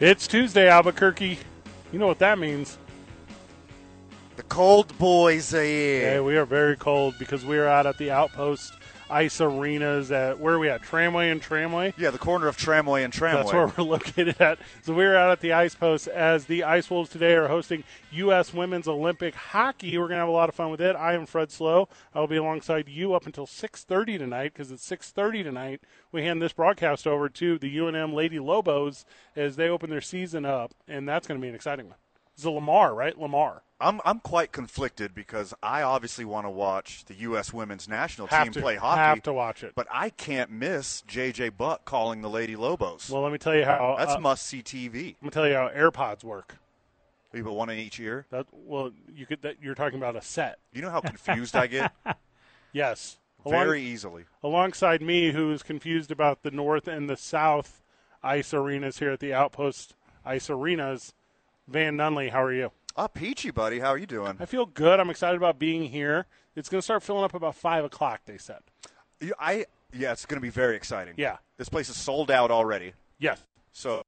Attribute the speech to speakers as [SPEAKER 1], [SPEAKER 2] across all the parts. [SPEAKER 1] It's Tuesday, Albuquerque. You know what that means.
[SPEAKER 2] The cold boys are
[SPEAKER 1] Hey,
[SPEAKER 2] here.
[SPEAKER 1] we are very cold because we are out at the outpost ice arenas at where are we at? Tramway and Tramway.
[SPEAKER 2] Yeah, the corner of Tramway and Tramway.
[SPEAKER 1] That's where we're located at. So we're out at the Ice Post as the Ice Wolves today are hosting U.S. Women's Olympic Hockey. We're going to have a lot of fun with it. I am Fred Slow. I will be alongside you up until 6.30 tonight because at 6.30 tonight we hand this broadcast over to the UNM Lady Lobos as they open their season up, and that's going to be an exciting one. It's a Lamar, right? Lamar.
[SPEAKER 2] I'm I'm quite conflicted because I obviously want to watch the U.S. women's national
[SPEAKER 1] Have
[SPEAKER 2] team
[SPEAKER 1] to.
[SPEAKER 2] play hockey.
[SPEAKER 1] Have to watch it.
[SPEAKER 2] But I can't miss J.J. Buck calling the Lady Lobos.
[SPEAKER 1] Well, let me tell you how.
[SPEAKER 2] That's
[SPEAKER 1] uh,
[SPEAKER 2] must see TV.
[SPEAKER 1] I'm gonna tell you how AirPods work.
[SPEAKER 2] We put one in each ear.
[SPEAKER 1] That well, you could. That, you're talking about a set.
[SPEAKER 2] You know how confused I get?
[SPEAKER 1] Yes. Along-
[SPEAKER 2] Very easily.
[SPEAKER 1] alongside me, who is confused about the north and the south ice arenas here at the Outpost Ice Arenas. Van Nunley, how are you?
[SPEAKER 2] Ah, Peachy, buddy. How are you doing?
[SPEAKER 1] I feel good. I'm excited about being here. It's going to start filling up about five o'clock. They said.
[SPEAKER 2] You- I yeah, it's going to be very exciting.
[SPEAKER 1] Yeah.
[SPEAKER 2] This place is sold out already.
[SPEAKER 1] Yes.
[SPEAKER 2] So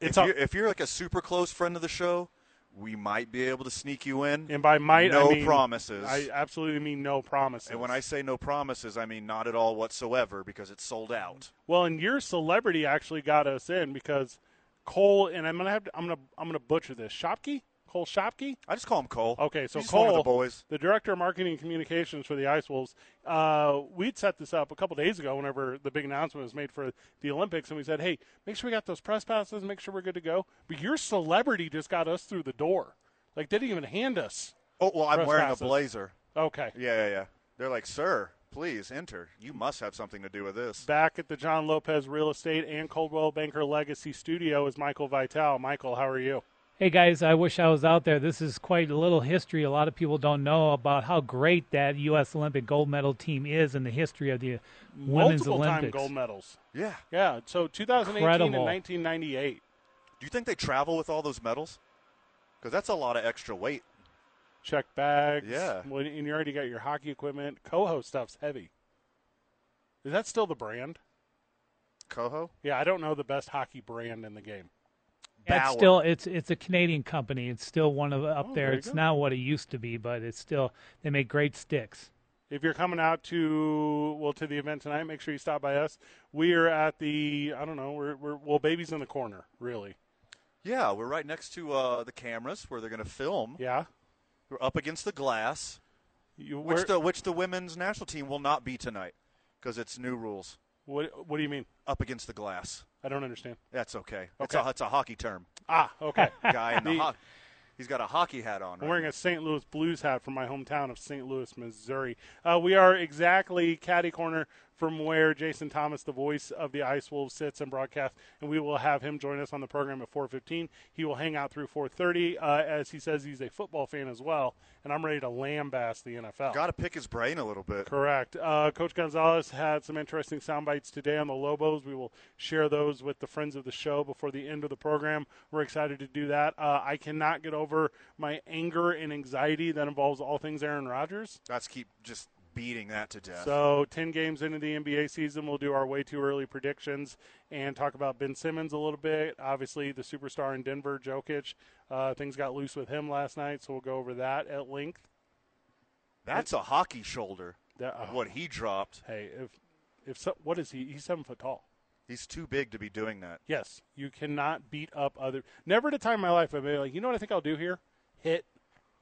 [SPEAKER 1] It's
[SPEAKER 2] if,
[SPEAKER 1] all,
[SPEAKER 2] you're, if you're like a super close friend of the show, we might be able to sneak you in.
[SPEAKER 1] and by might
[SPEAKER 2] no
[SPEAKER 1] I mean
[SPEAKER 2] promises.
[SPEAKER 1] I absolutely mean no promises.
[SPEAKER 2] and when I say no promises, I mean not at all whatsoever because it's sold out.
[SPEAKER 1] Well, and your celebrity actually got us in because Cole and I'm gonna have to, I'm gonna I'm gonna butcher this. Shopke, Cole Shopke.
[SPEAKER 2] I just call him Cole.
[SPEAKER 1] Okay, so
[SPEAKER 2] He's just
[SPEAKER 1] Cole,
[SPEAKER 2] one of the boys.
[SPEAKER 1] the director of marketing and communications for the Ice Wolves, uh, we'd set this up a couple days ago. Whenever the big announcement was made for the Olympics, and we said, "Hey, make sure we got those press passes. Make sure we're good to go." But your celebrity just got us through the door. Like they didn't even hand us.
[SPEAKER 2] Oh well, I'm
[SPEAKER 1] Press
[SPEAKER 2] wearing
[SPEAKER 1] passes.
[SPEAKER 2] a blazer.
[SPEAKER 1] Okay,
[SPEAKER 2] Yeah, yeah, yeah. They're like, sir, please enter. You must have something to do with this.
[SPEAKER 1] back at the John Lopez Real Estate and Coldwell Banker Legacy Studio is Michael Vital. Michael, how are you?
[SPEAKER 3] Hey guys, I wish I was out there. This is quite a little history. A lot of people don't know about how great that U.S. Olympic gold medal team is in the history of the women's
[SPEAKER 1] Multiple time
[SPEAKER 3] Olympics.
[SPEAKER 1] gold medals.
[SPEAKER 2] Yeah.
[SPEAKER 1] Yeah, so 2018
[SPEAKER 3] Incredible.
[SPEAKER 1] and 1998.
[SPEAKER 2] Do you think they travel with all those medals? Because that's a lot of extra weight.
[SPEAKER 1] Check bags.
[SPEAKER 2] Yeah.
[SPEAKER 1] When, and you already got your hockey equipment. Coho stuff's heavy. Is that still the brand?
[SPEAKER 2] Coho.
[SPEAKER 1] Yeah, I don't know the best hockey brand in the game.
[SPEAKER 3] Yeah,
[SPEAKER 2] Bauer.
[SPEAKER 3] It's still it's it's a Canadian company. It's still one of up
[SPEAKER 1] Oh,
[SPEAKER 3] there.
[SPEAKER 1] there you
[SPEAKER 3] It's
[SPEAKER 1] go.
[SPEAKER 3] not what it used to be, but it's still they make great sticks.
[SPEAKER 1] If you're coming out to well to the event tonight, make sure you stop by us. We are at the I don't know we're, we're well baby's in the corner really.
[SPEAKER 2] Yeah, we're right next to uh, the cameras where they're going to film.
[SPEAKER 1] Yeah.
[SPEAKER 2] We're up against the glass,
[SPEAKER 1] You, where-
[SPEAKER 2] which the which the women's national team will not be tonight because it's new rules.
[SPEAKER 1] what what do you mean?
[SPEAKER 2] Up against the glass.
[SPEAKER 1] I don't understand.
[SPEAKER 2] That's okay. It's,
[SPEAKER 1] Okay.
[SPEAKER 2] a, it's a hockey term.
[SPEAKER 1] Ah, okay.
[SPEAKER 2] Guy in the
[SPEAKER 1] The-
[SPEAKER 2] ho- he's got a hockey hat on.
[SPEAKER 1] I'm
[SPEAKER 2] Right
[SPEAKER 1] wearing a St. Louis Blues hat from my hometown of St. Louis, Missouri. Uh, we are exactly catty corner from where Jason Thomas, the voice of the Ice Wolves, sits and broadcasts, and we will have him join us on the program at 4:15. He will hang out through 4:30, uh, as he says he's a football fan as well, and I'm ready to lambaste the NFL.
[SPEAKER 2] Got to pick his brain a little bit.
[SPEAKER 1] Correct. Uh, Coach Gonzalez had some interesting sound bites today on the Lobos. We will share those with the friends of the show before the end of the program. We're excited to do that. Uh, I cannot get over my anger and anxiety that involves all things Aaron Rodgers.
[SPEAKER 2] Let's keep just beating that to death.
[SPEAKER 1] So, 10 games into the NBA season, we'll do our way too early predictions and talk about Ben Simmons a little bit. Obviously, the superstar in Denver, Jokic, uh, things got loose with him last night, so we'll go over that at length.
[SPEAKER 2] That's a hockey shoulder.
[SPEAKER 1] That- oh,
[SPEAKER 2] What he dropped.
[SPEAKER 1] Hey, if, if so, what is he? He's seven foot tall.
[SPEAKER 2] He's too big to be doing that.
[SPEAKER 1] Yes, you cannot beat up other. Never at a time in my life have I been like, you know what I think I'll do here? Hit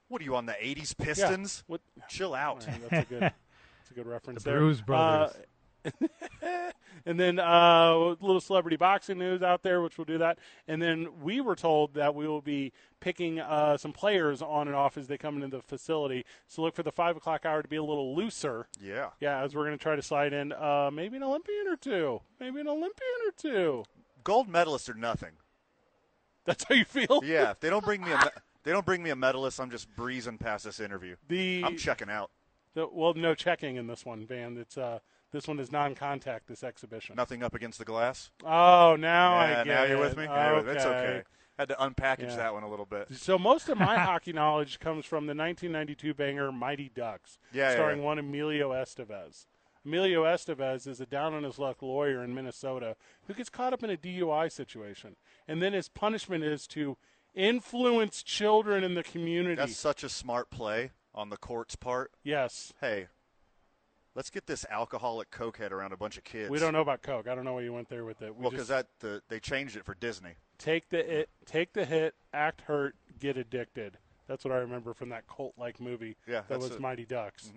[SPEAKER 2] What are you on the '80s
[SPEAKER 1] Yeah.
[SPEAKER 2] Pistons?
[SPEAKER 1] What?
[SPEAKER 2] Chill
[SPEAKER 1] all
[SPEAKER 2] out.
[SPEAKER 1] right, that's a good. That's a good reference.
[SPEAKER 3] The
[SPEAKER 1] there.
[SPEAKER 3] Bruise Brothers.
[SPEAKER 1] Uh, and then uh, a little celebrity boxing news out there, which we'll do that. And then we were told that we will be picking uh, some players on and off as they come into the facility. So look for the five o'clock hour to be a little looser.
[SPEAKER 2] Yeah.
[SPEAKER 1] Yeah, as we're going to try to slide in uh, maybe an Olympian or two, maybe an Olympian or two.
[SPEAKER 2] Gold medalists are nothing.
[SPEAKER 1] That's how you feel.
[SPEAKER 2] Yeah. If they don't bring me a me- they don't bring me a medalist, I'm just breezing past this interview.
[SPEAKER 1] The
[SPEAKER 2] I'm checking out.
[SPEAKER 1] The, well, no checking in this one, Van. It's uh, this one is non-contact. This exhibition.
[SPEAKER 2] Nothing up against the glass.
[SPEAKER 1] Oh, now I
[SPEAKER 2] yeah,
[SPEAKER 1] get
[SPEAKER 2] now you're
[SPEAKER 1] it.
[SPEAKER 2] with me. Yeah,
[SPEAKER 1] Okay.
[SPEAKER 2] That's okay. Had to unpackage
[SPEAKER 1] Yeah.
[SPEAKER 2] that one a little bit.
[SPEAKER 1] So most of my hockey knowledge comes from the 1992 banger Mighty Ducks,
[SPEAKER 2] Yeah, yeah,
[SPEAKER 1] starring
[SPEAKER 2] yeah.
[SPEAKER 1] one Emilio Estevez. I Emilio Estevez is a down on his luck lawyer in Minnesota who gets caught up in a DUI situation, and then his punishment is to influence children in the community.
[SPEAKER 2] That's such a smart play on the court's part.
[SPEAKER 1] yes.
[SPEAKER 2] Hey, let's get this alcoholic cokehead around a bunch of kids.
[SPEAKER 1] We don't know about Coke. I don't know why you went there with it. We
[SPEAKER 2] Well,
[SPEAKER 1] just
[SPEAKER 2] because that the, they changed it for Disney.
[SPEAKER 1] take the it, take the hit, act hurt, get addicted. That's what I remember from that cult-like movie
[SPEAKER 2] Yeah,
[SPEAKER 1] that
[SPEAKER 2] that's
[SPEAKER 1] was
[SPEAKER 2] it. Mm-hmm.
[SPEAKER 1] Mighty Ducks.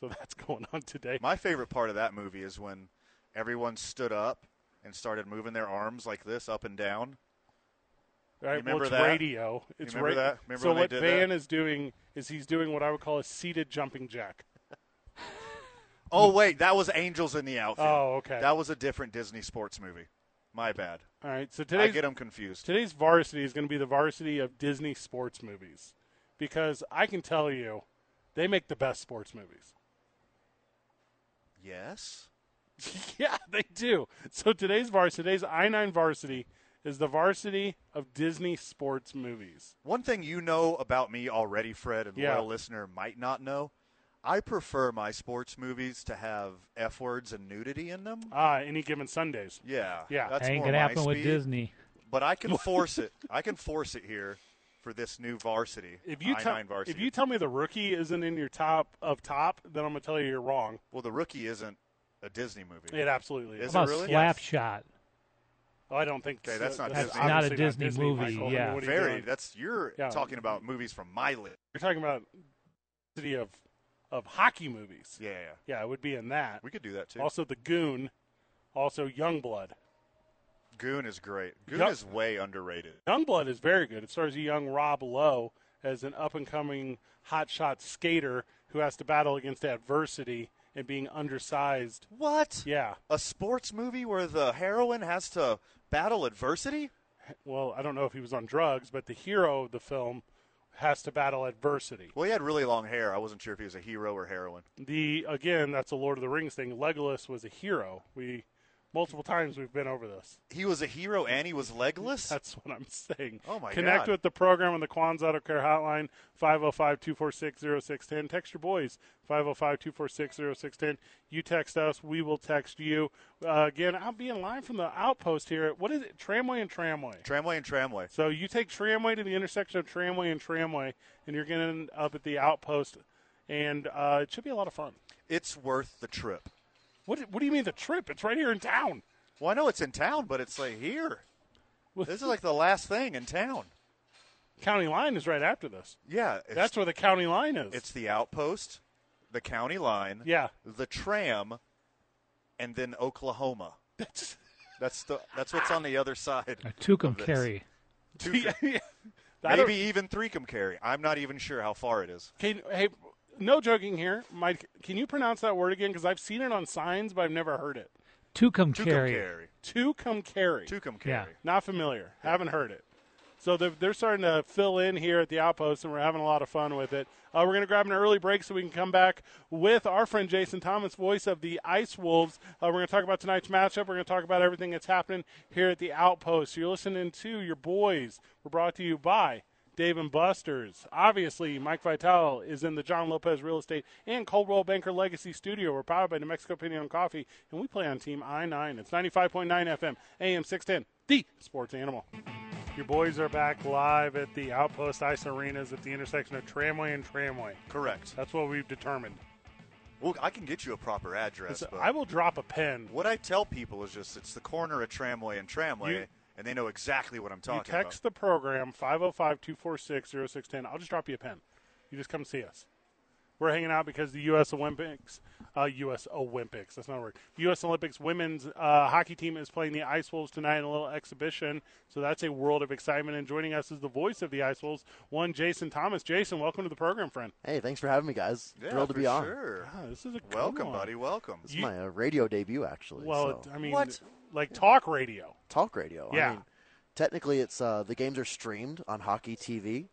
[SPEAKER 1] So that's going on today.
[SPEAKER 2] My favorite part of that movie is when everyone stood up and started moving their arms like this up and down.
[SPEAKER 1] All right, well,
[SPEAKER 2] remember
[SPEAKER 1] it's
[SPEAKER 2] that?
[SPEAKER 1] radio. It's
[SPEAKER 2] remember
[SPEAKER 1] ra-
[SPEAKER 2] that? Remember
[SPEAKER 1] so
[SPEAKER 2] when they
[SPEAKER 1] what
[SPEAKER 2] did
[SPEAKER 1] Van
[SPEAKER 2] that?
[SPEAKER 1] is doing is he's doing what I would call a seated jumping jack.
[SPEAKER 2] Oh wait, that was Angels in the Outfield.
[SPEAKER 1] Mm. Oh, okay.
[SPEAKER 2] That was a different Disney sports movie. My bad.
[SPEAKER 1] All right, so
[SPEAKER 2] I
[SPEAKER 1] today's
[SPEAKER 2] get them confused.
[SPEAKER 1] today's varsity is going to be the varsity of Disney sports movies because I can tell you, they make the best sports movies.
[SPEAKER 2] Yes.
[SPEAKER 1] yeah, they do. So today's varsity, today's I nine varsity, is the varsity of Disney sports movies.
[SPEAKER 2] One thing you know about me already, Fred, and
[SPEAKER 1] Yeah.
[SPEAKER 2] loyal listener might not know, I prefer my sports movies to have f words and nudity in them.
[SPEAKER 1] Ah, any given Sundays.
[SPEAKER 2] Yeah,
[SPEAKER 1] Yeah.
[SPEAKER 2] that's
[SPEAKER 3] ain't
[SPEAKER 2] more
[SPEAKER 3] gonna
[SPEAKER 2] my
[SPEAKER 3] happen with
[SPEAKER 2] speed.
[SPEAKER 3] Disney.
[SPEAKER 2] But I can force it. I can force it here for this new varsity.
[SPEAKER 1] If you
[SPEAKER 2] I
[SPEAKER 1] tell
[SPEAKER 2] nine varsity.
[SPEAKER 1] if you tell me the rookie isn't in your top of top, then I'm gonna tell you you're wrong.
[SPEAKER 2] well, the rookie isn't a Disney movie.
[SPEAKER 1] It absolutely is.
[SPEAKER 2] Is
[SPEAKER 3] How
[SPEAKER 2] it
[SPEAKER 3] about
[SPEAKER 2] really?
[SPEAKER 3] Slap Shot?
[SPEAKER 1] Oh, I don't think
[SPEAKER 2] Okay,
[SPEAKER 1] so.
[SPEAKER 2] that's not Disney.
[SPEAKER 1] obviously
[SPEAKER 3] Not a Disney movie,
[SPEAKER 1] Michael. I mean,
[SPEAKER 3] yeah.
[SPEAKER 1] what are you
[SPEAKER 2] Very.
[SPEAKER 1] doing?
[SPEAKER 2] That's you're
[SPEAKER 1] Yeah.
[SPEAKER 2] talking about movies from my list.
[SPEAKER 1] You're talking about city of of hockey movies.
[SPEAKER 2] Yeah, yeah.
[SPEAKER 1] Yeah, it would be in that.
[SPEAKER 2] We could do that too.
[SPEAKER 1] Also, The Goon. Also, Youngblood.
[SPEAKER 2] Goon is great. Goon
[SPEAKER 1] Yup.
[SPEAKER 2] is way underrated.
[SPEAKER 1] Youngblood is very good. It stars a young Rob Lowe as an up and coming hotshot skater who has to battle against adversity and being undersized.
[SPEAKER 2] What?
[SPEAKER 1] Yeah.
[SPEAKER 2] A sports movie where the heroine has to battle adversity?
[SPEAKER 1] Well, I don't know if he was on drugs, but the hero of the film has to battle adversity.
[SPEAKER 2] Well, he had really long hair. I wasn't sure if he was a hero or heroine.
[SPEAKER 1] The again, that's a Lord of the Rings thing. Legolas was a hero. We multiple times we've been over this.
[SPEAKER 2] He was a hero and he was legless?
[SPEAKER 1] That's what I'm saying.
[SPEAKER 2] Oh, my
[SPEAKER 1] Connect
[SPEAKER 2] God.
[SPEAKER 1] with the program on the Quans Auto Care Hotline, 505-246-0610. Text your boys, 505-246-0610. You text us, we will text you. Uh, again, I'll be in line from the outpost here. At, what is it? Tramway and Tramway.
[SPEAKER 2] Tramway and Tramway.
[SPEAKER 1] So you take Tramway to the intersection of Tramway and Tramway, and you're getting up at the outpost, and uh, it should be a lot of fun.
[SPEAKER 2] It's worth the trip.
[SPEAKER 1] What, what do you mean the trip? It's right here in town.
[SPEAKER 2] Well, I know it's in town, but it's like here. This is like the last thing in town.
[SPEAKER 1] county line is right after this.
[SPEAKER 2] Yeah, it's,
[SPEAKER 1] That's where the county line is.
[SPEAKER 2] it's the outpost, the county line,
[SPEAKER 1] yeah.
[SPEAKER 2] the tram, and then Oklahoma.
[SPEAKER 1] That's
[SPEAKER 2] That's the that's what's on the other side.
[SPEAKER 3] A Tucum
[SPEAKER 2] this.
[SPEAKER 3] Carry.
[SPEAKER 2] Two-
[SPEAKER 1] Yeah. I don't-
[SPEAKER 2] maybe even Threecombe-Carry. I'm not even sure how far it is.
[SPEAKER 1] Can, hey, no joking here, Mike. Can you pronounce that word again? Because I've seen it on signs, but I've never heard it.
[SPEAKER 3] Tucum Carry.
[SPEAKER 2] Tucumcari.
[SPEAKER 1] To come carry.
[SPEAKER 2] Tucumcari.
[SPEAKER 1] Not familiar. Haven't heard it. So they're, they're starting to fill in here at the outpost, and we're having a lot of fun with it. Uh, we're going to grab an early break so we can come back with our friend Jason Thomas, voice of the Ice Wolves. Uh, we're going to talk about tonight's matchup. We're going to talk about everything that's happening here at the outpost. You're listening to your boys. We're brought to you by Dave and Buster's. Obviously, Mike Vitale is in the John Lopez Real Estate and Coldwell Banker Legacy Studio. We're powered by New Mexico Pinion Coffee, and we play on Team I 9. It's 95.9 FM, AM 610, the sports animal. Your boys are back live at the Outpost Ice Arenas at the intersection of Tramway and Tramway.
[SPEAKER 2] Correct.
[SPEAKER 1] That's what we've determined.
[SPEAKER 2] Well, I can get you a proper address,
[SPEAKER 1] So
[SPEAKER 2] but
[SPEAKER 1] I will drop a pen.
[SPEAKER 2] what I tell people is just it's the corner of Tramway and Tramway,
[SPEAKER 1] You-
[SPEAKER 2] and they know exactly what I'm
[SPEAKER 1] You
[SPEAKER 2] talking
[SPEAKER 1] text the program 505 246 0610. I'll just drop you a pen. You just come see us. We're hanging out because the U.S. Olympics, uh, U.S. Olympics, that's not a word. U.S. Olympics women's uh, hockey team is playing the Ice Wolves tonight in a little exhibition. So that's a world of excitement. And joining us is the voice of the Ice Wolves, one Jason Thomas. Jason, welcome to the program, friend.
[SPEAKER 4] Hey, thanks for having me, guys.
[SPEAKER 2] about. Yeah,
[SPEAKER 4] Thrilled to
[SPEAKER 2] for
[SPEAKER 4] be on.
[SPEAKER 2] Sure.
[SPEAKER 1] Ah, this is a good
[SPEAKER 2] Welcome,
[SPEAKER 1] one.
[SPEAKER 2] buddy. Welcome.
[SPEAKER 4] It's
[SPEAKER 1] You-
[SPEAKER 4] my uh, radio debut, actually.
[SPEAKER 1] Well,
[SPEAKER 4] so,
[SPEAKER 1] I mean,
[SPEAKER 2] What?
[SPEAKER 1] like talk radio.
[SPEAKER 4] talk radio.
[SPEAKER 1] yeah.
[SPEAKER 4] I mean, technically, it's uh, the games are streamed on Hockey TV,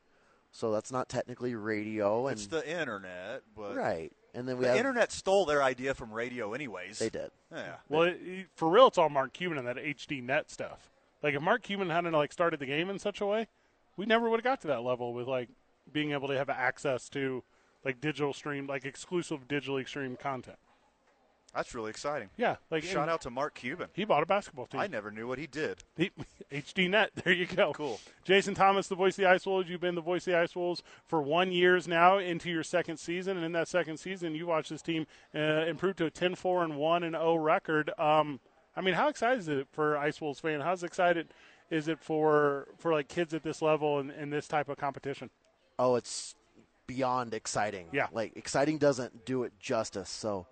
[SPEAKER 4] so that's not technically radio. And
[SPEAKER 2] It's the internet, but
[SPEAKER 4] right, and then we
[SPEAKER 2] the
[SPEAKER 4] have
[SPEAKER 2] internet stole their idea from radio, anyways.
[SPEAKER 4] they did.
[SPEAKER 2] Yeah.
[SPEAKER 1] Well, it, it- for real, it's all Mark Cuban and that HD net stuff. Like if Mark Cuban hadn't like started the game in such a way, we never would have got to that level with like being able to have access to like digital stream, like exclusive digitally streamed content.
[SPEAKER 2] That's really exciting.
[SPEAKER 1] Yeah, like
[SPEAKER 2] Shout
[SPEAKER 1] and
[SPEAKER 2] out to Mark Cuban.
[SPEAKER 1] He bought a basketball team.
[SPEAKER 2] I never knew what he did.
[SPEAKER 1] He- HD Net. There you go.
[SPEAKER 2] Cool.
[SPEAKER 1] Jason Thomas, the voice of the Ice Wolves. You've been the voice of the Ice Wolves for one years now into your second season, and in that second season, you watched this team uh, improve to a 10-4 and 1 and 0 record. Um, I mean, how excited is it for Ice Wolves fan? How's excited is it for for like kids at this level and, and this type of competition?
[SPEAKER 4] oh, it's beyond exciting.
[SPEAKER 1] Yeah.
[SPEAKER 4] Like, exciting doesn't do it justice. So,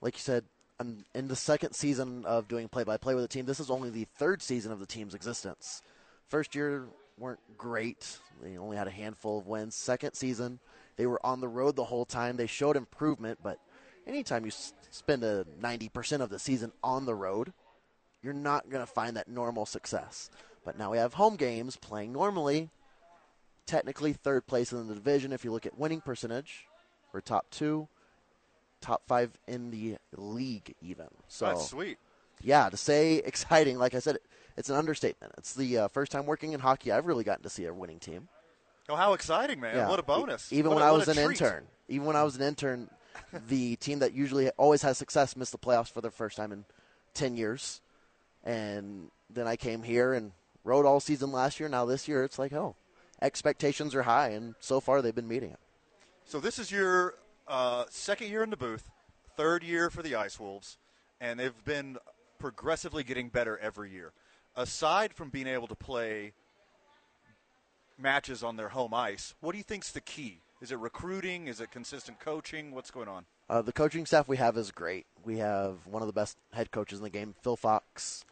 [SPEAKER 4] like you said, I'm in the second season of doing play by play with the team. This is only the third season of the team's existence. First year weren't great, they only had a handful of wins. Second season, they were on the road the whole time. They showed improvement, but anytime you s- spend a 90% of the season on the road, you're not going to find that normal success. But now we have home games playing normally, technically third place in the division if you look at winning percentage. We're top two, top five in the league, even. So
[SPEAKER 2] That's sweet.
[SPEAKER 4] yeah, to say exciting, like I said, it's an understatement. It's the uh, first time working in hockey I've really gotten to see a winning team.
[SPEAKER 2] Oh, how exciting, man!
[SPEAKER 4] Yeah.
[SPEAKER 2] What a bonus!
[SPEAKER 4] E- Even
[SPEAKER 2] What
[SPEAKER 4] when
[SPEAKER 2] a-
[SPEAKER 4] I
[SPEAKER 2] what
[SPEAKER 4] was
[SPEAKER 2] a
[SPEAKER 4] an
[SPEAKER 2] treat.
[SPEAKER 4] intern, even when I was an intern, the team that usually always has success missed the playoffs for the first time in 10 years. And then I came here and rode all season last year. Now this year, it's like, oh, expectations are high, and so far they've been meeting it.
[SPEAKER 2] So this is your uh, second year in the booth, third year for the Ice Wolves, and they've been progressively getting better every year. Aside from being able to play matches on their home ice, what do you think's the key? Is it recruiting? Is it consistent coaching? What's going on?
[SPEAKER 4] Uh, the coaching staff we have is great. We have one of the best head coaches in the game, Phil Fox.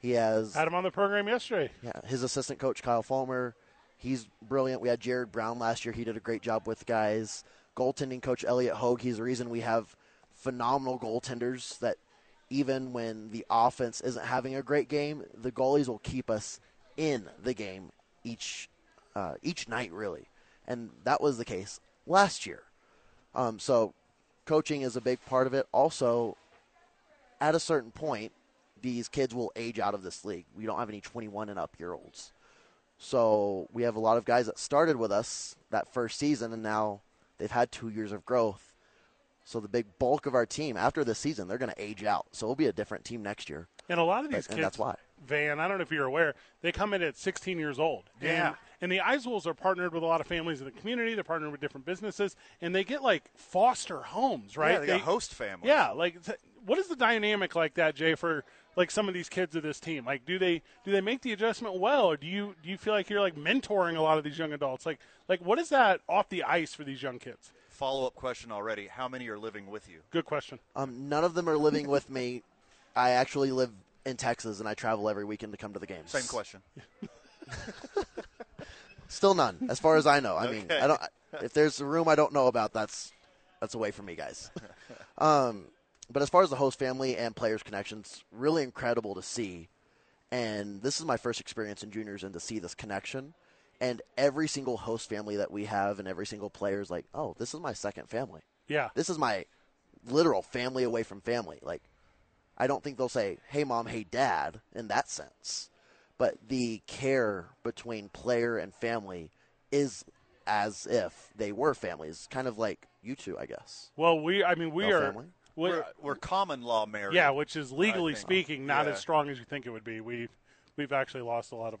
[SPEAKER 4] He has
[SPEAKER 1] Had him on the program yesterday.
[SPEAKER 4] Yeah, his assistant coach Kyle Fulmer, he's brilliant. We had Jared Brown last year; he did a great job with guys. Goaltending coach Elliot Hogue, he's the reason we have phenomenal goaltenders that even when the offense isn't having a great game, the goalies will keep us in the game each uh, each night, really. And that was the case last year. Um, so, coaching is a big part of it. Also, at a certain point, these kids will age out of this league. We don't have any 21 and up year olds. So we have a lot of guys that started with us that first season, and now they've had two years of growth. So the big bulk of our team after this season, they're going to age out. So we'll be a different team next year.
[SPEAKER 1] And a lot of these
[SPEAKER 4] But- and
[SPEAKER 1] kids,
[SPEAKER 4] that's why.
[SPEAKER 1] Van, I don't know if you're aware, they come in at 16 years old.
[SPEAKER 2] Yeah.
[SPEAKER 1] And, and the Iswolves are partnered with a lot of families in the community. They're partnered with different businesses, and they get like foster homes, right?
[SPEAKER 2] Yeah, they got host families.
[SPEAKER 1] Yeah, like th- what is the dynamic like that, Jay? For like some of these kids of this team, like do they do they make the adjustment well, or do you do you feel like you're like mentoring a lot of these young adults? Like like what is that off the ice for these young kids?
[SPEAKER 2] Follow up question already. How many are living with you?
[SPEAKER 1] Good question.
[SPEAKER 4] Um, none of them are living with me. I actually live in Texas, and I travel every weekend to come to the games.
[SPEAKER 2] Same question.
[SPEAKER 4] Still none, as far as I know. I mean, I don't. If there's a room I don't know about, that's that's away from me, guys. Um, but as far as the host family and players connections, really incredible to see. And this is my first experience in juniors, and to see this connection, and every single host family that we have, and every single player is like, oh, this is my second family.
[SPEAKER 1] Yeah.
[SPEAKER 4] This is my literal family away from family. Like, I don't think they'll say, hey, mom, hey, dad, in that sense. But the care between player and family is as if they were families, kind of like you two, I guess.
[SPEAKER 1] Well, we I mean we
[SPEAKER 4] Well,
[SPEAKER 1] are.
[SPEAKER 4] family?
[SPEAKER 1] we-
[SPEAKER 2] We're, we're common law married.
[SPEAKER 1] Yeah, which is legally
[SPEAKER 2] think.
[SPEAKER 1] speaking not
[SPEAKER 2] Yeah.
[SPEAKER 1] as strong as you think it would be. We've we've actually lost a lot of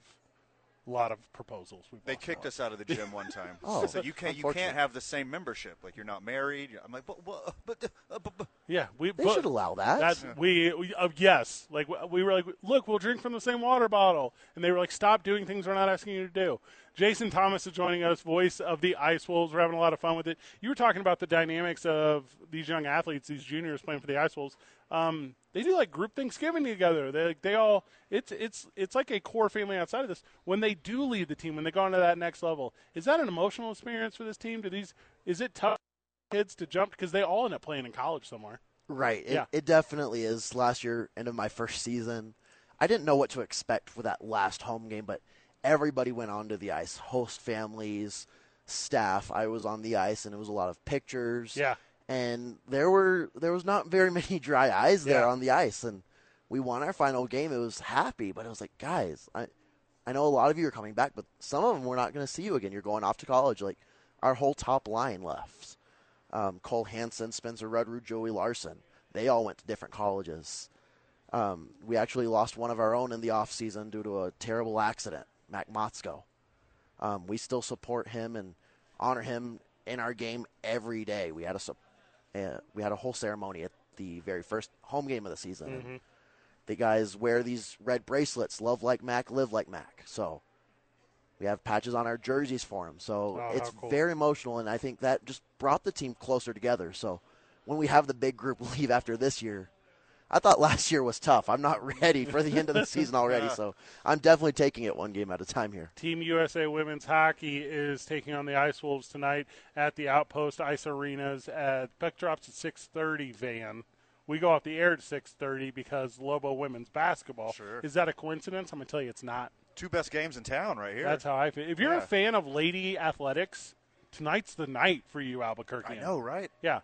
[SPEAKER 1] lot of proposals. We've
[SPEAKER 2] They
[SPEAKER 1] lost a
[SPEAKER 2] kicked
[SPEAKER 1] lot.
[SPEAKER 2] us out of the gym one time.
[SPEAKER 4] Oh,
[SPEAKER 2] so you can't you
[SPEAKER 4] unfortunate.
[SPEAKER 2] can't have the same membership. Like you're not married. I'm like, but but but, uh, but, but.
[SPEAKER 1] Yeah, we
[SPEAKER 4] They
[SPEAKER 1] but
[SPEAKER 4] should allow that.
[SPEAKER 1] that we, we uh, yes, like w- we were like, look, we'll drink from the same water bottle, and they were like, stop doing things we're not asking you to do. Jason Thomas is joining us, voice of the Ice Wolves. We're having a lot of fun with it. You were talking about the dynamics of these young athletes, these juniors playing for the Ice Wolves. Um, they do like group Thanksgiving together. They like, they all it's it's it's like a core family outside of this. When they do leave the team, when they go on to that next level, is that an emotional experience for this team? Do these is it tough for kids to jump because they all end up playing in college somewhere?
[SPEAKER 4] Right. It,
[SPEAKER 1] Yeah.
[SPEAKER 4] it definitely is. Last year, end of my first season, I didn't know what to expect for that last home game, but everybody went onto the ice host families, staff. I was on the ice, and it was a lot of pictures.
[SPEAKER 1] Yeah.
[SPEAKER 4] And there were there was not very many dry eyes there
[SPEAKER 1] Yeah.
[SPEAKER 4] on the ice, and we won our final game. It was happy, but it was like, guys, I I know a lot of you are coming back, but some of them we're not going to see you again. You're going off to college. Like our whole top line left um, Cole Hansen, Spencer Rudrue, Joey Larson. They all went to different colleges. Um, we actually lost one of our own in the off season due to a terrible accident, Mac Motzko. Um, we still support him and honor him in our game every day. We had a sup- uh, we had a whole ceremony at the very first home game of the season.
[SPEAKER 1] Mm-hmm.
[SPEAKER 4] And the guys wear these red bracelets, love like Mac, live like Mac. So we have patches on our jerseys for him. So
[SPEAKER 1] Oh,
[SPEAKER 4] it's
[SPEAKER 1] how cool.
[SPEAKER 4] very emotional, and I think that just brought the team closer together. So when we have the big group leave after this year, I thought last year was tough. I'm not ready for the end of the season already, so I'm definitely taking it one game at a time here.
[SPEAKER 1] Team USA Women's Hockey is taking on the Ice Wolves tonight at the Outpost Ice Arenas. At puck drops at 6:30. Van, we go off the air at 6:30 because Lobo Women's Basketball.
[SPEAKER 2] Sure.
[SPEAKER 1] Is that a coincidence? I'm gonna tell you, it's not.
[SPEAKER 2] Two best games in town right here.
[SPEAKER 1] That's how I feel. If you're a
[SPEAKER 2] Yeah.
[SPEAKER 1] fan of Lady Athletics, tonight's the night for you, Albuquerque.
[SPEAKER 2] I know, right?
[SPEAKER 1] Yeah.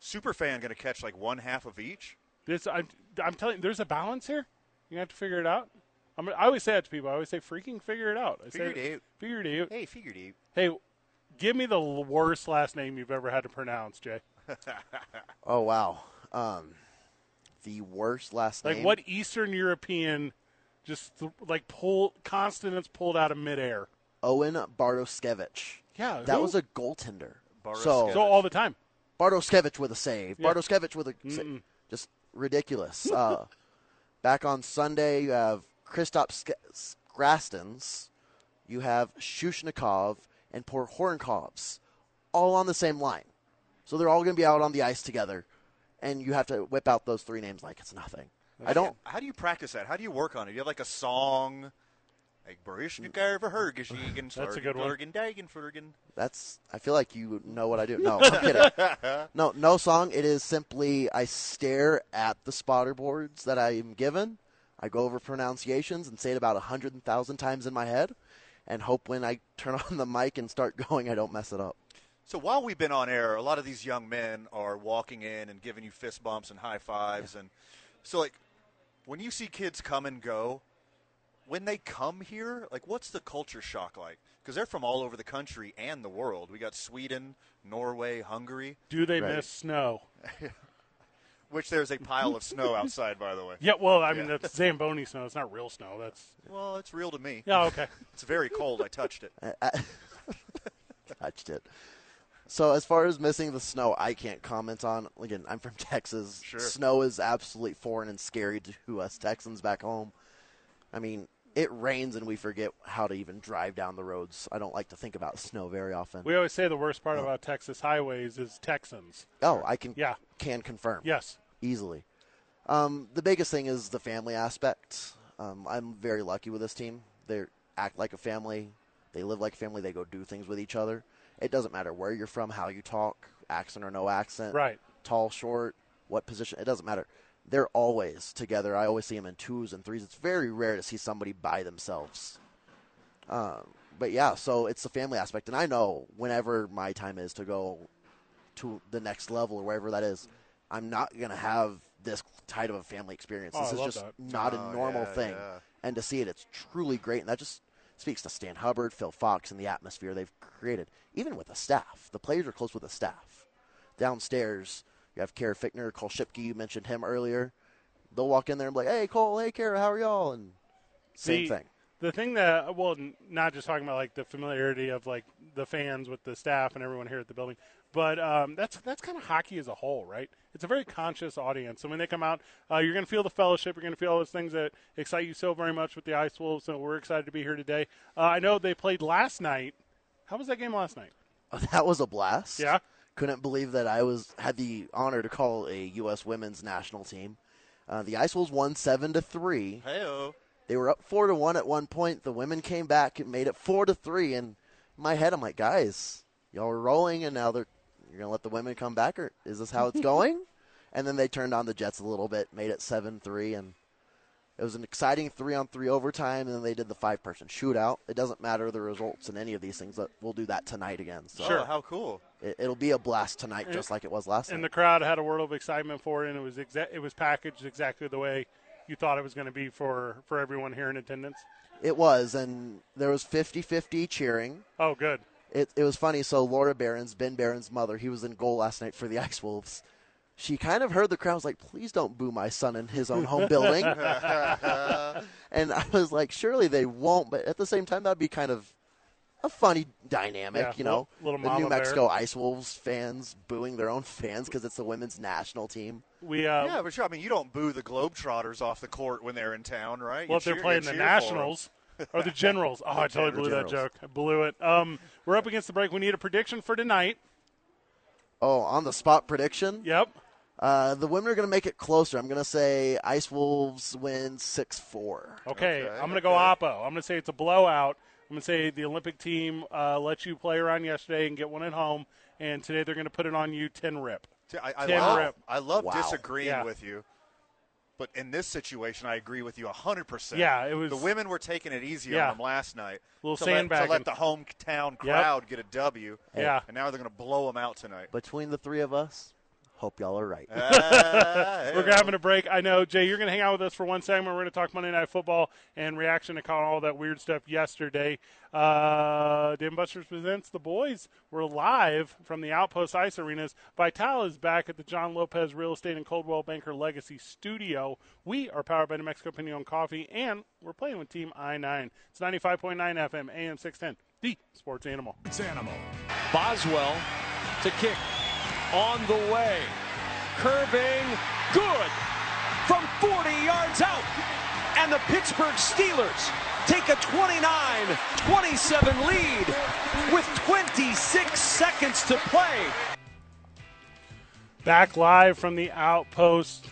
[SPEAKER 2] Super fan going to catch like one half of each.
[SPEAKER 1] This I'm, I'm telling you, there's a balance here. You have to figure it out. I'm, I always say that to people. I always say, freaking figure it out. I say,
[SPEAKER 2] Figure it out.
[SPEAKER 1] Figure it out.
[SPEAKER 2] Hey, figured it.
[SPEAKER 1] Hey, give me the l- worst last name you've ever had to pronounce, Jay.
[SPEAKER 4] Oh wow, um, the worst last
[SPEAKER 1] Like
[SPEAKER 4] name.
[SPEAKER 1] what Eastern European, just th- like pull consonants pulled out of midair.
[SPEAKER 4] Owen Bartoskevich.
[SPEAKER 1] Yeah,
[SPEAKER 4] that
[SPEAKER 1] who-
[SPEAKER 4] was a goaltender.
[SPEAKER 2] Bartoskevich.
[SPEAKER 4] So,
[SPEAKER 1] So all the time.
[SPEAKER 4] Bartoskevich with a save.
[SPEAKER 1] Yeah.
[SPEAKER 4] Bartoskevich with a sa- just ridiculous. uh, back on Sunday, you have Kristaps Sk- Skrastens, you have Shushnikov, and poor Hornkovs, all on the same line. So they're all going to be out on the ice together, and you have to whip out those three names like it's nothing. I don't.
[SPEAKER 2] How do you practice that? How do you work on it? You have like a song, like
[SPEAKER 4] Mm.
[SPEAKER 2] Barishnikar Verhergeshigen,
[SPEAKER 1] That's a good one.
[SPEAKER 2] Dagenfurgen.
[SPEAKER 4] That's. I feel like you know what I do. No, I'm kidding. No, no song. It is simply I stare at the spotter boards that I am given. I go over pronunciations and say it about a hundred thousand times in my head, and hope when I turn on the mic and start going, I don't mess it up.
[SPEAKER 2] So while we've been on air, a lot of these young men are walking in and giving you fist bumps and high fives, and so like when you see kids come and go, when they come here, like what's the culture shock like? Because they're from all over the country and the world. We got Sweden, Norway, Hungary,
[SPEAKER 1] Do they
[SPEAKER 4] Right.
[SPEAKER 1] miss snow?
[SPEAKER 2] which there's a pile of snow outside, by the way.
[SPEAKER 1] Yeah. Well, I mean
[SPEAKER 2] Yeah.
[SPEAKER 1] that's Zamboni snow. It's not real snow. That's
[SPEAKER 2] Well, it's real to me.
[SPEAKER 1] yeah. Uh, Okay.
[SPEAKER 2] It's very cold. I touched it.
[SPEAKER 4] touched it. So as far as missing the snow, I can't comment on. Again, I'm from Texas.
[SPEAKER 2] Sure.
[SPEAKER 4] Snow is absolutely foreign and scary to us Texans back home. I mean, it rains and we forget how to even drive down the roads. I don't like to think about snow very often.
[SPEAKER 1] We always say the worst part about Texas highways is Texans.
[SPEAKER 4] oh, I can
[SPEAKER 1] Yeah.
[SPEAKER 4] can confirm.
[SPEAKER 1] Yes.
[SPEAKER 4] easily. Um, the biggest thing is the family aspect. Um, I'm very lucky with this team. They act like a family. They live like a family. They go do things with each other. It doesn't matter where you're from, how you talk, accent or no accent,
[SPEAKER 1] Right.
[SPEAKER 4] Tall, short, what position. It doesn't matter. They're always together. I always see them in twos and threes. It's very rare to see somebody by themselves. Um, but yeah, so it's the family aspect, and I know whenever my time is to go to the next level or wherever that is, I'm not going to have this type of a family experience.
[SPEAKER 1] Oh, I
[SPEAKER 4] this is
[SPEAKER 1] love
[SPEAKER 4] just
[SPEAKER 1] that.
[SPEAKER 4] not
[SPEAKER 2] Oh,
[SPEAKER 4] a normal
[SPEAKER 2] yeah,
[SPEAKER 4] thing.
[SPEAKER 2] yeah.
[SPEAKER 4] And to see it, it's truly great. And that just speaks to Stan Hubbard, Phil Fox, and the atmosphere they've created, even with the staff. The players are close with the staff. Downstairs, you have Kara Fickner, Cole Shipke, you mentioned him earlier. They'll walk in there and be like, hey, Cole, hey, Kara, how are y'all? And same
[SPEAKER 1] the,
[SPEAKER 4] thing.
[SPEAKER 1] The thing that, well, n- not just talking about like the familiarity of like the fans with the staff and everyone here at the building, but um, that's that's kind of hockey as a whole, right? It's a very conscious audience. So when they come out, uh, you're going to feel the fellowship. You're going to feel all those things that excite you so very much with the Ice Wolves. So we're excited to be here today. Uh, I know they played last night. How was that game last night?
[SPEAKER 4] That was a blast.
[SPEAKER 1] Yeah.
[SPEAKER 4] Couldn't believe that I was had the honor to call a U.S. women's national team. Uh, the Ice Wolves won seven to three.
[SPEAKER 2] Heyo.
[SPEAKER 4] They were up four to one at one point. The women came back and made it four to three. And in my head, I'm like, guys, y'all are rolling, and now they're you're gonna let the women come back, or is this how it's going? and then they turned on the Jets a little bit, made it seven three, and it was an exciting three on three overtime. And then they did the five person shootout. It doesn't matter the results in any of these things. but We'll do that tonight again. So
[SPEAKER 2] Sure. Oh, how cool.
[SPEAKER 4] it, it'll be a blast tonight, just like it was last
[SPEAKER 1] And
[SPEAKER 4] night.
[SPEAKER 1] the crowd had a world of excitement for it, and it was exa- it was packaged exactly the way you thought it was going to be for for everyone here in attendance.
[SPEAKER 4] it was, and there was 50-50 cheering.
[SPEAKER 1] Oh, good.
[SPEAKER 4] It, it was funny. So Laura Barron's, Ben Barron's mother, he was in goal last night for the Ice Wolves. she kind of heard the crowd was like, please don't boo my son in his own home building. and I was like, surely they won't. But at the same time, that'd be kind of a funny dynamic,
[SPEAKER 1] Yeah,
[SPEAKER 4] you know?
[SPEAKER 1] little- little
[SPEAKER 4] the New
[SPEAKER 1] mama bear.
[SPEAKER 4] Mexico Ice Wolves fans booing their own fans because it's the women's national team.
[SPEAKER 1] We uh,
[SPEAKER 2] yeah, but sure. I mean, you don't boo the Globetrotters off the court when they're in town, right?
[SPEAKER 1] Well,
[SPEAKER 2] You
[SPEAKER 1] if they're
[SPEAKER 2] cheer- you
[SPEAKER 1] playing the
[SPEAKER 2] cheer for 'em.
[SPEAKER 1] Nationals or the Generals. Oh, I totally blew that
[SPEAKER 4] Generals.
[SPEAKER 1] joke. I blew it. Um, we're up against the break. We need a prediction for tonight.
[SPEAKER 4] Oh, on the spot prediction?
[SPEAKER 1] Yep.
[SPEAKER 4] Uh, the women are going to make it closer. I'm going to say Ice Wolves win 6 4.
[SPEAKER 1] Okay.
[SPEAKER 2] Okay,
[SPEAKER 1] I'm going to go
[SPEAKER 2] okay.
[SPEAKER 1] Oppo. I'm going to say it's a blowout. I'm going to say the Olympic team uh, let you play around yesterday and get one at home, and today they're going to put it on you 10 rip.
[SPEAKER 2] T- I, I
[SPEAKER 1] Tim
[SPEAKER 2] love,
[SPEAKER 1] Rip.
[SPEAKER 2] I love
[SPEAKER 4] Wow.
[SPEAKER 2] disagreeing
[SPEAKER 1] Yeah.
[SPEAKER 2] with you, but in this situation, I agree with you hundred percent.
[SPEAKER 1] Yeah, it was-
[SPEAKER 2] the women were taking it easy
[SPEAKER 1] Yeah.
[SPEAKER 2] on them last night.
[SPEAKER 1] Little
[SPEAKER 2] to let, to
[SPEAKER 1] sandbagging.
[SPEAKER 2] let the hometown crowd get a W.
[SPEAKER 1] Yeah.
[SPEAKER 2] and now they're going to blow them out tonight.
[SPEAKER 4] Between the three of us, hope y'all are right.
[SPEAKER 1] Uh,
[SPEAKER 2] Ah,
[SPEAKER 1] We're grabbing a break. I know, Jay, you're going to hang out with us for one segment. We're going to talk Monday Night Football and reaction to call all that weird stuff yesterday. Uh, Dan Busters presents The Boys. We're live from the Outpost Ice Arenas. Vital is back at the John Lopez Real Estate and Coldwell Banker Legacy Studio. We are powered by New Mexico Pinion Coffee, and we're playing with Team I-9. It's 95.9 FM, AM 610, the sports animal.
[SPEAKER 5] It's animal.
[SPEAKER 6] Boswell to kick on the way. Curving, good from 40 yards out. And the Pittsburgh Steelers take a 29 27 lead with 26 seconds to play.
[SPEAKER 1] back live from the outpost.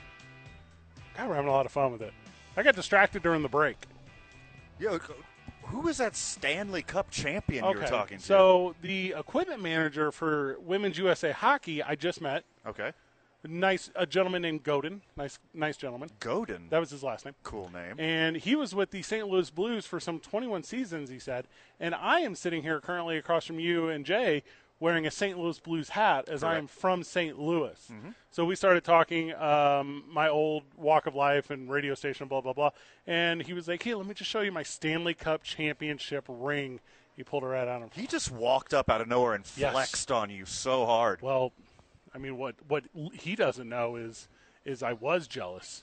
[SPEAKER 1] God, we're having a lot of fun with it. I got distracted during the break.
[SPEAKER 2] Yo, who is that Stanley Cup champion you were talking to?
[SPEAKER 1] so the equipment manager for Women's USA Hockey I just met.
[SPEAKER 2] okay,
[SPEAKER 1] Nice, a gentleman named Godin. Nice, nice gentleman.
[SPEAKER 2] Godin,
[SPEAKER 1] That was his last name.
[SPEAKER 2] cool name.
[SPEAKER 1] And he was with the St. Louis Blues for some 21 seasons, he said. And I am sitting here currently across from you and Jay wearing a St. Louis Blues hat as I am from St. Louis.
[SPEAKER 2] Mm-hmm.
[SPEAKER 1] So we started talking um, my old walk of life and radio station, blah, blah, blah. And he was like, hey, let me just show you my Stanley Cup championship ring. He pulled her right out on
[SPEAKER 2] he just walked up out of nowhere and
[SPEAKER 1] Yes.
[SPEAKER 2] flexed on you so hard.
[SPEAKER 1] Well, I mean, what, what l- he doesn't know is, is I was jealous.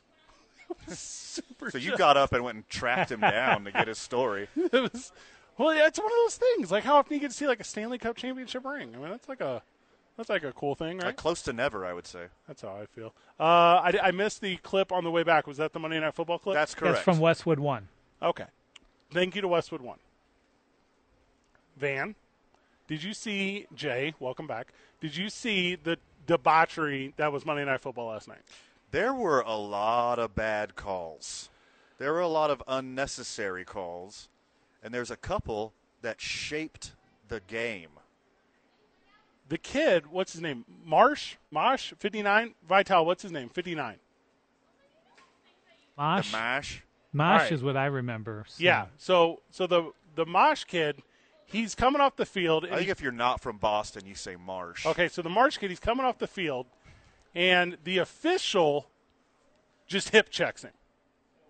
[SPEAKER 1] Super
[SPEAKER 2] so you
[SPEAKER 1] jealous.
[SPEAKER 2] got up and went and tracked him down to get his story.
[SPEAKER 1] it was, well, yeah, it's one of those things. Like how often you get to see like a Stanley Cup championship ring. I mean, that's like a that's like a cool thing, right?
[SPEAKER 2] Like close to never, I would say.
[SPEAKER 1] that's how I feel. Uh, I, I missed the clip on the way back. Was that the Monday Night Football clip?
[SPEAKER 2] That's correct.
[SPEAKER 3] That's from Westwood One.
[SPEAKER 1] okay. Thank you to Westwood One. Van, did you see Jay? Welcome back. Did you see the debauchery that was Monday Night Football last night?
[SPEAKER 2] There were a lot of bad calls. There were a lot of unnecessary calls. And there's a couple that shaped the game.
[SPEAKER 1] The kid, what's his name? Marsh, Mosh, fifty nine. Vital, what's his name? Fifty nine.
[SPEAKER 2] The
[SPEAKER 3] Mosh,
[SPEAKER 2] mash.
[SPEAKER 3] Mosh
[SPEAKER 1] right.
[SPEAKER 3] is what I remember. so-
[SPEAKER 1] Yeah. So so the the Mosh kid, he's coming off the field. and
[SPEAKER 2] I think
[SPEAKER 1] he-
[SPEAKER 2] if you're not from Boston, you say Marsh.
[SPEAKER 1] okay, so the Marsh kid, he's coming off the field, and the official just hip checks him.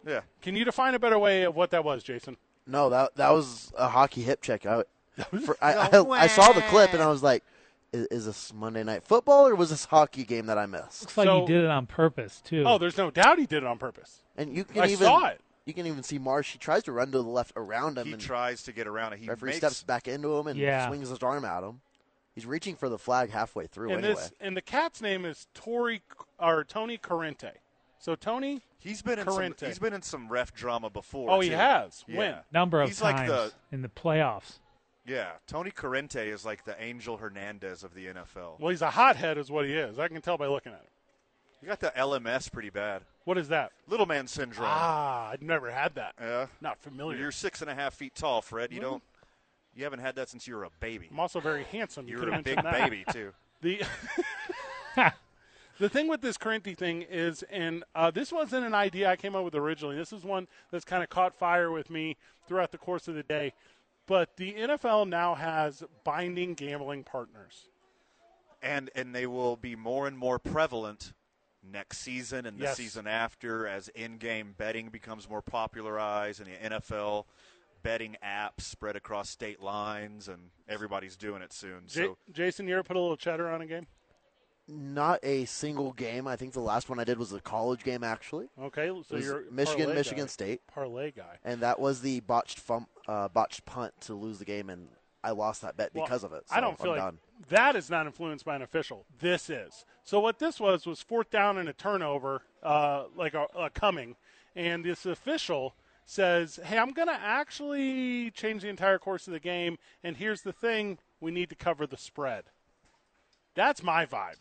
[SPEAKER 2] Yeah.
[SPEAKER 1] Can you define a better way of what that was, Jason?
[SPEAKER 4] No, that that was a hockey hip check. I, for, I, I, I saw the clip and I was like, is, is this Monday Night Football or was this hockey game that I missed?
[SPEAKER 3] Looks like
[SPEAKER 1] So-
[SPEAKER 3] he did it on purpose too.
[SPEAKER 1] Oh, there's no doubt he did it on purpose.
[SPEAKER 4] And you can
[SPEAKER 1] I
[SPEAKER 4] even
[SPEAKER 1] saw it.
[SPEAKER 4] you can even see Marsh. He tries to run to the left around him,
[SPEAKER 2] He
[SPEAKER 4] and
[SPEAKER 2] tries to get around it. He
[SPEAKER 4] referee
[SPEAKER 2] makes,
[SPEAKER 4] steps back into him and
[SPEAKER 3] Yeah.
[SPEAKER 4] swings his arm at him. He's reaching for the flag halfway through.
[SPEAKER 1] and
[SPEAKER 4] anyway,
[SPEAKER 1] this and the cat's name is Tori or Tony Corrente. So Tony,
[SPEAKER 2] He's been in some,
[SPEAKER 1] Corrente.
[SPEAKER 2] he's been in some ref drama before.
[SPEAKER 1] Oh, he
[SPEAKER 2] too.
[SPEAKER 1] has.
[SPEAKER 2] Yeah.
[SPEAKER 1] When?
[SPEAKER 3] number of
[SPEAKER 2] he's like
[SPEAKER 3] times
[SPEAKER 2] the
[SPEAKER 3] in the playoffs.
[SPEAKER 2] yeah. Tony Corrente is like the Angel Hernandez of the NFL.
[SPEAKER 1] well, he's a hothead, is what he is. I can tell by looking at him.
[SPEAKER 2] You got the LMS pretty bad.
[SPEAKER 1] What is that?
[SPEAKER 2] Little man syndrome.
[SPEAKER 1] Ah, I've never had that.
[SPEAKER 2] Yeah.
[SPEAKER 1] Not familiar.
[SPEAKER 2] You're six and a half feet tall, Fred. You don't. You haven't had that since you were a baby.
[SPEAKER 1] I'm also very handsome. You
[SPEAKER 2] You
[SPEAKER 1] could
[SPEAKER 2] were a
[SPEAKER 1] have
[SPEAKER 2] big
[SPEAKER 1] mentioned that.
[SPEAKER 2] baby too.
[SPEAKER 1] The the thing with this Corinthi thing is, and uh, this wasn't an idea I came up with originally. This is one that's kind of caught fire with me throughout the course of the day. But the NFL now has binding gambling partners.
[SPEAKER 2] And and they will be more and more prevalent next season and the
[SPEAKER 1] Yes.
[SPEAKER 2] season after as in-game betting becomes more popularized and the NFL betting apps spread across state lines and everybody's doing it soon.
[SPEAKER 1] J-
[SPEAKER 2] So
[SPEAKER 1] Jason, you ever put a little cheddar on a game?
[SPEAKER 4] not a single game. I think the last one I did was a college game actually.
[SPEAKER 1] Okay, so
[SPEAKER 4] It was
[SPEAKER 1] you're a
[SPEAKER 4] Michigan,
[SPEAKER 1] parlay
[SPEAKER 4] Michigan
[SPEAKER 1] guy.
[SPEAKER 4] State,
[SPEAKER 1] parlay guy.
[SPEAKER 4] and that was the botched fum, uh, botched punt to lose the game, and I lost that bet
[SPEAKER 1] Well,
[SPEAKER 4] because of it.
[SPEAKER 1] I don't
[SPEAKER 4] so
[SPEAKER 1] feel
[SPEAKER 4] I'm
[SPEAKER 1] like
[SPEAKER 4] done.
[SPEAKER 1] that is not influenced by an official. This is. So what this was was fourth down and a turnover, uh, like a, a coming, and this official says, "Hey, I'm going to actually change the entire course of the game, and here's the thing: we need to cover the spread." That's my vibe.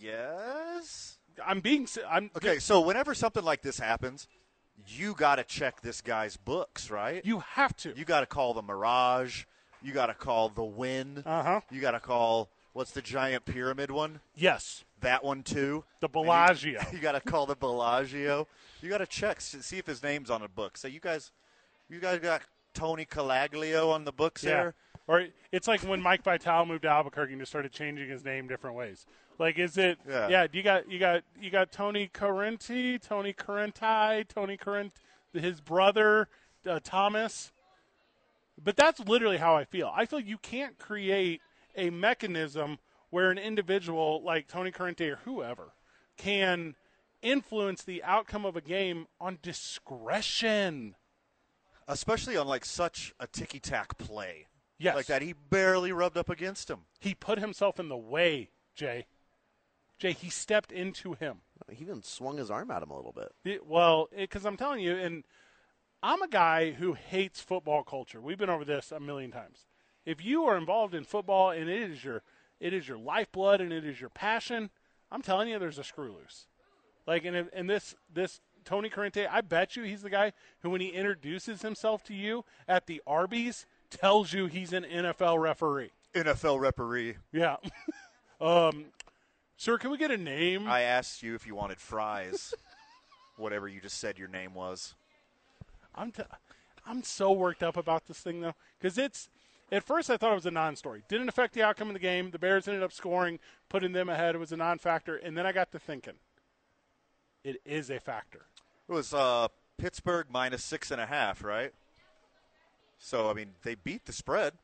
[SPEAKER 2] Yes.
[SPEAKER 1] I'm being. s- I'm
[SPEAKER 2] Okay, so whenever something like this happens, you got to check this guy's books, right?
[SPEAKER 1] You have to.
[SPEAKER 2] You got to call the Mirage. You got to call the Wind.
[SPEAKER 1] Uh-huh.
[SPEAKER 2] You got to call what's the giant pyramid one?
[SPEAKER 1] yes,
[SPEAKER 2] That one too.
[SPEAKER 1] the
[SPEAKER 2] And you-
[SPEAKER 1] Bellagio.
[SPEAKER 2] You, got to call the Bellagio. You got to check s- see if his name's on the book. So you guys, you guys got Tony Calaglio on the books there.
[SPEAKER 1] Or it's like when Mike Vitale moved to Albuquerque and just started changing his name different ways. Like, is it?
[SPEAKER 2] Yeah.
[SPEAKER 1] you got you got you got Tony Correnti, Tony Correnti, Tony Corrent, his brother uh, Thomas. But that's literally how I feel. I feel you can't create a mechanism where an individual like Tony Corrente or whoever can influence the outcome of a game on discretion.
[SPEAKER 2] Especially on like such a ticky tack play.
[SPEAKER 1] Yes.
[SPEAKER 2] Like that, he barely rubbed up against him.
[SPEAKER 1] He put himself in the way, Jay. Jay, he stepped into him.
[SPEAKER 4] He even swung his arm at him a little bit.
[SPEAKER 1] The- well, because I'm telling you, and I'm a guy who hates football culture. We've been over this a million times. If you are involved in football and it is your it is your lifeblood and it is your passion, I'm telling you, there's a screw loose. Like and if- and this this Tony Corrente, I bet you he's the guy who, when he introduces himself to you at the Arby's, tells you he's an NFL referee.
[SPEAKER 2] NFL referee.
[SPEAKER 1] Yeah. um, sir, can we get a name?
[SPEAKER 2] I asked you if you wanted fries. Whatever you just said your name was.
[SPEAKER 1] I'm t- I'm so worked up about this thing though, because it's at first I thought it was a non-story. Didn't affect the outcome of the game. The Bears ended up scoring, putting them ahead. It was a non-factor, and then I got to thinking, it is a factor.
[SPEAKER 2] It was uh, Pittsburgh minus six and a half, right? So I mean, they beat the spread.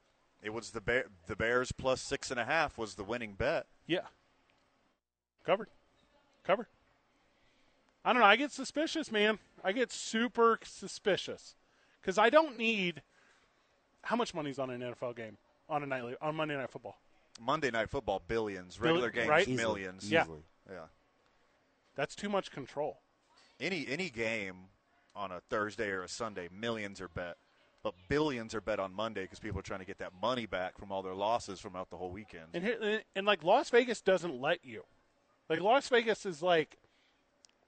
[SPEAKER 2] It was the Bear, the Bears plus six and a half was the winning bet.
[SPEAKER 1] Yeah. Covered. Covered. I don't know. I get suspicious, man. I get super suspicious because I don't need how much money's on an NFL game on a nightly on Monday Night Football.
[SPEAKER 2] Monday Night Football billions, regular games
[SPEAKER 1] right?
[SPEAKER 4] Easily.
[SPEAKER 2] millions.
[SPEAKER 1] Yeah.
[SPEAKER 4] Easily.
[SPEAKER 2] Yeah.
[SPEAKER 1] That's too much control.
[SPEAKER 2] Any any game on a Thursday or a Sunday, millions are bet, but billions are bet on Monday because people are trying to get that money back from all their losses from out the whole weekend.
[SPEAKER 1] And here, and like Las Vegas doesn't let you. Like Las Vegas is like,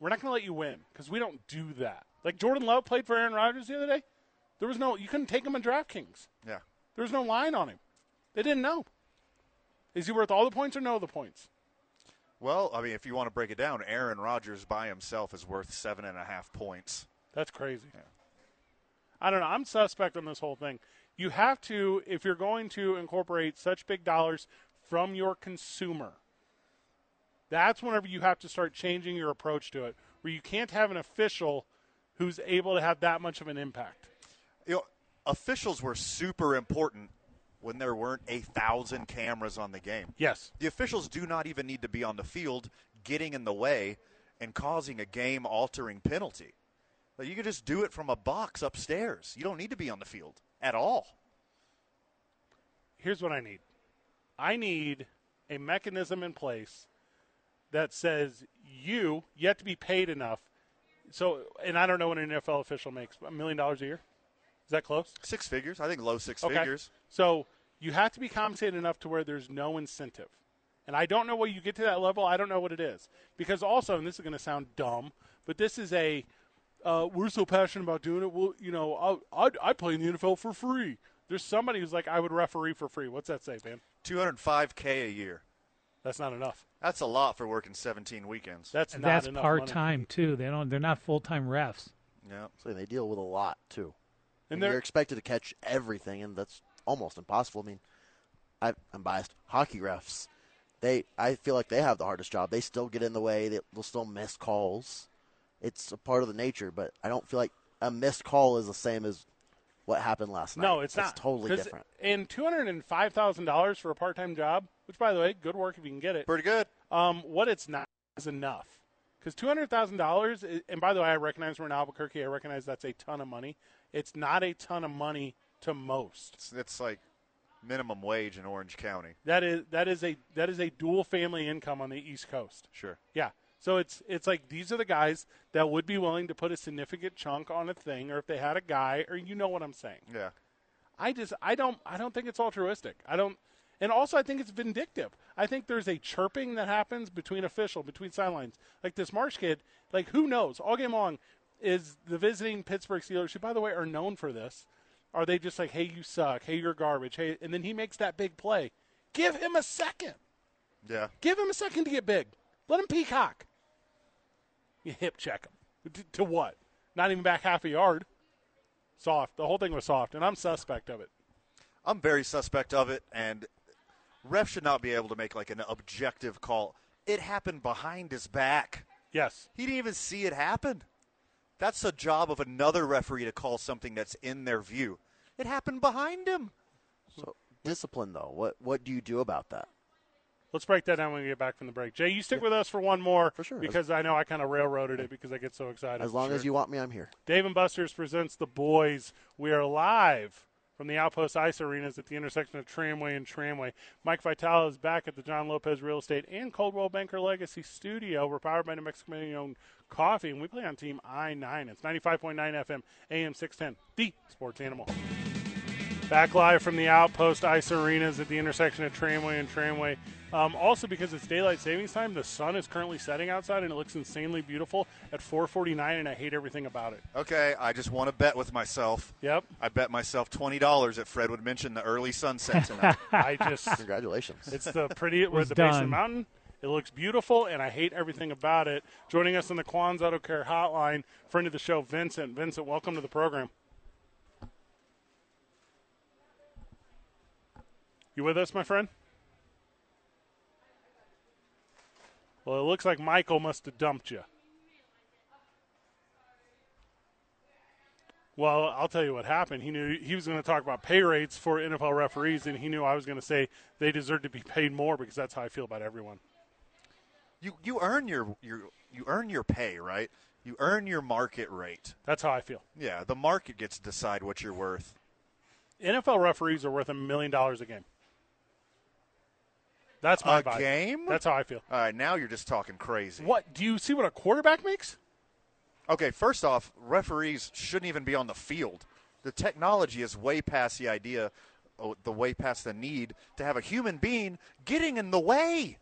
[SPEAKER 1] we're not going to let you win because we don't do that. Like Jordan Love played for Aaron Rodgers the other day. There was no, you couldn't take him on DraftKings.
[SPEAKER 2] yeah.
[SPEAKER 1] There was no line on him. They didn't know. Is he worth all the points or no the points?
[SPEAKER 2] Well, I mean, if you want to break it down, Aaron Rodgers by himself is worth seven and a half points.
[SPEAKER 1] That's crazy. I don't know. I'm suspect on this whole thing. You have to, if you're going to incorporate such big dollars from your consumer, that's whenever you have to start changing your approach to it, where you can't have an official who's able to have that much of an impact.
[SPEAKER 2] you know, officials were super important when there weren't a thousand cameras on the game.
[SPEAKER 1] Yes.
[SPEAKER 2] The officials do not even need to be on the field, getting in the way and causing a game altering penalty. Like, you can just do it from a box upstairs. You don't need to be on the field at all.
[SPEAKER 1] here's what I need. I need a mechanism in place that says you you have to be paid enough. So, and I don't know what an NFL official makes a million dollars a year. Is that close?
[SPEAKER 2] Six figures, I think low six figures.
[SPEAKER 1] So you have to be compensated enough to where there's no incentive. And I don't know where you get to that level. I don't know what it is because also, and this is going to sound dumb, but this is a uh, we're so passionate about doing it. Well, you know, I, I I play in the NFL for free. There's somebody who's like, I would referee for free. What's that say, man?
[SPEAKER 2] 205K a year.
[SPEAKER 1] That's not enough.
[SPEAKER 2] That's a lot for working 17 weekends.
[SPEAKER 1] That's
[SPEAKER 3] And
[SPEAKER 1] not
[SPEAKER 3] that's
[SPEAKER 1] enough
[SPEAKER 3] part
[SPEAKER 1] money.
[SPEAKER 3] time too. They don't. They're not full time refs.
[SPEAKER 2] yeah.
[SPEAKER 4] So they deal with a lot too.
[SPEAKER 1] And
[SPEAKER 4] And,
[SPEAKER 1] they're-
[SPEAKER 4] you're expected to catch everything, and that's almost impossible. I mean, I, I'm biased. Hockey refs, they I feel like they have the hardest job. They still get in the way. They, they'll still miss calls. It's a part of the nature, but I don't feel like a missed call is the same as what happened last night.
[SPEAKER 1] No, it's not.
[SPEAKER 4] totally
[SPEAKER 1] 'Cause-
[SPEAKER 4] different.
[SPEAKER 1] And two hundred and five thousand dollars for a part-time job, which, by the way, good work if you can get it.
[SPEAKER 2] Pretty good.
[SPEAKER 1] Um, what it's not is enough. Because two hundred thousand dollars, and by the way, I recognize we're in Albuquerque. I recognize that's a ton of money. It's not a ton of money to most.
[SPEAKER 2] It's, it's like minimum wage in Orange County.
[SPEAKER 1] That is that is a that is a dual family income on the East Coast.
[SPEAKER 2] Sure.
[SPEAKER 1] Yeah. So it's it's like these are the guys that would be willing to put a significant chunk on a thing, or if they had a guy, or you know what I'm saying.
[SPEAKER 2] Yeah.
[SPEAKER 1] I just I don't I don't think it's altruistic. I don't and also I think it's vindictive. I think there's a chirping that happens between official, between sidelines. Like this Marsh kid, like who knows? All game long is the visiting Pittsburgh Steelers, who by the way are known for this, are they just like, Hey you suck, hey you're garbage, hey and then he makes that big play. Give him a second.
[SPEAKER 2] Yeah.
[SPEAKER 1] Give him a second to get big. Let him peacock. You hip check him. To, to what? Not even back half a yard. Soft. The whole thing was soft, and I'm suspect of it.
[SPEAKER 2] I'm very suspect of it, and ref should not be able to make like an objective call. It happened behind his back.
[SPEAKER 1] Yes.
[SPEAKER 2] He didn't even see it happen. That's the job of another referee to call something that's in their view. It happened behind him.
[SPEAKER 4] So discipline, though. What what do you do about that?
[SPEAKER 1] Let's break that down when we get back from the break. Jay, you stick with us for one more. For
[SPEAKER 4] sure.
[SPEAKER 1] Because I know I kind of railroaded it because I get so excited.
[SPEAKER 4] As long
[SPEAKER 1] Sure.
[SPEAKER 4] as you want me, I'm here.
[SPEAKER 1] Dave and Buster's presents The Boys. We are live from the Outpost Ice Arenas at the intersection of Tramway and Tramway. Mike Vitale is back at the John Lopez Real Estate and Coldwell Banker Legacy Studio. We're powered by New Mexican owned coffee, and we play on Team I 9. It's 95.9 FM, AM 610, the sports animal. Back live from the Outpost Ice Arenas at the intersection of Tramway and Tramway. Um, also, because it's daylight savings time, the sun is currently setting outside, and it looks insanely beautiful at 4:49. And I hate everything about it.
[SPEAKER 2] Okay, I just want to bet with myself.
[SPEAKER 1] Yep.
[SPEAKER 2] I bet myself twenty dollars that Fred would mention the early sunset tonight.
[SPEAKER 1] I just
[SPEAKER 4] Congratulations.
[SPEAKER 1] it's the pretty we're at
[SPEAKER 3] was
[SPEAKER 1] the base of the
[SPEAKER 3] done.
[SPEAKER 1] mountain. It looks beautiful, and I hate everything about it. Joining us on the Quan's Auto Care Hotline, friend of the show, Vincent. Vincent, welcome to the program. You with us, my friend? Well, it looks like Michael must have dumped you. Well, I'll tell you what happened. He knew he was going to talk about pay rates for NFL referees, and he knew I was going to say they deserve to be paid more because that's how I feel about everyone.
[SPEAKER 2] you you earn your your you earn your pay, right? You earn your market rate.
[SPEAKER 1] That's how I feel.
[SPEAKER 2] Yeah, the market gets to decide what you're worth.
[SPEAKER 1] NFL referees are worth a million dollars a game. That's my
[SPEAKER 2] A
[SPEAKER 1] vibe.
[SPEAKER 2] game?
[SPEAKER 1] That's how I feel.
[SPEAKER 2] All right, now you're just talking crazy.
[SPEAKER 1] What do you see? What a quarterback makes?
[SPEAKER 2] Okay, first off, referees shouldn't even be on the field. The technology is way past the idea, oh, the way past the need to have a human being getting in the way.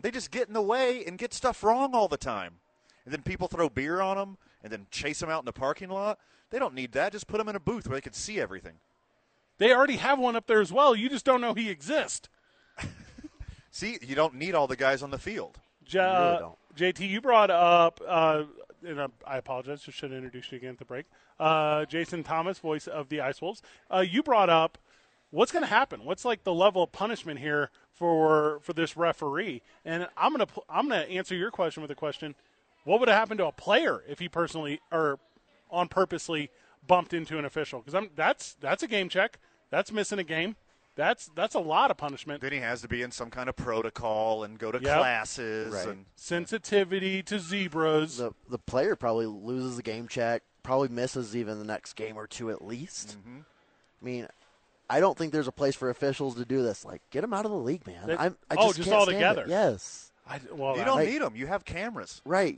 [SPEAKER 2] They just get in the way and get stuff wrong all the time. And then people throw beer on them and then chase them out in the parking lot. They don't need that. Just put them in a booth where they can see everything.
[SPEAKER 1] They already have one up there as well. You just don't know he exists.
[SPEAKER 2] See, you don't need all the guys on the field.
[SPEAKER 1] uh, J-
[SPEAKER 4] really don't.
[SPEAKER 1] JT, you brought up, uh, and uh, I apologize, I should introduce you again at the break. Uh, Jason Thomas, voice of the Ice Wolves. Uh, you brought up what's going to happen. What's like the level of punishment here for for this referee? And I'm gonna pl- I'm gonna answer your question with a question: What would have happened to a player if he personally or on purposely bumped into an official? Because I'm that's that's a game check. That's missing a game. That's that's a lot of punishment.
[SPEAKER 2] Then he has to be in some kind of protocol and go to
[SPEAKER 1] Yep.
[SPEAKER 2] classes.
[SPEAKER 4] Right.
[SPEAKER 2] And
[SPEAKER 1] Sensitivity to zebras.
[SPEAKER 4] the the player probably loses the game check, probably misses even the next game or two at least.
[SPEAKER 1] Mm-hmm.
[SPEAKER 4] I mean, I don't think there's a place for officials to do this. Like, get them out of the league, man.
[SPEAKER 1] That-
[SPEAKER 4] I'm, I
[SPEAKER 1] oh,
[SPEAKER 4] just
[SPEAKER 1] just
[SPEAKER 4] can't
[SPEAKER 1] all
[SPEAKER 4] stand it.
[SPEAKER 1] together.
[SPEAKER 4] Yes,
[SPEAKER 1] I, well,
[SPEAKER 2] you
[SPEAKER 1] I-
[SPEAKER 2] don't
[SPEAKER 4] Right.
[SPEAKER 2] need them. You have cameras.
[SPEAKER 4] right.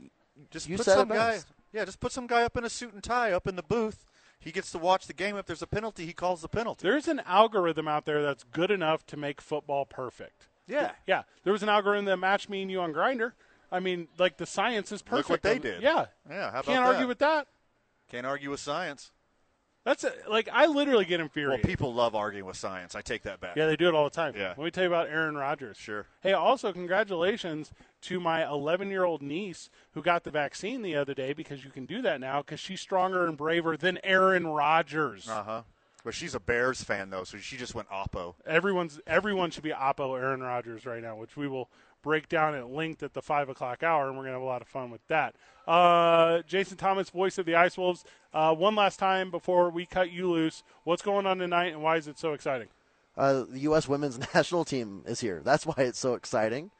[SPEAKER 2] Just
[SPEAKER 4] You
[SPEAKER 2] put
[SPEAKER 4] said it
[SPEAKER 2] some guy.
[SPEAKER 4] best.
[SPEAKER 2] Yeah, just put some guy up in a suit and tie up in the booth. He gets to watch the game. If there's a penalty, he calls the penalty.
[SPEAKER 1] There's an algorithm out there that's good enough to make football perfect.
[SPEAKER 2] Yeah.
[SPEAKER 1] Yeah. There was an algorithm that matched me and you on Grinder. I mean, like the science is
[SPEAKER 2] Look
[SPEAKER 1] perfect.
[SPEAKER 2] what they did.
[SPEAKER 1] Yeah.
[SPEAKER 2] Yeah, how about
[SPEAKER 1] Can't argue
[SPEAKER 2] that?
[SPEAKER 1] with that.
[SPEAKER 2] Can't argue with science.
[SPEAKER 1] That's a, like I literally get
[SPEAKER 2] Well,
[SPEAKER 1] infuriated.
[SPEAKER 2] people love arguing with science. I take that back.
[SPEAKER 1] yeah, they do it all the time.
[SPEAKER 2] Yeah.
[SPEAKER 1] Let me tell you about Aaron Rodgers.
[SPEAKER 2] Sure.
[SPEAKER 1] Hey, also congratulations to my 11-year-old niece who got the vaccine the other day because you can do that now because she's stronger and braver than Aaron Rodgers.
[SPEAKER 2] Uh huh. But she's a Bears fan though, so she just went Oppo.
[SPEAKER 1] Everyone's everyone should be Oppo Aaron Rodgers right now, which we will break down at length at the five o'clock hour, and we're gonna have a lot of fun with that. Uh, Jason Thomas, voice of the Ice Wolves, uh, one last time before we cut you loose. What's going on tonight, and why is it so exciting?
[SPEAKER 4] Uh, the U.S. women's national team is here. That's why it's so exciting.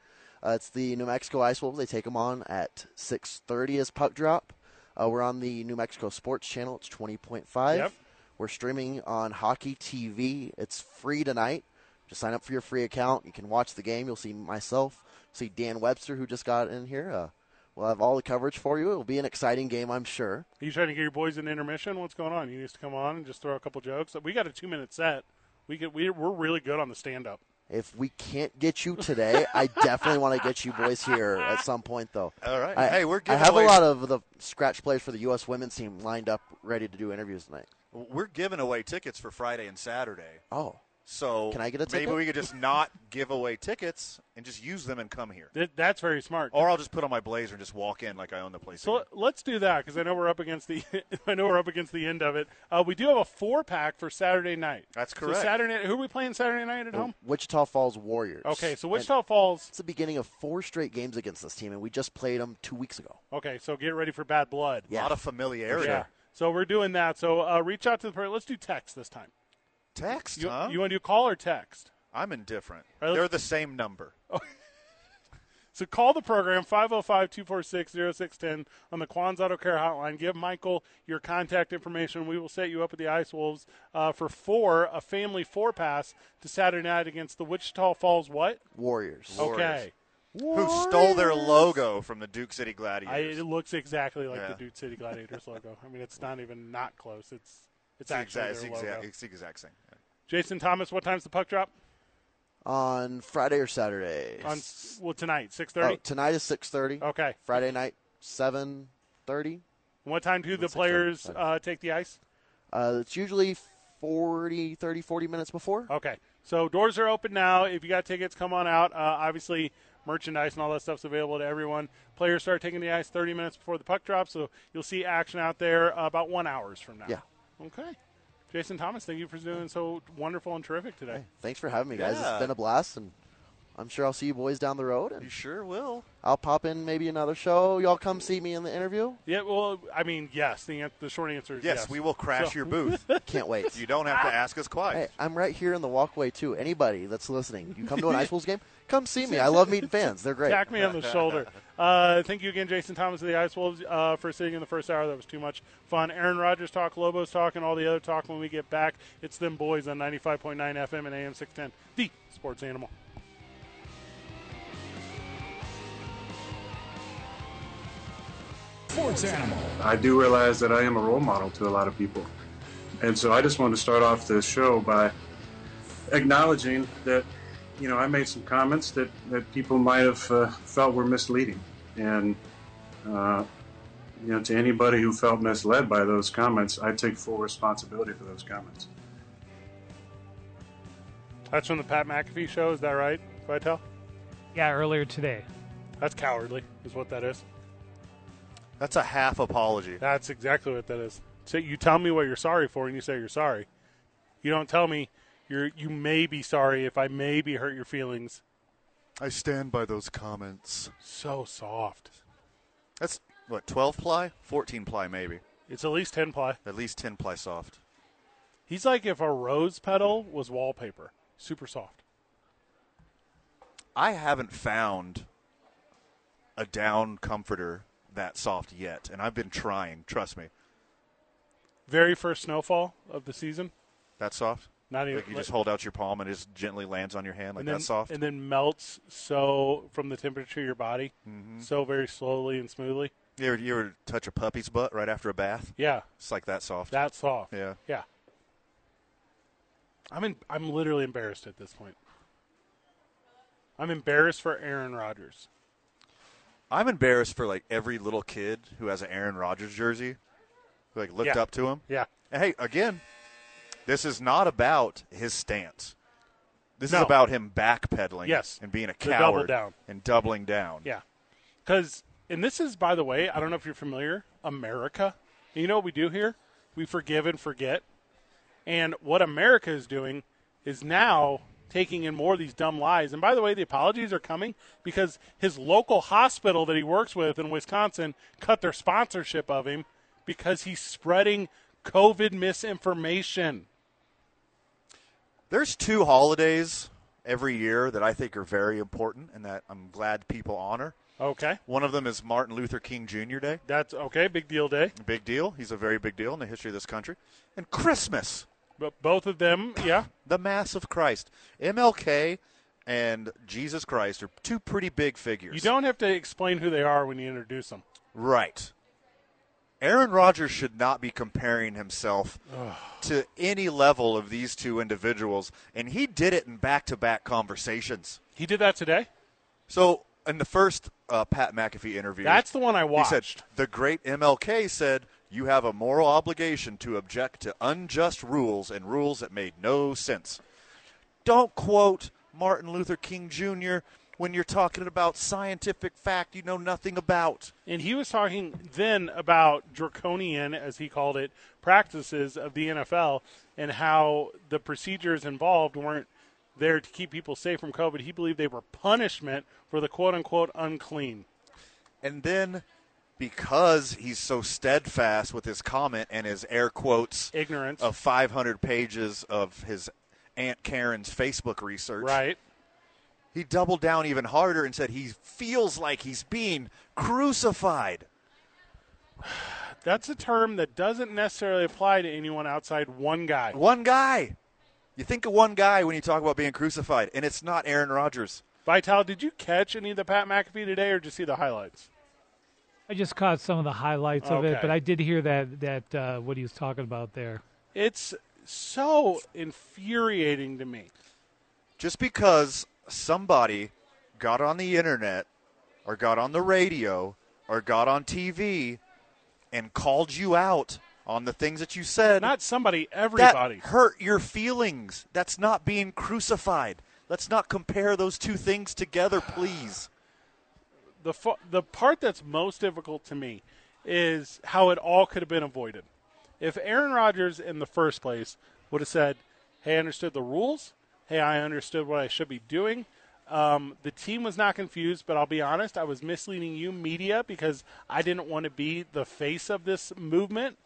[SPEAKER 4] Uh, it's the New Mexico Ice Wolves. They take them on at 6:30 as puck drop. Uh, we're on the New Mexico Sports Channel. It's 20.5.
[SPEAKER 1] Yep.
[SPEAKER 4] We're streaming on Hockey TV. It's free tonight. Just sign up for your free account. You can watch the game. You'll see myself. See Dan Webster, who just got in here. Uh, we'll have all the coverage for you. It'll be an exciting game, I'm sure.
[SPEAKER 1] Are you trying to get your boys in intermission? What's going on? You need us to come on and just throw a couple jokes. We got a two minute set. We get we, we're really good on the stand up.
[SPEAKER 4] If we can't get you today, I definitely want to get you boys here at some point, though.
[SPEAKER 2] All right.
[SPEAKER 4] I,
[SPEAKER 2] hey, we're
[SPEAKER 4] I
[SPEAKER 2] giving
[SPEAKER 4] have
[SPEAKER 2] away
[SPEAKER 4] a lot of the scratch players for the U.S. women's team lined up, ready to do interviews tonight.
[SPEAKER 2] we're giving away tickets for Friday and Saturday.
[SPEAKER 4] Oh,
[SPEAKER 2] So
[SPEAKER 4] Can I get a
[SPEAKER 2] maybe
[SPEAKER 4] ticket?
[SPEAKER 2] we could just not give away tickets and just use them and come here.
[SPEAKER 1] Th- that's very smart.
[SPEAKER 2] Or I'll just put on my blazer and just walk in like I own the place.
[SPEAKER 1] So
[SPEAKER 2] again.
[SPEAKER 1] let- let's do that because I know we're up against the I know we're up against the end of it. Uh, we do have a four pack for Saturday night.
[SPEAKER 2] That's
[SPEAKER 1] So
[SPEAKER 2] correct.
[SPEAKER 1] Saturday, who are we playing Saturday night at home?
[SPEAKER 4] Wichita Falls Warriors.
[SPEAKER 1] Okay, so
[SPEAKER 4] And
[SPEAKER 1] Wichita Falls.
[SPEAKER 4] It's the beginning of four straight games against this team, and we just played them two weeks ago.
[SPEAKER 1] Okay, so get ready for bad blood.
[SPEAKER 2] a
[SPEAKER 4] Yeah.
[SPEAKER 2] lot of familiarity.
[SPEAKER 1] Yeah. So we're doing that. So uh, reach out to the person. Let's do text this time.
[SPEAKER 2] Text,
[SPEAKER 1] You,
[SPEAKER 2] huh?
[SPEAKER 1] you want to do call or text?
[SPEAKER 2] I'm indifferent.
[SPEAKER 1] All right,
[SPEAKER 2] They're
[SPEAKER 1] let's-
[SPEAKER 2] the same number.
[SPEAKER 1] So call the program 505-246-0610 on the Quans Auto Care Hotline. Give Michael your contact information. We will set you up with the Ice Wolves uh, for four, a family four pass to Saturday night against the Wichita Falls what?
[SPEAKER 4] Warriors.
[SPEAKER 1] Oh. Okay.
[SPEAKER 2] Who stole their logo from the Duke City
[SPEAKER 1] I,
[SPEAKER 2] Gladiators?
[SPEAKER 1] it looks exactly like the
[SPEAKER 2] Yeah.
[SPEAKER 1] Dude City Gladiators logo. I mean, it's not even not close. It's it's
[SPEAKER 2] it's, the
[SPEAKER 1] actually
[SPEAKER 2] exact, it's,
[SPEAKER 1] their
[SPEAKER 2] the
[SPEAKER 1] logo.
[SPEAKER 2] exact, it's the exact same.
[SPEAKER 1] Jason Thomas, what time's the puck drop?
[SPEAKER 4] On Friday or Saturday?
[SPEAKER 1] On s- well tonight, six
[SPEAKER 4] oh,
[SPEAKER 1] thirty.
[SPEAKER 4] tonight is
[SPEAKER 2] Oh.
[SPEAKER 4] 6.30.
[SPEAKER 1] Okay.
[SPEAKER 4] Friday night, 7.30.
[SPEAKER 1] What time do the
[SPEAKER 4] Six thirty.
[SPEAKER 1] players
[SPEAKER 4] Okay.
[SPEAKER 1] uh, take the ice?
[SPEAKER 4] Uh, it's usually 40, 30, 40 minutes before.
[SPEAKER 1] Okay. So doors are open now. If you got tickets, come on out. Uh, obviously, merchandise and all that stuff's available to everyone. Players start taking the ice 30 minutes before the puck drops, so you'll see action out there uh, about one hours from now.
[SPEAKER 4] Yeah.
[SPEAKER 1] Okay. Jason Thomas, thank you for doing so wonderful and terrific today.
[SPEAKER 4] Thanks for having me, guys.
[SPEAKER 2] Yeah.
[SPEAKER 4] It's been a blast, and I'm sure I'll see you boys down the road, and
[SPEAKER 2] sure will.
[SPEAKER 4] I'll pop in maybe another show. Y'all come see me in the interview.
[SPEAKER 1] Yeah. Well, I mean, yes. The an- the short answer is yes.
[SPEAKER 2] Yes, we will crash
[SPEAKER 1] So-
[SPEAKER 2] your booth.
[SPEAKER 4] Can't wait.
[SPEAKER 2] you don't have to ask us
[SPEAKER 4] Hey,
[SPEAKER 2] twice.
[SPEAKER 4] I'm right here in the walkway too. Anybody that's listening, you come to an Ice Wolves game, come see me. I love meeting fans. They're great.
[SPEAKER 1] Tack me on the shoulder. Uh, thank you again, Jason Thomas of the Ice Wolves, uh, for sitting in the first hour. That was too much fun. Aaron Rodgers talk, Lobos talk, and all the other talk when we get back. It's them boys on 95.9 FM and AM 610, the sports animal.
[SPEAKER 5] Sports Animal.
[SPEAKER 7] I do realize that I am a role model to a lot of people. And so I just want to start off this show by acknowledging that, you know, I made some comments that, that people might have uh, felt were misleading. And, uh, you know, to anybody who felt misled by those comments, I take full responsibility for those comments.
[SPEAKER 1] That's from the Pat McAfee show. Is that right? If I tell,
[SPEAKER 3] Yeah, earlier today.
[SPEAKER 1] that's cowardly, is what that is.
[SPEAKER 2] That's a half apology.
[SPEAKER 1] That's exactly what that is. So you tell me what you're sorry for, and you say you're sorry. You don't tell me you're you may be sorry if I maybe hurt your feelings.
[SPEAKER 2] I stand by those comments.
[SPEAKER 1] So soft.
[SPEAKER 2] That's what, 12 ply? 14 ply, maybe.
[SPEAKER 1] It's at least ten ply.
[SPEAKER 2] At least 10 ply soft.
[SPEAKER 1] He's like if a rose petal was wallpaper, super soft.
[SPEAKER 2] I haven't found a down comforter that soft yet, and I've been trying. Trust me,
[SPEAKER 1] Very first snowfall of the season,
[SPEAKER 2] that soft.
[SPEAKER 1] not even.
[SPEAKER 2] Like you just hold out your palm and it just gently lands on your hand like
[SPEAKER 1] and then,
[SPEAKER 2] that soft.
[SPEAKER 1] and then melts so from the temperature of your body,
[SPEAKER 2] Mm-hmm.
[SPEAKER 1] so very slowly and smoothly.
[SPEAKER 2] You ever, you ever touch a puppy's butt right after a bath?
[SPEAKER 1] Yeah,
[SPEAKER 2] It's like that soft.
[SPEAKER 1] that soft.
[SPEAKER 2] Yeah.
[SPEAKER 1] yeah. I'm in, I'm literally embarrassed at this point. I'm embarrassed for Aaron Rodgers.
[SPEAKER 2] I'm embarrassed for like every little kid who has an Aaron Rodgers jersey, who like looked
[SPEAKER 1] Yeah.
[SPEAKER 2] up to him.
[SPEAKER 1] Yeah,
[SPEAKER 2] And hey, again, this is not about his stance. This
[SPEAKER 1] No.
[SPEAKER 2] is about him backpedaling
[SPEAKER 1] Yes.
[SPEAKER 2] and being a
[SPEAKER 1] To double
[SPEAKER 2] coward
[SPEAKER 1] down.
[SPEAKER 2] and doubling down.
[SPEAKER 1] yeah. Because and this is by the way, I don't know if you're familiar, America. You know what we do here? We forgive and forget. And what America is doing is now taking in more of these dumb lies. And by the way, the apologies are coming because his local hospital that he works with in Wisconsin cut their sponsorship of him because he's spreading COVID misinformation.
[SPEAKER 2] There's two holidays every year that I think are very important and that I'm glad people honor.
[SPEAKER 1] Okay.
[SPEAKER 2] One of them is Martin Luther King Jr. Day.
[SPEAKER 1] That's okay. Big deal day.
[SPEAKER 2] Big deal. He's a very big deal in the history of this country. And Christmas,
[SPEAKER 1] But both of them, yeah.
[SPEAKER 2] the Mass of Christ. MLK and Jesus Christ are two pretty big figures.
[SPEAKER 1] You don't have to explain who they are when you introduce them.
[SPEAKER 2] Right. Aaron Rodgers should not be comparing himself to any level of these two individuals, and he did it in back to back conversations.
[SPEAKER 1] He did that today.
[SPEAKER 2] So, in the first uh, Pat McAfee interview,
[SPEAKER 1] That's the one I
[SPEAKER 2] he
[SPEAKER 1] watched.
[SPEAKER 2] said, The great MLK said, You have a moral obligation to object to unjust rules and rules that made no sense. Don't quote Martin Luther King Jr. when you're talking about scientific fact you know nothing about.
[SPEAKER 1] And he was talking then about draconian, as he called it, practices of the NFL and how the procedures involved weren't there to keep people safe from COVID. He believed they were punishment for the quote unquote unclean.
[SPEAKER 2] And then because he's so steadfast with his comment and his air quotes
[SPEAKER 1] Ignorance.
[SPEAKER 2] of 500 pages of his Aunt Karen's Facebook research,
[SPEAKER 1] Right.
[SPEAKER 2] he doubled down even harder and said he feels like he's being crucified.
[SPEAKER 1] That's a term that doesn't necessarily apply to anyone outside one guy.
[SPEAKER 2] One guy. You think of one guy when you talk about being crucified, and it's not Aaron Rodgers.
[SPEAKER 1] Vital, did you catch any of the Pat McAfee today or just see the highlights?
[SPEAKER 3] I just caught some of the highlights of it,
[SPEAKER 1] Okay.
[SPEAKER 3] but I did hear that that uh, what he was talking about there.
[SPEAKER 1] It's so infuriating to me.
[SPEAKER 2] Just because somebody got on the internet or got on the radio or got on TV and called you out on the things that you said,
[SPEAKER 1] Not somebody,
[SPEAKER 2] that
[SPEAKER 1] everybody.
[SPEAKER 2] hurt your feelings. That's not being crucified. Let's not compare those two things together, please.
[SPEAKER 1] the fu- the part that's most difficult to me is how it all could have been avoided. If Aaron Rodgers in the first place would have said, "Hey, I understood the rules. Hey, I understood what I should be doing." Um, the team was not confused, but I'll be honest, I was misleading you, media, because I didn't want to be the face of this movement.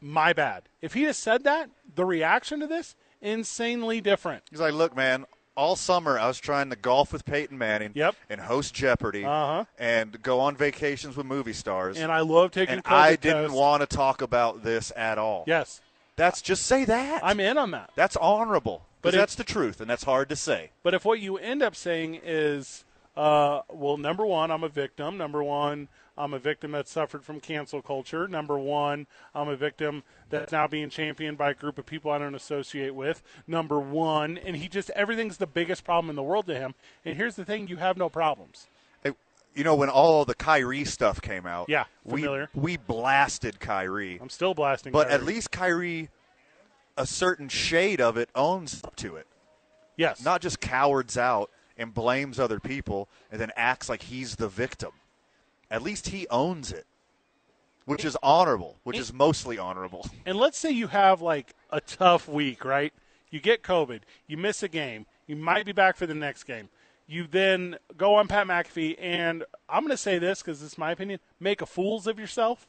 [SPEAKER 1] My bad. If he had said that, the reaction to this insanely different.
[SPEAKER 2] He's like, look, man, all summer I was trying to golf with Peyton Manning
[SPEAKER 1] Yep.
[SPEAKER 2] and host Jeopardy
[SPEAKER 1] Uh-huh.
[SPEAKER 2] and go on vacations with movie stars.
[SPEAKER 1] And I love taking.
[SPEAKER 2] and
[SPEAKER 1] COVID
[SPEAKER 2] I didn't
[SPEAKER 1] tests.
[SPEAKER 2] want to talk about this at all.
[SPEAKER 1] Yes,
[SPEAKER 2] That's just say that.
[SPEAKER 1] I'm in on that.
[SPEAKER 2] that's honorable.
[SPEAKER 1] But
[SPEAKER 2] But
[SPEAKER 1] it-
[SPEAKER 2] that's the truth, and that's hard to say.
[SPEAKER 1] But if what you end up saying is, uh, well, number one, I'm a victim. Number one, I'm a victim that suffered from cancel culture. Number one, I'm a victim that's now being championed by a group of people I don't associate with. Number one, and he just, everything's the biggest problem in the world to him. And here's the thing you have no problems.
[SPEAKER 2] It- you know, when all the Kyrie stuff came out,
[SPEAKER 1] Yeah,
[SPEAKER 2] we,
[SPEAKER 1] familiar.
[SPEAKER 2] we blasted Kyrie.
[SPEAKER 1] I'm still blasting.
[SPEAKER 2] But at
[SPEAKER 1] Kyrie.
[SPEAKER 2] least Kyrie, a certain shade of it, owns up to it.
[SPEAKER 1] yes.
[SPEAKER 2] Not just cowards out and blames other people and then acts like he's the victim. At least he owns it, which is honorable, which is mostly honorable.
[SPEAKER 1] and let's say you have like a tough week, right? You get COVID, you miss a game, you might be back for the next game. You then go on Pat McAfee, and I'm going to say this because it's my opinion make a fools of yourself.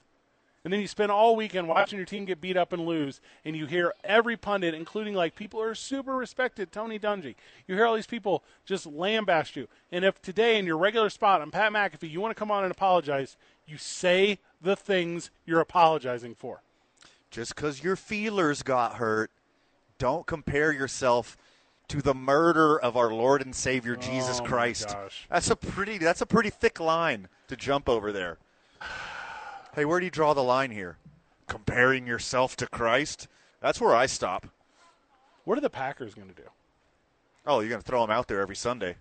[SPEAKER 1] And then you spend all weekend watching your team get beat up and lose, and you hear every pundit, including like people who are super respected, Tony Dungy. You hear all these people just lambaste you. And if today in your regular spot on Pat McAfee, you want to come on and apologize, you say the things you're apologizing for.
[SPEAKER 2] Just because your feelers got hurt, don't compare yourself to the murder of our Lord and Savior Jesus
[SPEAKER 1] Oh my
[SPEAKER 2] Christ.
[SPEAKER 1] gosh.
[SPEAKER 2] That's a pretty that's a pretty thick line to jump over there. Hey, where do you draw the line here? Comparing yourself to Christ? That's where I stop.
[SPEAKER 1] What are the Packers going to do?
[SPEAKER 2] Oh, you're going to throw him out there every Sunday.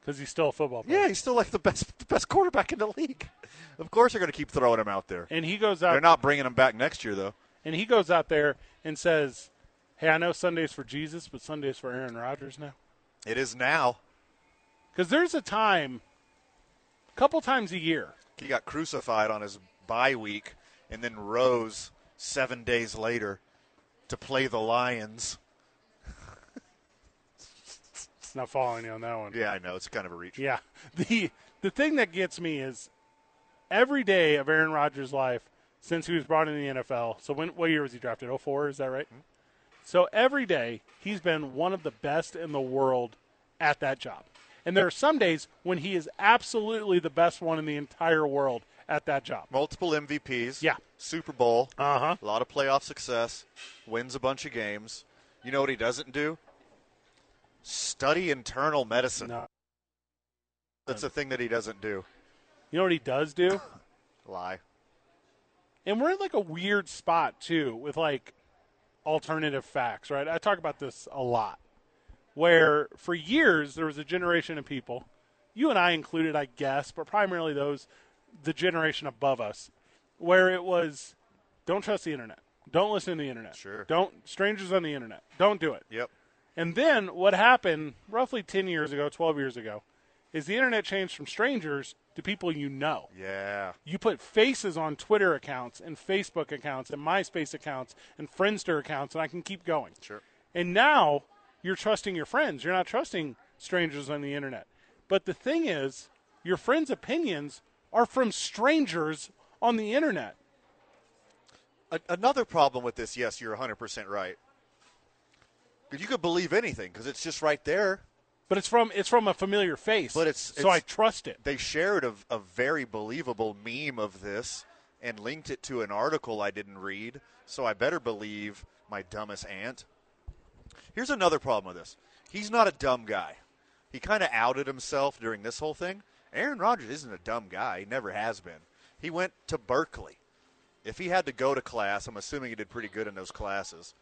[SPEAKER 1] Because he's still a football player.
[SPEAKER 2] Yeah, he's still like the best the best quarterback in the league. Of course they're going to keep throwing him out there.
[SPEAKER 1] And uh, he goes
[SPEAKER 2] They're
[SPEAKER 1] out
[SPEAKER 2] not bringing him back next year though.
[SPEAKER 1] and he goes out there and says, "Hey, I know Sunday's for Jesus, but Sunday's for Aaron Rodgers now."
[SPEAKER 2] It is now.
[SPEAKER 1] Because there's a time, a couple times a year,
[SPEAKER 2] He got crucified on his bye week and then rose seven days later to play the Lions.
[SPEAKER 1] Not following you on that one.
[SPEAKER 2] Yeah, I know it's kind of a reach.
[SPEAKER 1] Yeah. The the thing that gets me is every day of Aaron Rodgers' life since he was brought in the NFL. So when what year was he drafted? 04, is that right? So every day he's been one of the best in the world at that job. And there are some days when he is absolutely the best one in the entire world at that job.
[SPEAKER 2] Multiple MVPs.
[SPEAKER 1] Yeah.
[SPEAKER 2] Super Bowl.
[SPEAKER 1] Uh-huh.
[SPEAKER 2] A lot of playoff success. Wins a bunch of games. You know what he doesn't do? Study internal medicine.
[SPEAKER 1] No.
[SPEAKER 2] That's a thing that he doesn't do.
[SPEAKER 1] You know what he does do?
[SPEAKER 2] Lie.
[SPEAKER 1] And we're in like a weird spot too with like alternative facts, right? I talk about this a lot. Where for years there was a generation of people, you and I included, I guess, but primarily those the generation above us, where it was don't trust the internet. Don't listen to the internet.
[SPEAKER 2] Sure.
[SPEAKER 1] Don't strangers on the internet. Don't do it.
[SPEAKER 2] Yep.
[SPEAKER 1] And then what happened roughly 10 years ago, 12 years ago, is the internet changed from strangers to people you know
[SPEAKER 2] Yeah.
[SPEAKER 1] you put faces on Twitter accounts and Facebook accounts and MySpace accounts and Friendster accounts, and I can keep going.
[SPEAKER 2] Sure.
[SPEAKER 1] And now you're trusting your friends. You're not trusting strangers on the internet. But the thing is, your friends' opinions are from strangers on the internet.
[SPEAKER 2] A- another problem with this, yes, you're 100% right. But You could believe anything because it's just right there.
[SPEAKER 1] But it's from it's from a familiar face.
[SPEAKER 2] But it's-
[SPEAKER 1] so
[SPEAKER 2] it's-
[SPEAKER 1] I trust it.
[SPEAKER 2] They shared a, a very believable meme of this and linked it to an article I didn't read, so I better believe my dumbest aunt. Here's another problem with this he's not a dumb guy. He kind of outed himself during this whole thing. Aaron Rodgers isn't a dumb guy, he never has been. He went to Berkeley. If he had to go to class, I'm assuming he did pretty good in those classes.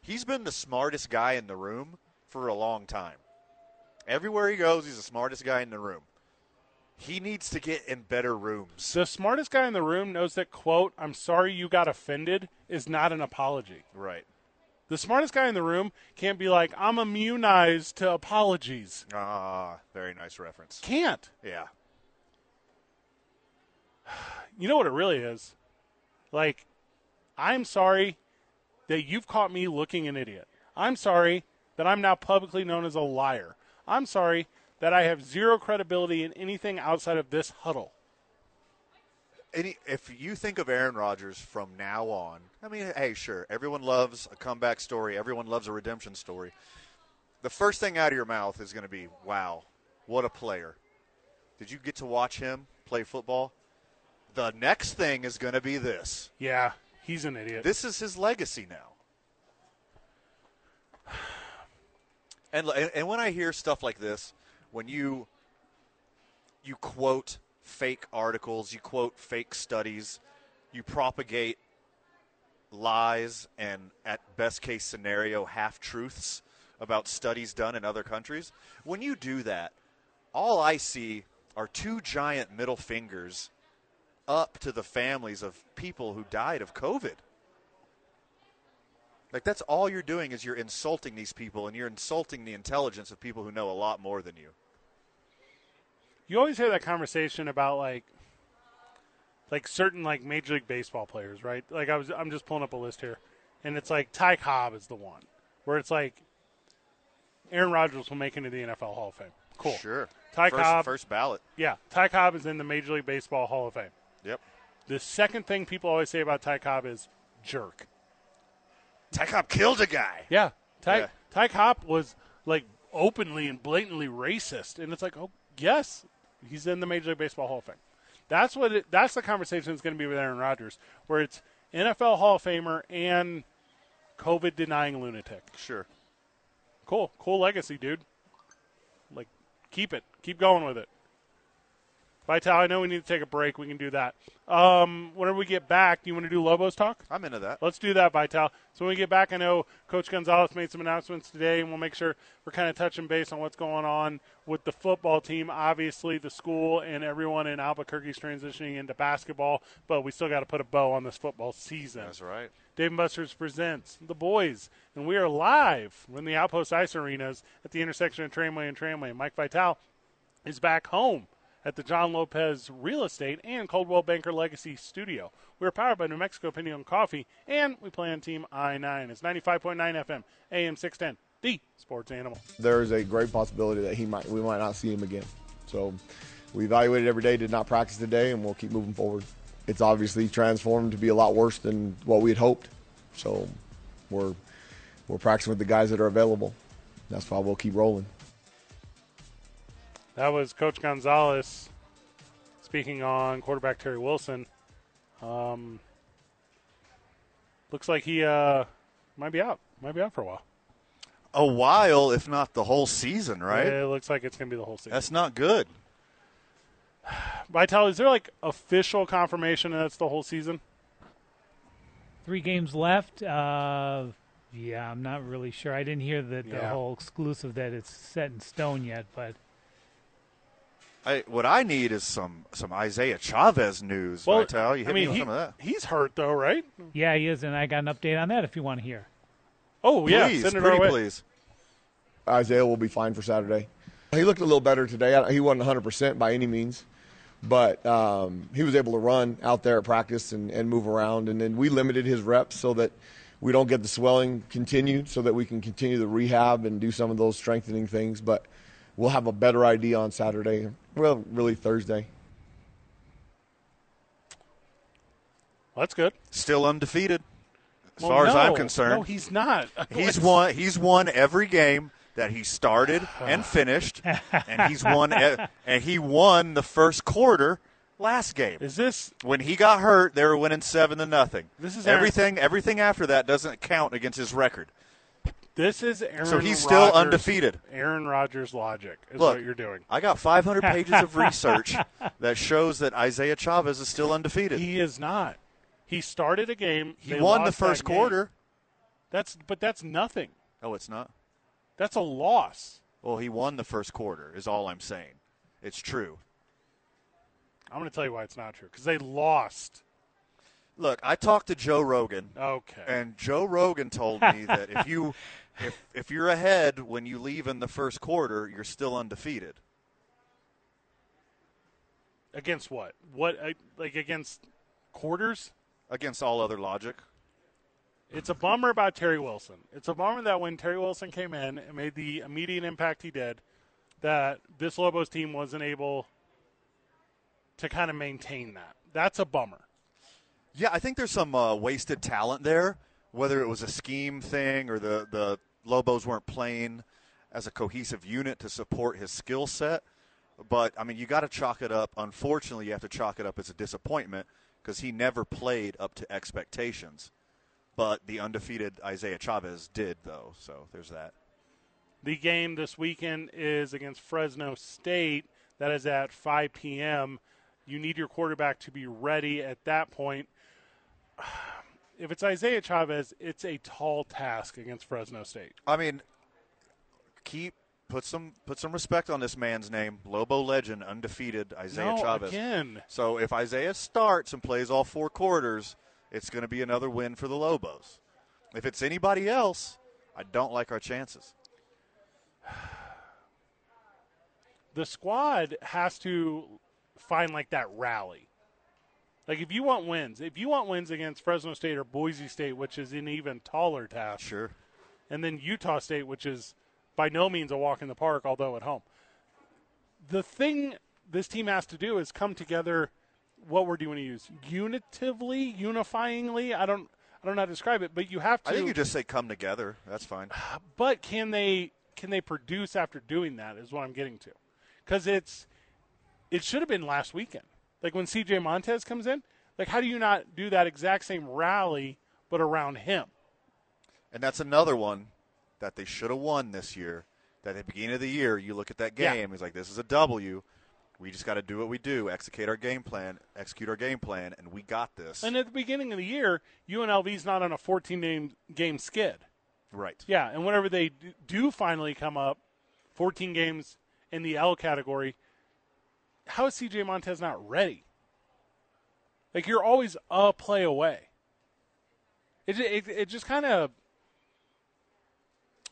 [SPEAKER 2] He's been the smartest guy in the room for a long time. Everywhere he goes, he's the smartest guy in the room. He needs to get in better rooms.
[SPEAKER 1] The smartest guy in the room knows that quote, I'm sorry you got offended is not an apology.
[SPEAKER 2] Right.
[SPEAKER 1] The smartest guy in the room can't be like, I'm immunized to apologies.
[SPEAKER 2] Ah, very nice reference.
[SPEAKER 1] Can't.
[SPEAKER 2] Yeah.
[SPEAKER 1] You know what it really is? Like, I'm sorry that you've caught me looking an idiot. I'm sorry that I'm now publicly known as a liar. I'm sorry that I have zero credibility in anything outside of this huddle.
[SPEAKER 2] Any, if you think of Aaron Rodgers from now on, I mean, hey, sure, everyone loves a comeback story, everyone loves a redemption story. The first thing out of your mouth is going to be, wow, what a player. Did you get to watch him play football? The next thing is going to be this.
[SPEAKER 1] Yeah, he's an idiot.
[SPEAKER 2] This is his legacy now. And and and when I hear stuff like this, when you you quote fake articles, you quote fake studies, you propagate lies and at best case scenario half truths about studies done in other countries. When you do that, all I see are two giant middle fingers up to the families of people who died of COVID. Like that's all you're doing is you're insulting these people and you're insulting the intelligence of people who know a lot more than you.
[SPEAKER 1] you always hear that conversation about like like certain like major league baseball players right like i was i'm just pulling up a list here and it's like ty cobb is the one where it's like aaron rodgers will make it into the nfl hall of fame cool
[SPEAKER 2] Sure.
[SPEAKER 1] ty
[SPEAKER 2] first,
[SPEAKER 1] cobb
[SPEAKER 2] first ballot.
[SPEAKER 1] yeah ty cobb is in the major league baseball hall of fame
[SPEAKER 2] Yep.
[SPEAKER 1] the second thing people always say about ty cobb is jerk
[SPEAKER 2] Ty Cobb killed a guy.
[SPEAKER 1] yeah ty
[SPEAKER 2] Yeah.
[SPEAKER 1] ty cobb was like openly and blatantly racist and it's like oh yes he's in the major league baseball hall of fame That's what it, that's the conversation that's going to be with Aaron Rodgers, where it's NFL Hall of Famer and COVID denying lunatic.
[SPEAKER 2] Sure.
[SPEAKER 1] Cool, cool legacy, dude. Like, keep it, keep going with it. Vital, I know we need to take a break. We can do that. Um, whenever we get back, do you want to do Lobos talk?
[SPEAKER 2] I'm into that.
[SPEAKER 1] Let's do that, Vital. So when we get back, I know Coach Gonzalez made some announcements today, and we'll make sure we're kind of touching base on what's going on with the football team, obviously the school, and everyone in Albuquerque's transitioning into basketball. But we still got to put a bow on this football season.
[SPEAKER 2] right.
[SPEAKER 1] Dave and Buster's presents The Boys, and we are live in the Outpost Ice Arenas at the intersection of Tramway and Tramway. Mike Vital is back home. at the John Lopez Real Estate and Coldwell Banker Legacy Studio. We're powered by New Mexico Pinion Coffee, and we play on Team I 9. It's 95.9 FM, AM 610, the sports animal.
[SPEAKER 5] There's a great possibility that he might we might not see him again. So we evaluated every day, did not practice today, and we'll keep moving forward. It's obviously transformed to be a lot worse than what we had hoped. So we're we're practicing with the guys that are available. That's why we'll keep rolling.
[SPEAKER 1] That was Coach Gonzalez speaking on quarterback Terry Wilson. Um, looks like he uh, might be out. Might be out for a while.
[SPEAKER 2] A while, if not the whole season, right?
[SPEAKER 1] It looks like it's going to be the whole season.
[SPEAKER 2] That's not good.
[SPEAKER 1] Vital, is there like official confirmation that it's the whole season?
[SPEAKER 3] Three games left. Uh, yeah, I'm not really sure. I didn't hear the, the
[SPEAKER 1] Yeah.
[SPEAKER 3] whole exclusive that it's set in stone yet, but
[SPEAKER 2] I, what I need is some some Isaiah Chavez news, Vital. You hit
[SPEAKER 1] I mean,
[SPEAKER 2] me with
[SPEAKER 1] he-
[SPEAKER 2] some of that.
[SPEAKER 1] he's hurt though, right?
[SPEAKER 3] yeah, he is, and I got an update on that if you want to hear.
[SPEAKER 1] Oh yeah,
[SPEAKER 2] please,
[SPEAKER 1] send it our
[SPEAKER 2] pretty
[SPEAKER 1] way.
[SPEAKER 2] please.
[SPEAKER 5] Isaiah will be fine for Saturday. He looked a little better today. I- He wasn't 100% by any means, but um, he was able to run out there at practice and, and move around. And then we limited his reps so that we don't get the swelling continued, so that we can continue the rehab and do some of those strengthening things. But we'll have a better idea on Saturday. Well, really Thursday.
[SPEAKER 1] Well, that's good.
[SPEAKER 2] Still undefeated, as
[SPEAKER 1] Well,
[SPEAKER 2] far as I'm
[SPEAKER 1] no.
[SPEAKER 2] concerned.
[SPEAKER 1] no, he's not.
[SPEAKER 2] He's won. He's won every game that he started and finished, and he's won. e- And he won the first quarter last game.
[SPEAKER 1] Is this
[SPEAKER 2] When he got hurt, they were winning seven to nothing.
[SPEAKER 1] This is Aaron-
[SPEAKER 2] everything. Everything after that doesn't count against his record.
[SPEAKER 1] this is Aaron?
[SPEAKER 2] So he's still
[SPEAKER 1] Rodgers-
[SPEAKER 2] undefeated.
[SPEAKER 1] Aaron Rodgers logic is
[SPEAKER 2] Look,
[SPEAKER 1] what you're doing.
[SPEAKER 2] I got 500 pages of research that shows that Isaiah Chavez is still undefeated. He,
[SPEAKER 1] He is not. He started a game. they
[SPEAKER 2] won the
[SPEAKER 1] lost
[SPEAKER 2] first
[SPEAKER 1] that game.
[SPEAKER 2] quarter.
[SPEAKER 1] That's but that's nothing.
[SPEAKER 2] Oh, it's not.
[SPEAKER 1] That's a loss.
[SPEAKER 2] Well, he won the first quarter. Is all I'm saying. It's true.
[SPEAKER 1] I'm going to tell you why it's not true because they lost.
[SPEAKER 2] Look, I talked to Joe Rogan.
[SPEAKER 1] Okay.
[SPEAKER 2] And Joe Rogan told me that if you if if you're ahead when you leave in the first quarter, you're still undefeated.
[SPEAKER 1] against what? What uh, like against quarters?
[SPEAKER 2] Against all other logic.
[SPEAKER 1] It's a bummer about Terry Wilson. It's a bummer that when Terry Wilson came in and made the immediate impact he did, that this Lobos team wasn't able to kind of maintain that. That's a bummer.
[SPEAKER 2] Yeah, I think there's some uh, wasted talent there, whether it was a scheme thing or the the Lobos weren't playing as a cohesive unit to support his skill set. But I mean, you got to chalk it up. Unfortunately, you have to chalk it up as a disappointment because he never played up to expectations. But the undefeated Isaiah Chavez did, though. So there's that.
[SPEAKER 1] The game this weekend is against Fresno State. That is at 5 p.m. You need your quarterback to be ready at that point. If it's Isaiah Chavez, it's a tall task against Fresno State.
[SPEAKER 2] I mean, keep put some put some respect on this man's name, Lobo legend, undefeated
[SPEAKER 1] No,
[SPEAKER 2] Isaiah Chavez.
[SPEAKER 1] again.
[SPEAKER 2] So if Isaiah starts and plays all four quarters, it's going to be another win for the Lobos. If it's anybody else, I don't like our chances.
[SPEAKER 1] the squad has to find like that rally. Like if you want wins, if you want wins against Fresno State or Boise State, which is an even taller task,
[SPEAKER 2] Sure.
[SPEAKER 1] and then Utah State, which is by no means a walk in the park, although at home. The thing this team has to do is come together. What word do you want to use? Unitively, unifyingly. I don't, I don't know how to describe it, but you have to.
[SPEAKER 2] I think you just say come together. That's fine.
[SPEAKER 1] But can they can they produce after doing that? Is what I'm getting to, because it's it should have been last weekend. Like when C.J. Montez comes in, like how do you not do that exact same rally but around him?
[SPEAKER 2] And that's another one that they should have won this year. That at the beginning of the year, you look at that
[SPEAKER 1] Yeah.
[SPEAKER 2] game, he's like, this is a W. We just got to do what we do, execute our game plan, execute our game plan, and we got this.
[SPEAKER 1] And at the beginning of the year, UNLV's not on a 14 game game skid.
[SPEAKER 2] right.
[SPEAKER 1] Yeah, and whenever they d- do finally come up, 14 games in the L category, how is CJ Montez not ready? Like you're always a play away. It ju- it, it just kind of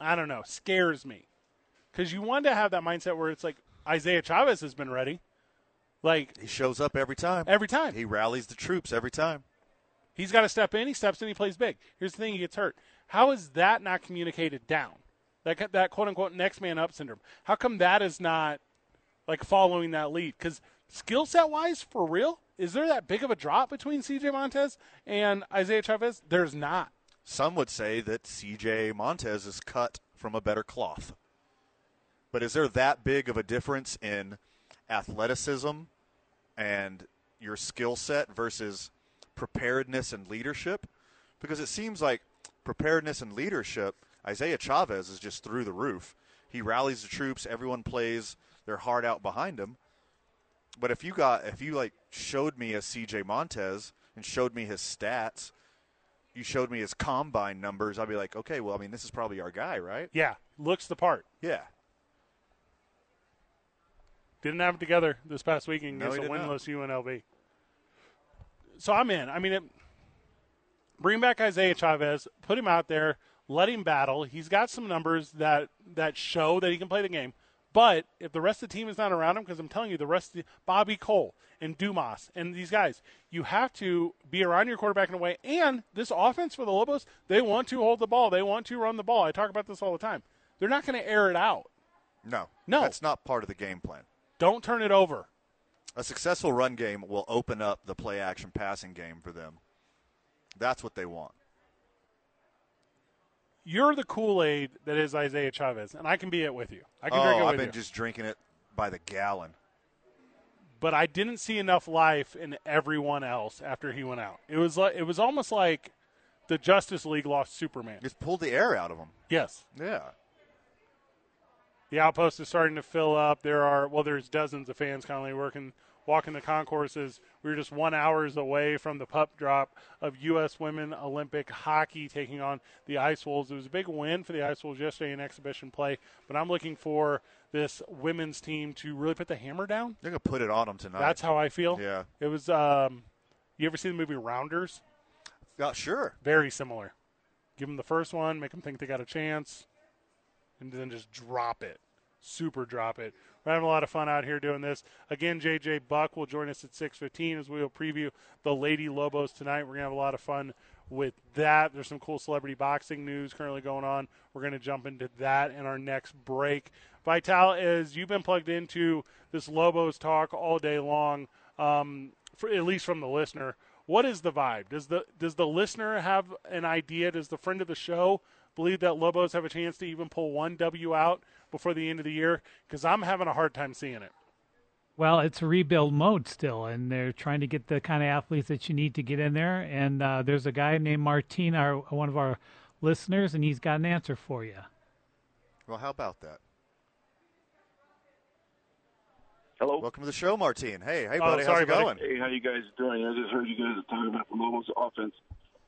[SPEAKER 1] I don't know scares me because you want to have that mindset where it's like Isaiah Chavez has been ready, Like
[SPEAKER 2] He shows up every time.
[SPEAKER 1] every time.
[SPEAKER 2] He rallies the troops every time.
[SPEAKER 1] He's got to step in. He steps in. He plays big. Here's the thing: he gets hurt. How is that not communicated down? That that quote unquote next man up syndrome. How come that is not like following that lead? Because skill set wise, for real, is there that big of a drop between C.J. Montez and Isaiah Chavez? There's not.
[SPEAKER 2] Some would say that CJ Montez is cut from a better cloth. But is there that big of a difference in athleticism and your skill set versus preparedness and leadership? Because it seems like preparedness and leadership, Isaiah Chavez is just through the roof. He rallies the troops, everyone plays their heart out behind him. But if you got if you like showed me a CJ Montez and showed me his stats, you showed me his combine numbers, I'd be like, okay, well, I mean, this is probably our guy, right?
[SPEAKER 1] Yeah, looks the part.
[SPEAKER 2] Yeah.
[SPEAKER 1] Didn't have it together this past weekend
[SPEAKER 2] No,
[SPEAKER 1] against a
[SPEAKER 2] he did not.
[SPEAKER 1] winless UNLV. So I'm in. I mean, it, bring back Isaiah Chavez, put him out there, let him battle. He's got some numbers that that show that he can play the game. But if the rest of the team is not around him, because I'm telling you, the rest of the, Bobby Cole and Dumas and these guys, you have to be around your quarterback in a way. And this offense for the Lobos, they want to hold the ball, they want to run the ball. I talk about this all the time. They're not going to air it out.
[SPEAKER 2] No.
[SPEAKER 1] No.
[SPEAKER 2] That's not part of the game plan.
[SPEAKER 1] Don't turn it over.
[SPEAKER 2] A successful run game will open up the play action passing game for them. That's what they want.
[SPEAKER 1] you're the Kool Aid that is Isaiah Chavez, and I can be it with you. I can
[SPEAKER 2] oh,
[SPEAKER 1] drink it
[SPEAKER 2] I've
[SPEAKER 1] with
[SPEAKER 2] been
[SPEAKER 1] you.
[SPEAKER 2] just drinking it by the gallon.
[SPEAKER 1] but I didn't see enough life in everyone else after he went out. It was like it was almost like the Justice League lost Superman.
[SPEAKER 2] Just pulled the air out of them.
[SPEAKER 1] Yes,
[SPEAKER 2] Yeah.
[SPEAKER 1] the outpost is starting to fill up. There are well, there's dozens of fans currently working walking the concourses. We were just one hours away from the pup drop of U.S. Women Olympic Hockey taking on the Ice Wolves. It was a big win for the Ice Wolves yesterday in exhibition play, but I'm looking for this women's team to really put the hammer down.
[SPEAKER 2] They're going to put it on them tonight.
[SPEAKER 1] That's how I feel.
[SPEAKER 2] Yeah.
[SPEAKER 1] It was. Um, you ever see the movie Rounders?
[SPEAKER 2] Yeah, sure.
[SPEAKER 1] Very similar. Give them the first one, make them think they got a chance, and then just drop it. Super drop it. We're having a lot of fun out here doing this. Again, JJ Buck will join us at 6:15 as we will preview the Lady Lobos tonight. We're gonna have a lot of fun with that. There's some cool celebrity boxing news currently going on. We're gonna jump into that in our next break. Vital, as you've been plugged into this Lobos talk all day long, um, for, at least from the listener, what is the vibe? Does the does the listener have an idea? Does the friend of the show believe that Lobos have a chance to even pull one W out before the end of the year? Because I'm having a hard time seeing it.
[SPEAKER 3] Well, it's rebuild mode still, and they're trying to get the kind of athletes that you need to get in there. And uh, there's a guy named Martin, our one of our listeners, and he's got an answer for you.
[SPEAKER 2] Well, how about that?
[SPEAKER 8] Hello.
[SPEAKER 2] Welcome to the show, Martine. Hey, hey,
[SPEAKER 1] Oh,
[SPEAKER 2] buddy.
[SPEAKER 1] sorry,
[SPEAKER 2] how's
[SPEAKER 1] buddy.
[SPEAKER 2] it going?
[SPEAKER 8] Hey, how you guys doing? I just heard you guys talking about the Lobos offense.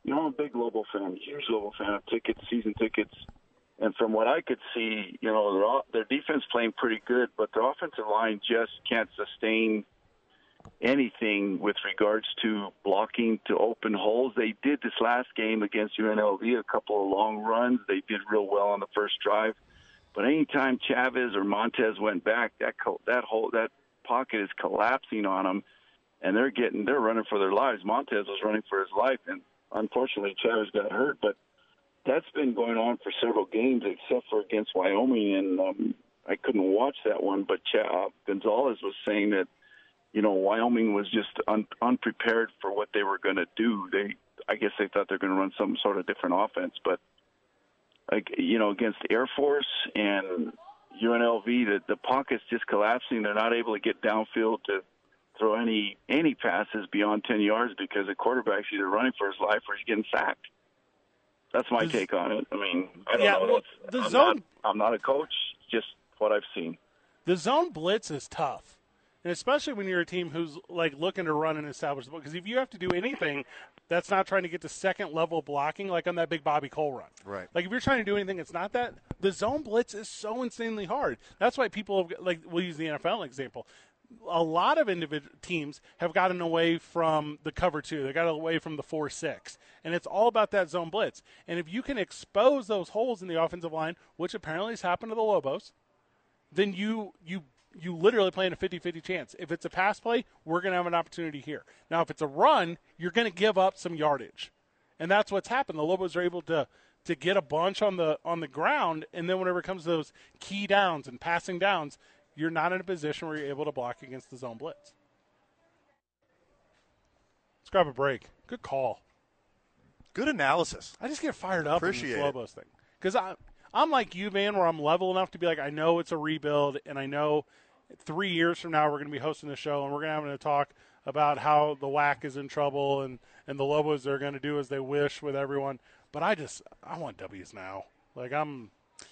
[SPEAKER 8] You know, I'm a big Lobo fan, huge Lobo fan of tickets, season tickets. And from what I could see, you know, their, o- their defense playing pretty good, but their offensive line just can't sustain anything with regards to blocking to open holes. They did this last game against UNLV, a couple of long runs. They did real well on the first drive. But anytime Chavez or Montez went back, that co- that whole that pocket is collapsing on them, and they're getting they're running for their lives. Montez was running for his life, and unfortunately Chavez got hurt. But that's been going on for several games, except for against Wyoming, and um, I couldn't watch that one. But Ch- uh, Gonzalez was saying that you know Wyoming was just un- unprepared for what they were going to do. They I guess they thought they're going to run some sort of different offense, but like you know against Air Force and UNLV the the pocket's just collapsing they're not able to get downfield to throw any any passes beyond 10 yards because the quarterback's either running for his life or he's getting sacked that's my
[SPEAKER 1] Does-
[SPEAKER 8] take on it I mean I don't
[SPEAKER 1] Yeah,
[SPEAKER 8] know
[SPEAKER 1] well,
[SPEAKER 8] That's-
[SPEAKER 1] the
[SPEAKER 8] I'm
[SPEAKER 1] zone-
[SPEAKER 8] not, I'm not a coach just what I've seen
[SPEAKER 1] the zone blitz is tough, and especially when you're a team who's like looking to run and establish the ball. Because if you have to do anything that's not trying to get to second level blocking, like on that big Bobby Cole run,
[SPEAKER 2] Right.
[SPEAKER 1] Like if you're trying to do anything that's not that, the zone blitz is so insanely hard. That's why people have, like we'll use the NFL example. A lot of individual teams have gotten away from the cover two. They got away from the four six, and it's all about that zone blitz. And if you can expose those holes in the offensive line, which apparently has happened to the Lobos, then you you you literally playing a 50-50 chance. If it's a pass play, we're going to have an opportunity here. Now, if it's a run, you're going to give up some yardage, and that's what's happened. The Lobos are able to to get a bunch on the on the ground, and then whenever it comes to those key downs and passing downs, you're not in a position where you're able to block against the zone blitz. Let's grab a break. Good call.
[SPEAKER 2] Good analysis.
[SPEAKER 1] I just get fired up
[SPEAKER 2] Appreciate
[SPEAKER 1] in
[SPEAKER 2] it.
[SPEAKER 1] this Lobos thing because I I'm like you, man, where I'm level enough to be like I know it's a rebuild, and I know three years from now we're going to be hosting the show and we're going to have a talk about how the whack is in trouble and and the Lobos are going to do as they wish with everyone. But I just I want W's now. Like I'm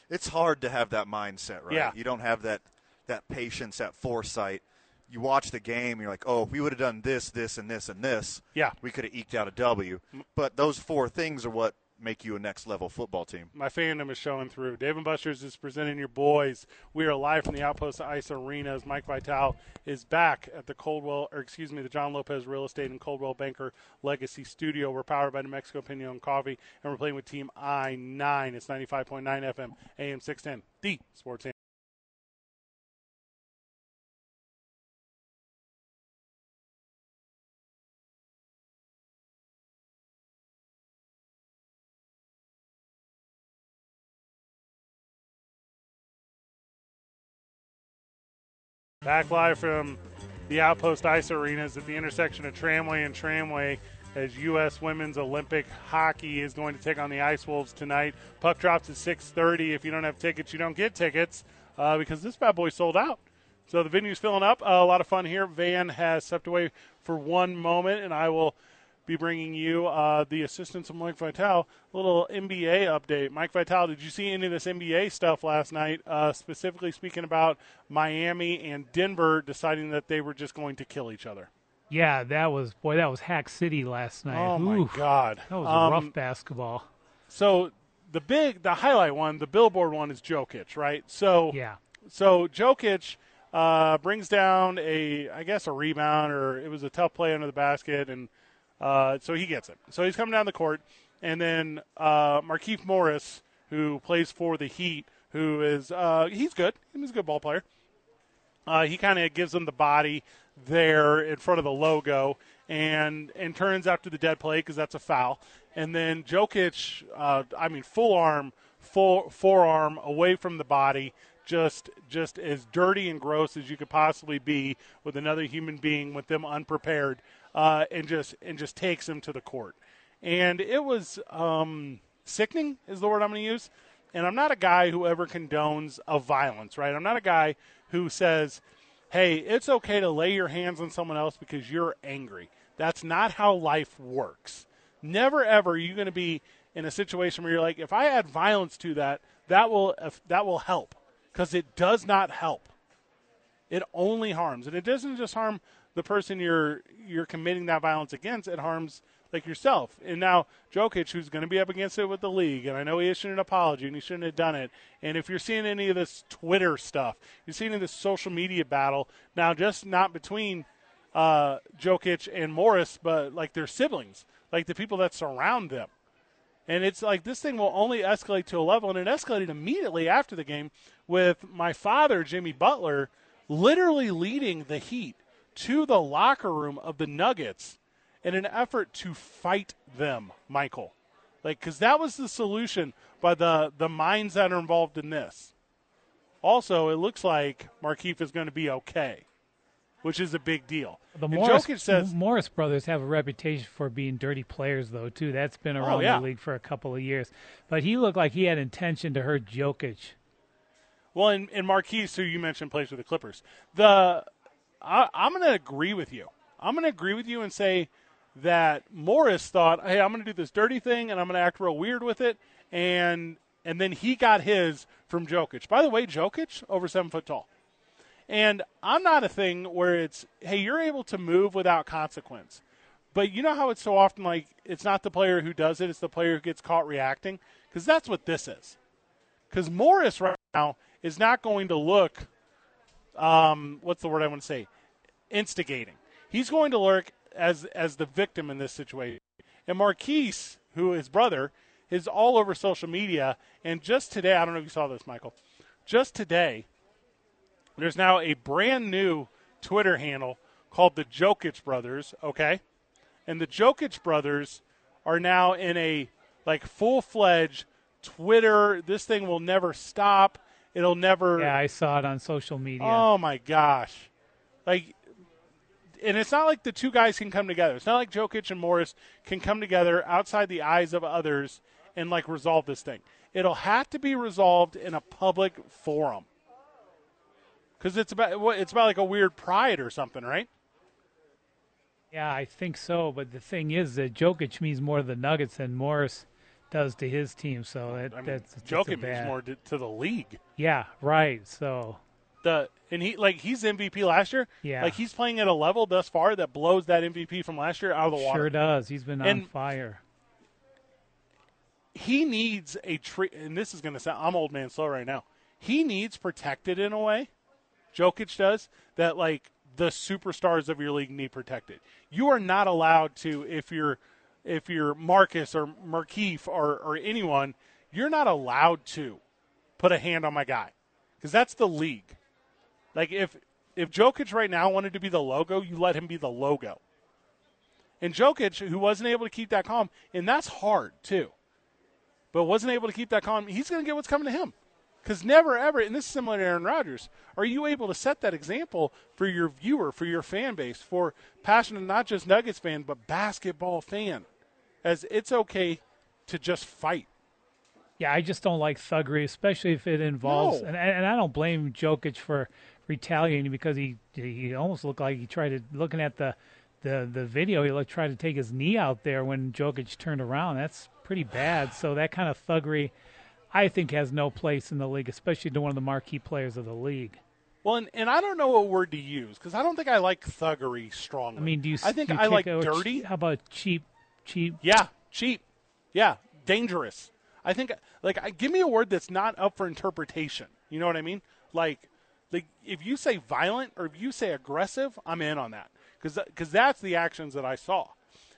[SPEAKER 2] It's hard to have that mindset, right?
[SPEAKER 1] Yeah.
[SPEAKER 2] You don't have that that patience, that foresight. You watch the game, you're like, oh, if we would have done this, this, and this, and this,
[SPEAKER 1] Yeah.
[SPEAKER 2] we could have eked out a W. But those four things are what make you a next level football team.
[SPEAKER 1] my fandom is showing through. Dave and Buster's is presenting your boys. We are live from the Outpost Ice Arenas. Mike Vital is back at the Coldwell, or excuse me, the John Lopez Real Estate and Coldwell Banker Legacy Studio. We're powered by New Mexico Pinion Coffee, and we're playing with Team I9. It's 95.9 FM, AM 610, the sports team. Back live from the Outpost Ice Arenas at the intersection of Tramway and Tramway as U.S. Women's Olympic Hockey is going to take on the Ice Wolves tonight. Puck drops at 6.30. If you don't have tickets, you don't get tickets uh, because this bad boy sold out. So the venue's filling up. Uh, a lot of fun here. Van has stepped away for one moment, and I will be bringing you uh, the assistance of Mike Vital, a little NBA update. Mike Vital, did you see any of this NBA stuff last night? Uh, specifically speaking about Miami and Denver deciding that they were just going to kill each other.
[SPEAKER 3] Yeah, that was boy, that was Hack City last night.
[SPEAKER 1] Oh
[SPEAKER 3] Oof.
[SPEAKER 1] my God,
[SPEAKER 3] That was
[SPEAKER 1] Um,
[SPEAKER 3] rough basketball.
[SPEAKER 1] So the big, the highlight one, the billboard one is Jokic, right? So
[SPEAKER 3] Yeah.
[SPEAKER 1] So Jokic uh, brings down a, I guess, a rebound or it was a tough play under the basket, and uh, so he gets it. So he's coming down the court, and then uh, Markeith Morris, who plays for the Heat, who is uh, he's good, he's a good ball player. Uh, he kind of gives them the body there in front of the logo and and turns after the dead play because that's a foul. And then Jokic, uh, I mean, full arm, full forearm away from the body, just just as dirty and gross as you could possibly be with another human being with them unprepared, uh, and just and just takes him to the court. And it was um, sickening is the word I'm going to use and I'm not a guy who ever condones of violence, right? I'm not a guy who says, "Hey, it's okay to lay your hands on someone else because you're angry." That's not how life works. Never ever are you going to be in a situation where you're like, "If I add violence to that, that will if, that will help," because it does not help. It only harms, and it doesn't just harm the person you're you're committing that violence against. It harms like yourself. And now Jokic, who's going to be up against it with the league, and I know he issued an apology and he shouldn't have done it. And if you're seeing any of this Twitter stuff, you're seeing this social media battle now, just not between uh, Jokic and Morris, but like their siblings, like the people that surround them. And it's like this thing will only escalate to a level, and it escalated immediately after the game with my father, Jimmy Butler, literally leading the Heat to the locker room of the Nuggets in an effort to fight them, Michael. Like, because that was the solution by the, the minds that are involved in this. Also, it looks like Markeef is going to be okay, which is a big deal.
[SPEAKER 3] The
[SPEAKER 1] And
[SPEAKER 3] Morris,
[SPEAKER 1] Jokic says,
[SPEAKER 3] Morris brothers have a reputation for being dirty players, though, too. That's been around
[SPEAKER 1] Oh, yeah.
[SPEAKER 3] the league for a couple of years. But he looked like he had intention to hurt Jokic.
[SPEAKER 1] Well, and, and Marquise, who you mentioned, plays for the Clippers. The I, I'm going to agree with you. I'm going to agree with you and say that Morris thought, "Hey, I'm going to do this dirty thing and I'm going to act real weird with it," and and then he got his from Jokic. By the way, Jokic over seven foot tall. And I'm not a thing where it's, hey, you're able to move without consequence. But you know how it's so often like it's not the player who does it, it's the player who gets caught reacting? Because that's what this is. Because Morris right now is not going to look, um, what's the word I want to say? Instigating. He's going to lurk as, as the victim in this situation. And Marquise, who his brother, is all over social media. And just today, I don't know if you saw this, Michael. Just today, There's now a brand new Twitter handle called the Jokic Brothers, okay? And the Jokic Brothers are now in a like full fledged Twitter. This thing will never stop. It'll never.
[SPEAKER 3] Yeah, I saw it on social media.
[SPEAKER 1] Oh my gosh. Like and it's not like the two guys can come together. It's not like Jokic and Morris can come together outside the eyes of others and like resolve this thing. It'll have to be resolved in a public forum. Cuz it's about what it's about like a weird pride or something, right?
[SPEAKER 3] Yeah, I think so. But the thing is that Jokic means more to the Nuggets than Morris does to his team. So that,
[SPEAKER 1] I mean,
[SPEAKER 3] that's that's a
[SPEAKER 1] Jokic means
[SPEAKER 3] bad-
[SPEAKER 1] more to, to the league.
[SPEAKER 3] Yeah, right. So
[SPEAKER 1] The and he like he's MVP last year.
[SPEAKER 3] Yeah.
[SPEAKER 1] Like he's playing at a level thus far that blows that MVP from last year out of the water.
[SPEAKER 3] sure does. He's been on
[SPEAKER 1] And-
[SPEAKER 3] fire.
[SPEAKER 1] he needs a tree, and this is going to sound, I'm old man slow right now. He needs protected in a way, Jokic does, that like the superstars of your league need protected. You are not allowed to, if you're, if you're Marcus or Markeef or, or anyone, you're not allowed to put a hand on my guy because that's the league. Like if, if Jokic right now wanted to be the logo, you let him be the logo. And Jokic, who wasn't able to keep that calm, and that's hard too but wasn't able to keep that calm, he's going to get what's coming to him. Because never, ever, and this is similar to Aaron Rodgers, are you able to set that example for your viewer, for your fan base, for passionate, not just Nuggets fan, but basketball fan, as it's okay to just fight.
[SPEAKER 3] Yeah, I just don't like thuggery, especially if it involves.
[SPEAKER 1] No.
[SPEAKER 3] And, and I don't blame Jokic for retaliating because he he almost looked like he tried to looking at the the the video. He looked tried to take his knee out there when Jokic turned around. That's pretty bad. So that kind of thuggery, I think, has no place in the league, especially to one of the marquee players of the league.
[SPEAKER 1] Well, and, and I don't know what word to use because I don't think I like thuggery strongly.
[SPEAKER 3] I mean, do you?
[SPEAKER 1] I think
[SPEAKER 3] do you
[SPEAKER 1] I
[SPEAKER 3] take
[SPEAKER 1] like
[SPEAKER 3] out-
[SPEAKER 1] dirty.
[SPEAKER 3] How about cheap? Cheap.
[SPEAKER 1] Yeah, cheap. Yeah, dangerous. I think like I, give me a word that's not up for interpretation. You know what I mean? Like like if you say violent or if you say aggressive, I'm in on that cuz cuz that's the actions that I saw.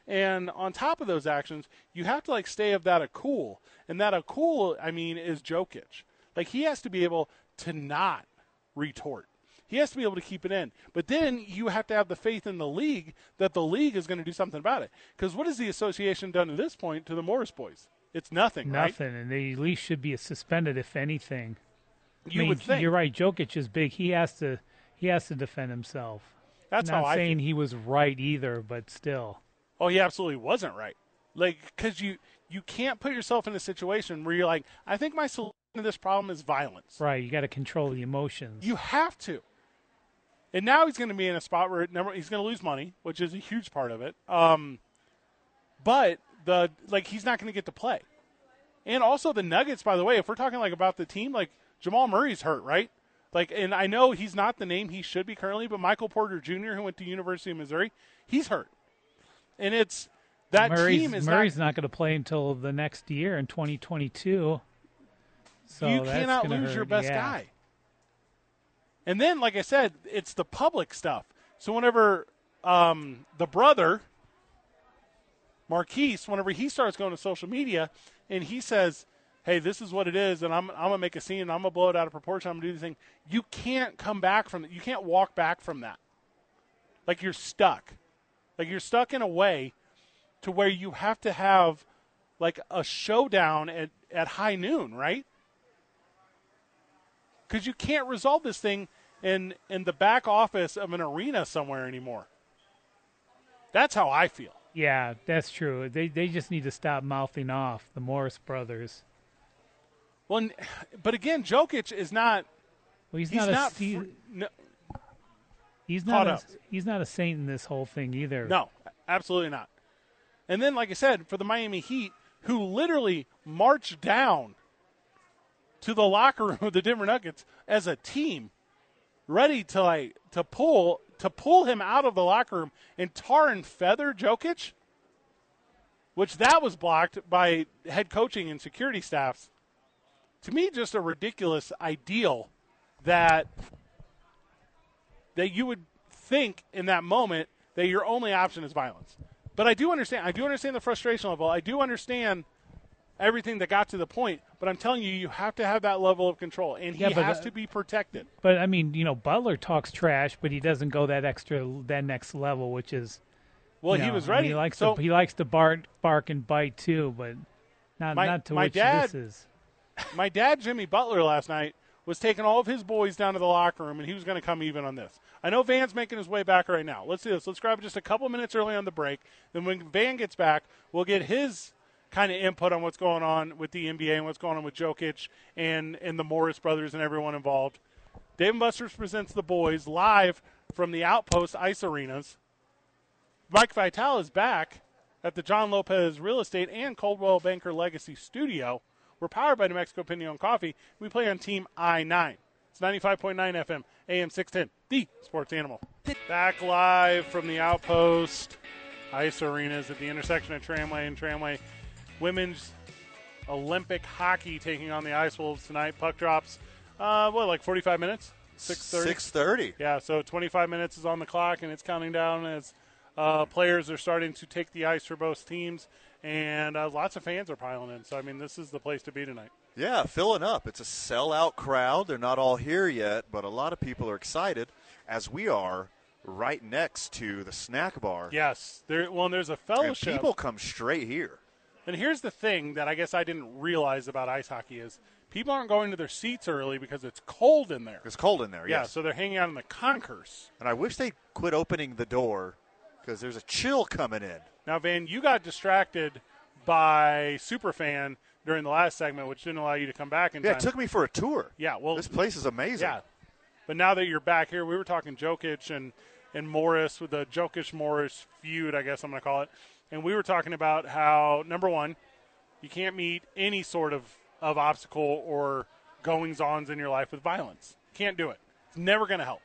[SPEAKER 1] And on top of those actions, you have to like stay of that a cool. And that a cool, I mean, is Jokic. Like he has to be able to not retort. He has to be able to keep it in. But then you have to have the faith in the league that the league is going to do something about it. Because what has the association done at this point to the Morris boys? It's nothing, right?
[SPEAKER 3] Nothing, and they at least should be suspended if anything.
[SPEAKER 1] You
[SPEAKER 3] I mean,
[SPEAKER 1] would think.
[SPEAKER 3] You're right. Jokic is big. He has to. He has to defend himself.
[SPEAKER 1] That's
[SPEAKER 3] Not
[SPEAKER 1] how I feel.
[SPEAKER 3] saying he was right either, but still.
[SPEAKER 1] Oh, he absolutely wasn't right. Like, because you you can't put yourself in a situation where you're like, I think my solution to this problem is violence.
[SPEAKER 3] Right. You got to control the emotions.
[SPEAKER 1] You have to. And now he's going to be in a spot where number, he's going to lose money, which is a huge part of it. Um, but the like he's not going to get to play. And also the Nuggets, by the way, if we're talking like about the team, like Jamal Murray's hurt, right? Like, and I know he's not the name he should be currently, but Michael Porter Jr., who went to University of Missouri, he's hurt. And it's that
[SPEAKER 3] Murray's,
[SPEAKER 1] team is
[SPEAKER 3] Murray's
[SPEAKER 1] not.
[SPEAKER 3] not, going to play until the next year in 2022. So
[SPEAKER 1] you
[SPEAKER 3] that's
[SPEAKER 1] cannot
[SPEAKER 3] gonna
[SPEAKER 1] lose your
[SPEAKER 3] hurt.
[SPEAKER 1] best
[SPEAKER 3] Yeah.
[SPEAKER 1] guy. And then, like I said, it's the public stuff. So whenever um, the brother, Marquise, whenever he starts going to social media and he says, "Hey, this is what it is," and I'm I'm gonna make a scene, and I'm gonna blow it out of proportion, I'm gonna do this thing. You can't come back from you can't walk back from that. Like you're stuck. Like you're stuck in a way to where you have to have like a showdown at, at high noon, right? because you can't resolve this thing in in the back office of an arena somewhere anymore. That's how I feel.
[SPEAKER 3] Yeah, that's true. They they just need to stop mouthing off the Morris brothers.
[SPEAKER 1] Well, n- but again, Jokic is not.
[SPEAKER 3] Well, he's,
[SPEAKER 1] He's
[SPEAKER 3] not,
[SPEAKER 1] not.
[SPEAKER 3] a he-
[SPEAKER 1] fr- no,
[SPEAKER 3] he's
[SPEAKER 1] caught
[SPEAKER 3] not a,
[SPEAKER 1] up.
[SPEAKER 3] he's not a saint in this whole thing either.
[SPEAKER 1] no, absolutely not. And then, like I said, for the Miami Heat, who literally marched down to the locker room of the Denver Nuggets as a team, ready to like to pull to pull him out of the locker room and tar and feather Jokic, which that was blocked by head coaching and security staffs. To me, just a ridiculous ideal that that you would think in that moment that your only option is violence. But I do understand. I do understand the frustration level. I do understand everything that got to the point. But I'm telling you, you have to have that level of control, and he
[SPEAKER 3] Yeah, but,
[SPEAKER 1] has
[SPEAKER 3] uh,
[SPEAKER 1] to be protected.
[SPEAKER 3] But I mean, you know, Butler talks trash, but he doesn't go that extra, that next level, which is.
[SPEAKER 1] Well,
[SPEAKER 3] you
[SPEAKER 1] he
[SPEAKER 3] know,
[SPEAKER 1] was
[SPEAKER 3] I mean,
[SPEAKER 1] ready.
[SPEAKER 3] He likes
[SPEAKER 1] so
[SPEAKER 3] to he likes to bark, bark and bite too, but not
[SPEAKER 1] My-
[SPEAKER 3] not to
[SPEAKER 1] my
[SPEAKER 3] which
[SPEAKER 1] dad-
[SPEAKER 3] this is.
[SPEAKER 1] my dad, Jimmy Butler, last night was taking all of his boys down to the locker room, and he was going to come even on this. I know Van's making his way back right now. Let's do this. Let's grab just a couple minutes early on the break. Then when Van gets back, we'll get his kind of input on what's going on with the NBA and what's going on with Jokic and and the Morris brothers and everyone involved. Dave and Buster's presents the boys live from the Outpost Ice Arenas. Mike Vital is back at the John Lopez Real Estate and Coldwell Banker Legacy Studio. We're powered by New Mexico Pinion Coffee. We play on Team I 9. It's 95.9 FM, AM 610, the sports animal. Back live from the Outpost Ice Arenas at the intersection of Tramway and Tramway. Women's Olympic hockey taking on the Ice Wolves tonight. Puck drops, uh, what, like 45 minutes? 6.30?
[SPEAKER 2] Six thirty.
[SPEAKER 1] Yeah, so 25 minutes is on the clock, and it's counting down as uh, players are starting to take the ice for both teams, and uh, lots of fans are piling in. So, I mean, this is the place to be tonight.
[SPEAKER 2] Yeah, filling up. It's a sellout crowd. They're not all here yet, but a lot of people are excited, as we are right next to the snack bar.
[SPEAKER 1] Yes, there. Well, and there's a
[SPEAKER 2] and
[SPEAKER 1] fellowship.
[SPEAKER 2] people come straight here.
[SPEAKER 1] And here's the thing that I guess I didn't realize about ice hockey is people aren't going to their seats early because it's cold in there.
[SPEAKER 2] It's cold in there.
[SPEAKER 1] Yeah,
[SPEAKER 2] yes.
[SPEAKER 1] so they're hanging out in the conkers.
[SPEAKER 2] and I wish they quit opening the door because there's a chill coming in.
[SPEAKER 1] Now, Van, you got distracted by Superfan during the last segment, which didn't allow you to come back in
[SPEAKER 2] Yeah,
[SPEAKER 1] time.
[SPEAKER 2] it took me for a tour.
[SPEAKER 1] Yeah, well-
[SPEAKER 2] this place is amazing.
[SPEAKER 1] Yeah. But now that you're back here, we were talking Jokic and, and Morris with the Jokic Morris feud, I guess I'm going to call it. And we were talking about how, number one, you can't meet any sort of, of obstacle or goings ons in your life with violence. Can't do it. It's never going to help.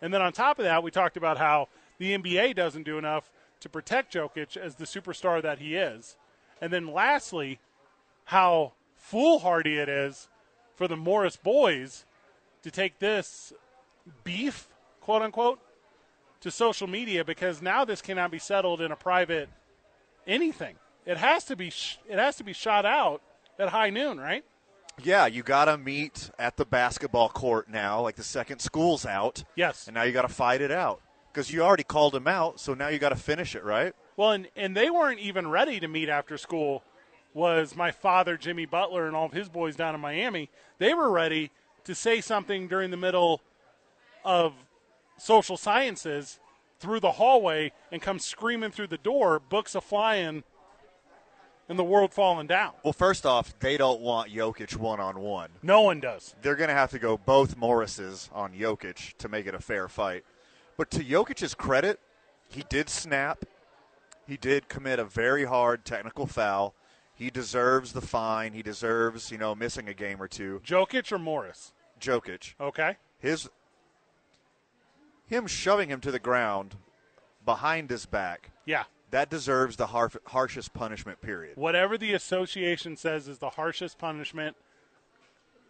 [SPEAKER 1] And then on top of that, we talked about how the NBA doesn't do enough to protect Jokic as the superstar that he is. And then lastly, how foolhardy it is for the Morris boys to take this beef, quote unquote, to social media because now this cannot be settled in a private anything. It has to be sh- it has to be shot out at high noon, right?
[SPEAKER 2] Yeah, you got to meet at the basketball court now, like the second school's out.
[SPEAKER 1] Yes.
[SPEAKER 2] And now you got to fight it out because you already called them out, so now you got to finish it, right?
[SPEAKER 1] Well, and, and they weren't even ready to meet after school. Was my father Jimmy Butler and all of his boys down in Miami? They were ready to say something during the middle of social sciences through the hallway and come screaming through the door, books a flying, and the world falling down.
[SPEAKER 2] Well, first off, they don't want Jokic one on one.
[SPEAKER 1] No one does.
[SPEAKER 2] They're going to have to go both Morrises on Jokic to make it a fair fight. But to Jokic's credit, he did snap. He did commit a very hard technical foul. He deserves the fine. He deserves, you know, missing a game or two.
[SPEAKER 1] Jokic or Morris?
[SPEAKER 2] Jokic.
[SPEAKER 1] Okay.
[SPEAKER 2] his him shoving him to the ground behind his back
[SPEAKER 1] Yeah.
[SPEAKER 2] that deserves the har- harshest punishment period
[SPEAKER 1] Whatever the association says is the harshest punishment,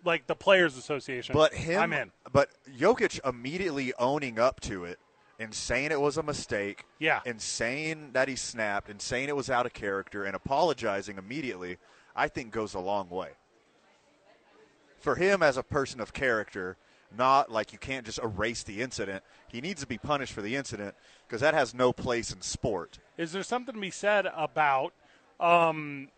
[SPEAKER 1] like the Players Association.
[SPEAKER 2] but him
[SPEAKER 1] I'm in.
[SPEAKER 2] but Jokic immediately owning up to it and saying it was a mistake
[SPEAKER 1] Yeah.
[SPEAKER 2] and saying that he snapped and saying it was out of character and apologizing immediately I think goes a long way for him as a person of character not like you can't just erase the incident he needs to be punished for the incident because that has no place in sport
[SPEAKER 1] Is there something to be said about, um,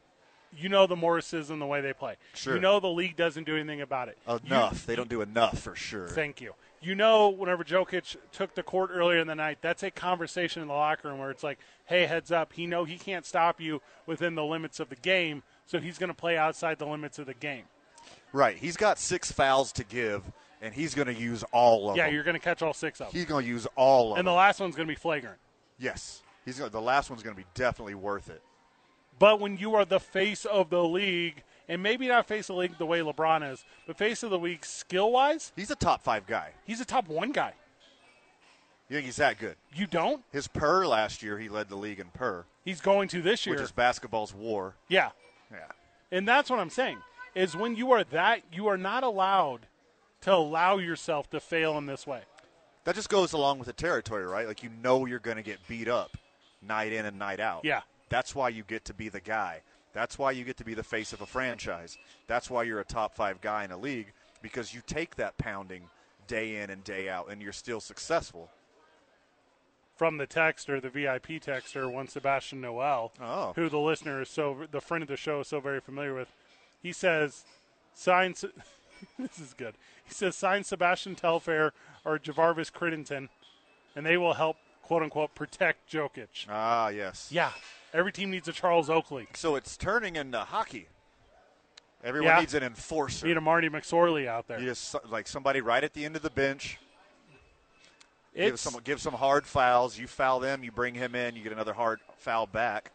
[SPEAKER 1] you know, the Morrises and the way they play?
[SPEAKER 2] Sure.
[SPEAKER 1] You know, the league doesn't do anything about it. You-
[SPEAKER 2] enough. they don't do enough for sure.
[SPEAKER 1] Thank you. You know, whenever Jokic took the court earlier in the night, that's a conversation in the locker room where it's like, "Hey, heads up! He know he can't stop you within the limits of the game, so he's going to play outside the limits of the game."
[SPEAKER 2] Right. He's got six fouls to give, and he's going to use all of
[SPEAKER 1] Yeah,
[SPEAKER 2] them.
[SPEAKER 1] you're going to catch all six of them,
[SPEAKER 2] he's going to use all of
[SPEAKER 1] and the
[SPEAKER 2] them.
[SPEAKER 1] last one's going to be flagrant.
[SPEAKER 2] yes. He's gonna, the last one's going to be definitely worth it.
[SPEAKER 1] But when you are the face of the league, and maybe not face of the league the way LeBron is, but face of the league skill wise,
[SPEAKER 2] He's a top five guy.
[SPEAKER 1] he's a top one guy.
[SPEAKER 2] You think he's that good?
[SPEAKER 1] You don't.
[SPEAKER 2] His per last year, he led the league in per,
[SPEAKER 1] He's going to this year.
[SPEAKER 2] which is basketball's war.
[SPEAKER 1] yeah,
[SPEAKER 2] Yeah.
[SPEAKER 1] and that's what I'm saying is when you are that, you are not allowed to allow yourself to fail in this way.
[SPEAKER 2] That just goes along with the territory, right? Like you know you're going to get beat up night in and night out.
[SPEAKER 1] Yeah.
[SPEAKER 2] That's why you get to be the guy. That's why you get to be the face of a franchise. That's why you're a top five guy in a league because you take that pounding day in and day out, and you're still successful.
[SPEAKER 1] from the texter, the VIP texter, one Sebastian Noel,
[SPEAKER 2] Oh.
[SPEAKER 1] who the listener is so, the friend of the show is so very familiar with. He says, sign, Se- this is good. He says, sign Sebastian Telfair or Javarvis Crittenton, and they will help, quote unquote, protect Jokic.
[SPEAKER 2] Ah, yes.
[SPEAKER 1] Yeah, every team needs a Charles Oakley.
[SPEAKER 2] So it's turning into hockey. Everyone
[SPEAKER 1] Yeah.
[SPEAKER 2] needs an enforcer.
[SPEAKER 1] Need a Marty McSorley out there.
[SPEAKER 2] You just like somebody right at the end of the bench. Give
[SPEAKER 1] It's-
[SPEAKER 2] some give some hard fouls. You foul them, you bring him in, you get another hard foul back.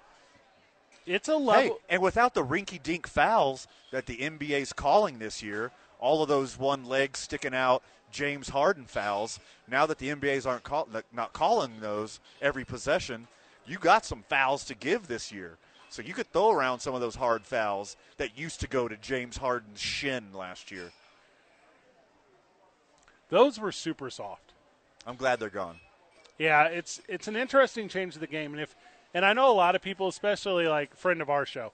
[SPEAKER 1] It's a
[SPEAKER 2] Hey,
[SPEAKER 1] level.
[SPEAKER 2] and without the rinky-dink fouls that the NBA's calling this year, all of those one leg sticking out James Harden fouls. Now that the NBA's aren't call, not calling those every possession, you got some fouls to give this year. So you could throw around some of those hard fouls that used to go to James Harden's shin last year.
[SPEAKER 1] Those were super soft.
[SPEAKER 2] I'm glad they're gone.
[SPEAKER 1] Yeah, it's it's an interesting change of the game, and if and I know a lot of people, especially like friend of our show,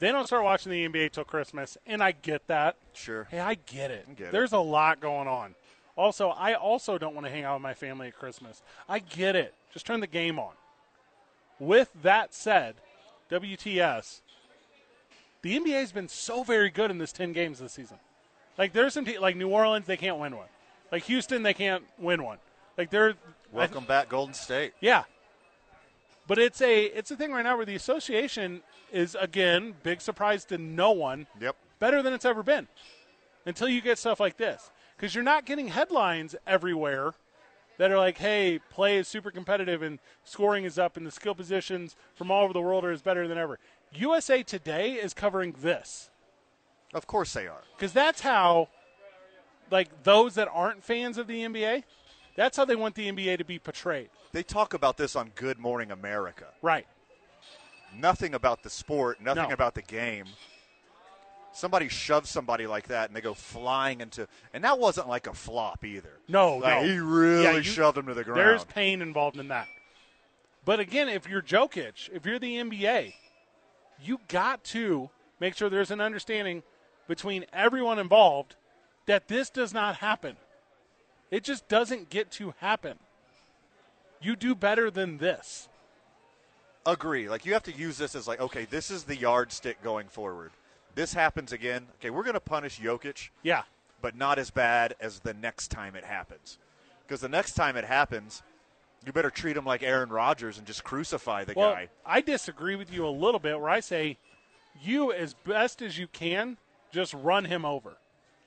[SPEAKER 1] they don't start watching the NBA till Christmas, and I get that.
[SPEAKER 2] Sure.
[SPEAKER 1] Hey, I get it.
[SPEAKER 2] get it.
[SPEAKER 1] There's a lot going on. Also, I also don't want to hang out with my family at Christmas. I get it. Just turn the game on. With that said, WTS, the NBA has been so very good in this ten games this season. Like there's some te- like New Orleans, they can't win one. Like Houston, they can't win one. Like they're I-
[SPEAKER 2] Welcome back, Golden State.
[SPEAKER 1] yeah. But it's a it's a thing right now where the association is again big surprise to no one.
[SPEAKER 2] Yep.
[SPEAKER 1] Better than it's ever been. Until you get stuff like this cuz you're not getting headlines everywhere that are like, "Hey, play is super competitive and scoring is up and the skill positions from all over the world are is better than ever." USA Today is covering this
[SPEAKER 2] Of course they are.
[SPEAKER 1] because that's how, like those that aren't fans of the NBA, that's how they want the NBA to be portrayed.
[SPEAKER 2] They talk about this on Good Morning America.
[SPEAKER 1] Right.
[SPEAKER 2] Nothing about the sport, nothing
[SPEAKER 1] No.
[SPEAKER 2] about the game. Somebody shoves somebody like that and they go flying into and that wasn't like a flop either.
[SPEAKER 1] No, no.
[SPEAKER 2] Like, he really
[SPEAKER 1] Yeah, you-
[SPEAKER 2] shoved him to the ground.
[SPEAKER 1] There's pain involved in that. But again, if you're Jokic, if you're the NBA, you got to make sure there's an understanding between everyone involved that this does not happen. It just doesn't get to happen. You do better than this.
[SPEAKER 2] Agree. Like you have to use this as like, okay, this is the yardstick going forward. This happens again. Okay, we're gonna punish Jokic.
[SPEAKER 1] Yeah.
[SPEAKER 2] but not as bad as the next time it happens. Because the next time it happens, you better treat him like Aaron Rodgers and just crucify the
[SPEAKER 1] Well,
[SPEAKER 2] guy.
[SPEAKER 1] I disagree with you a little bit where I say you as best as you can just run him over.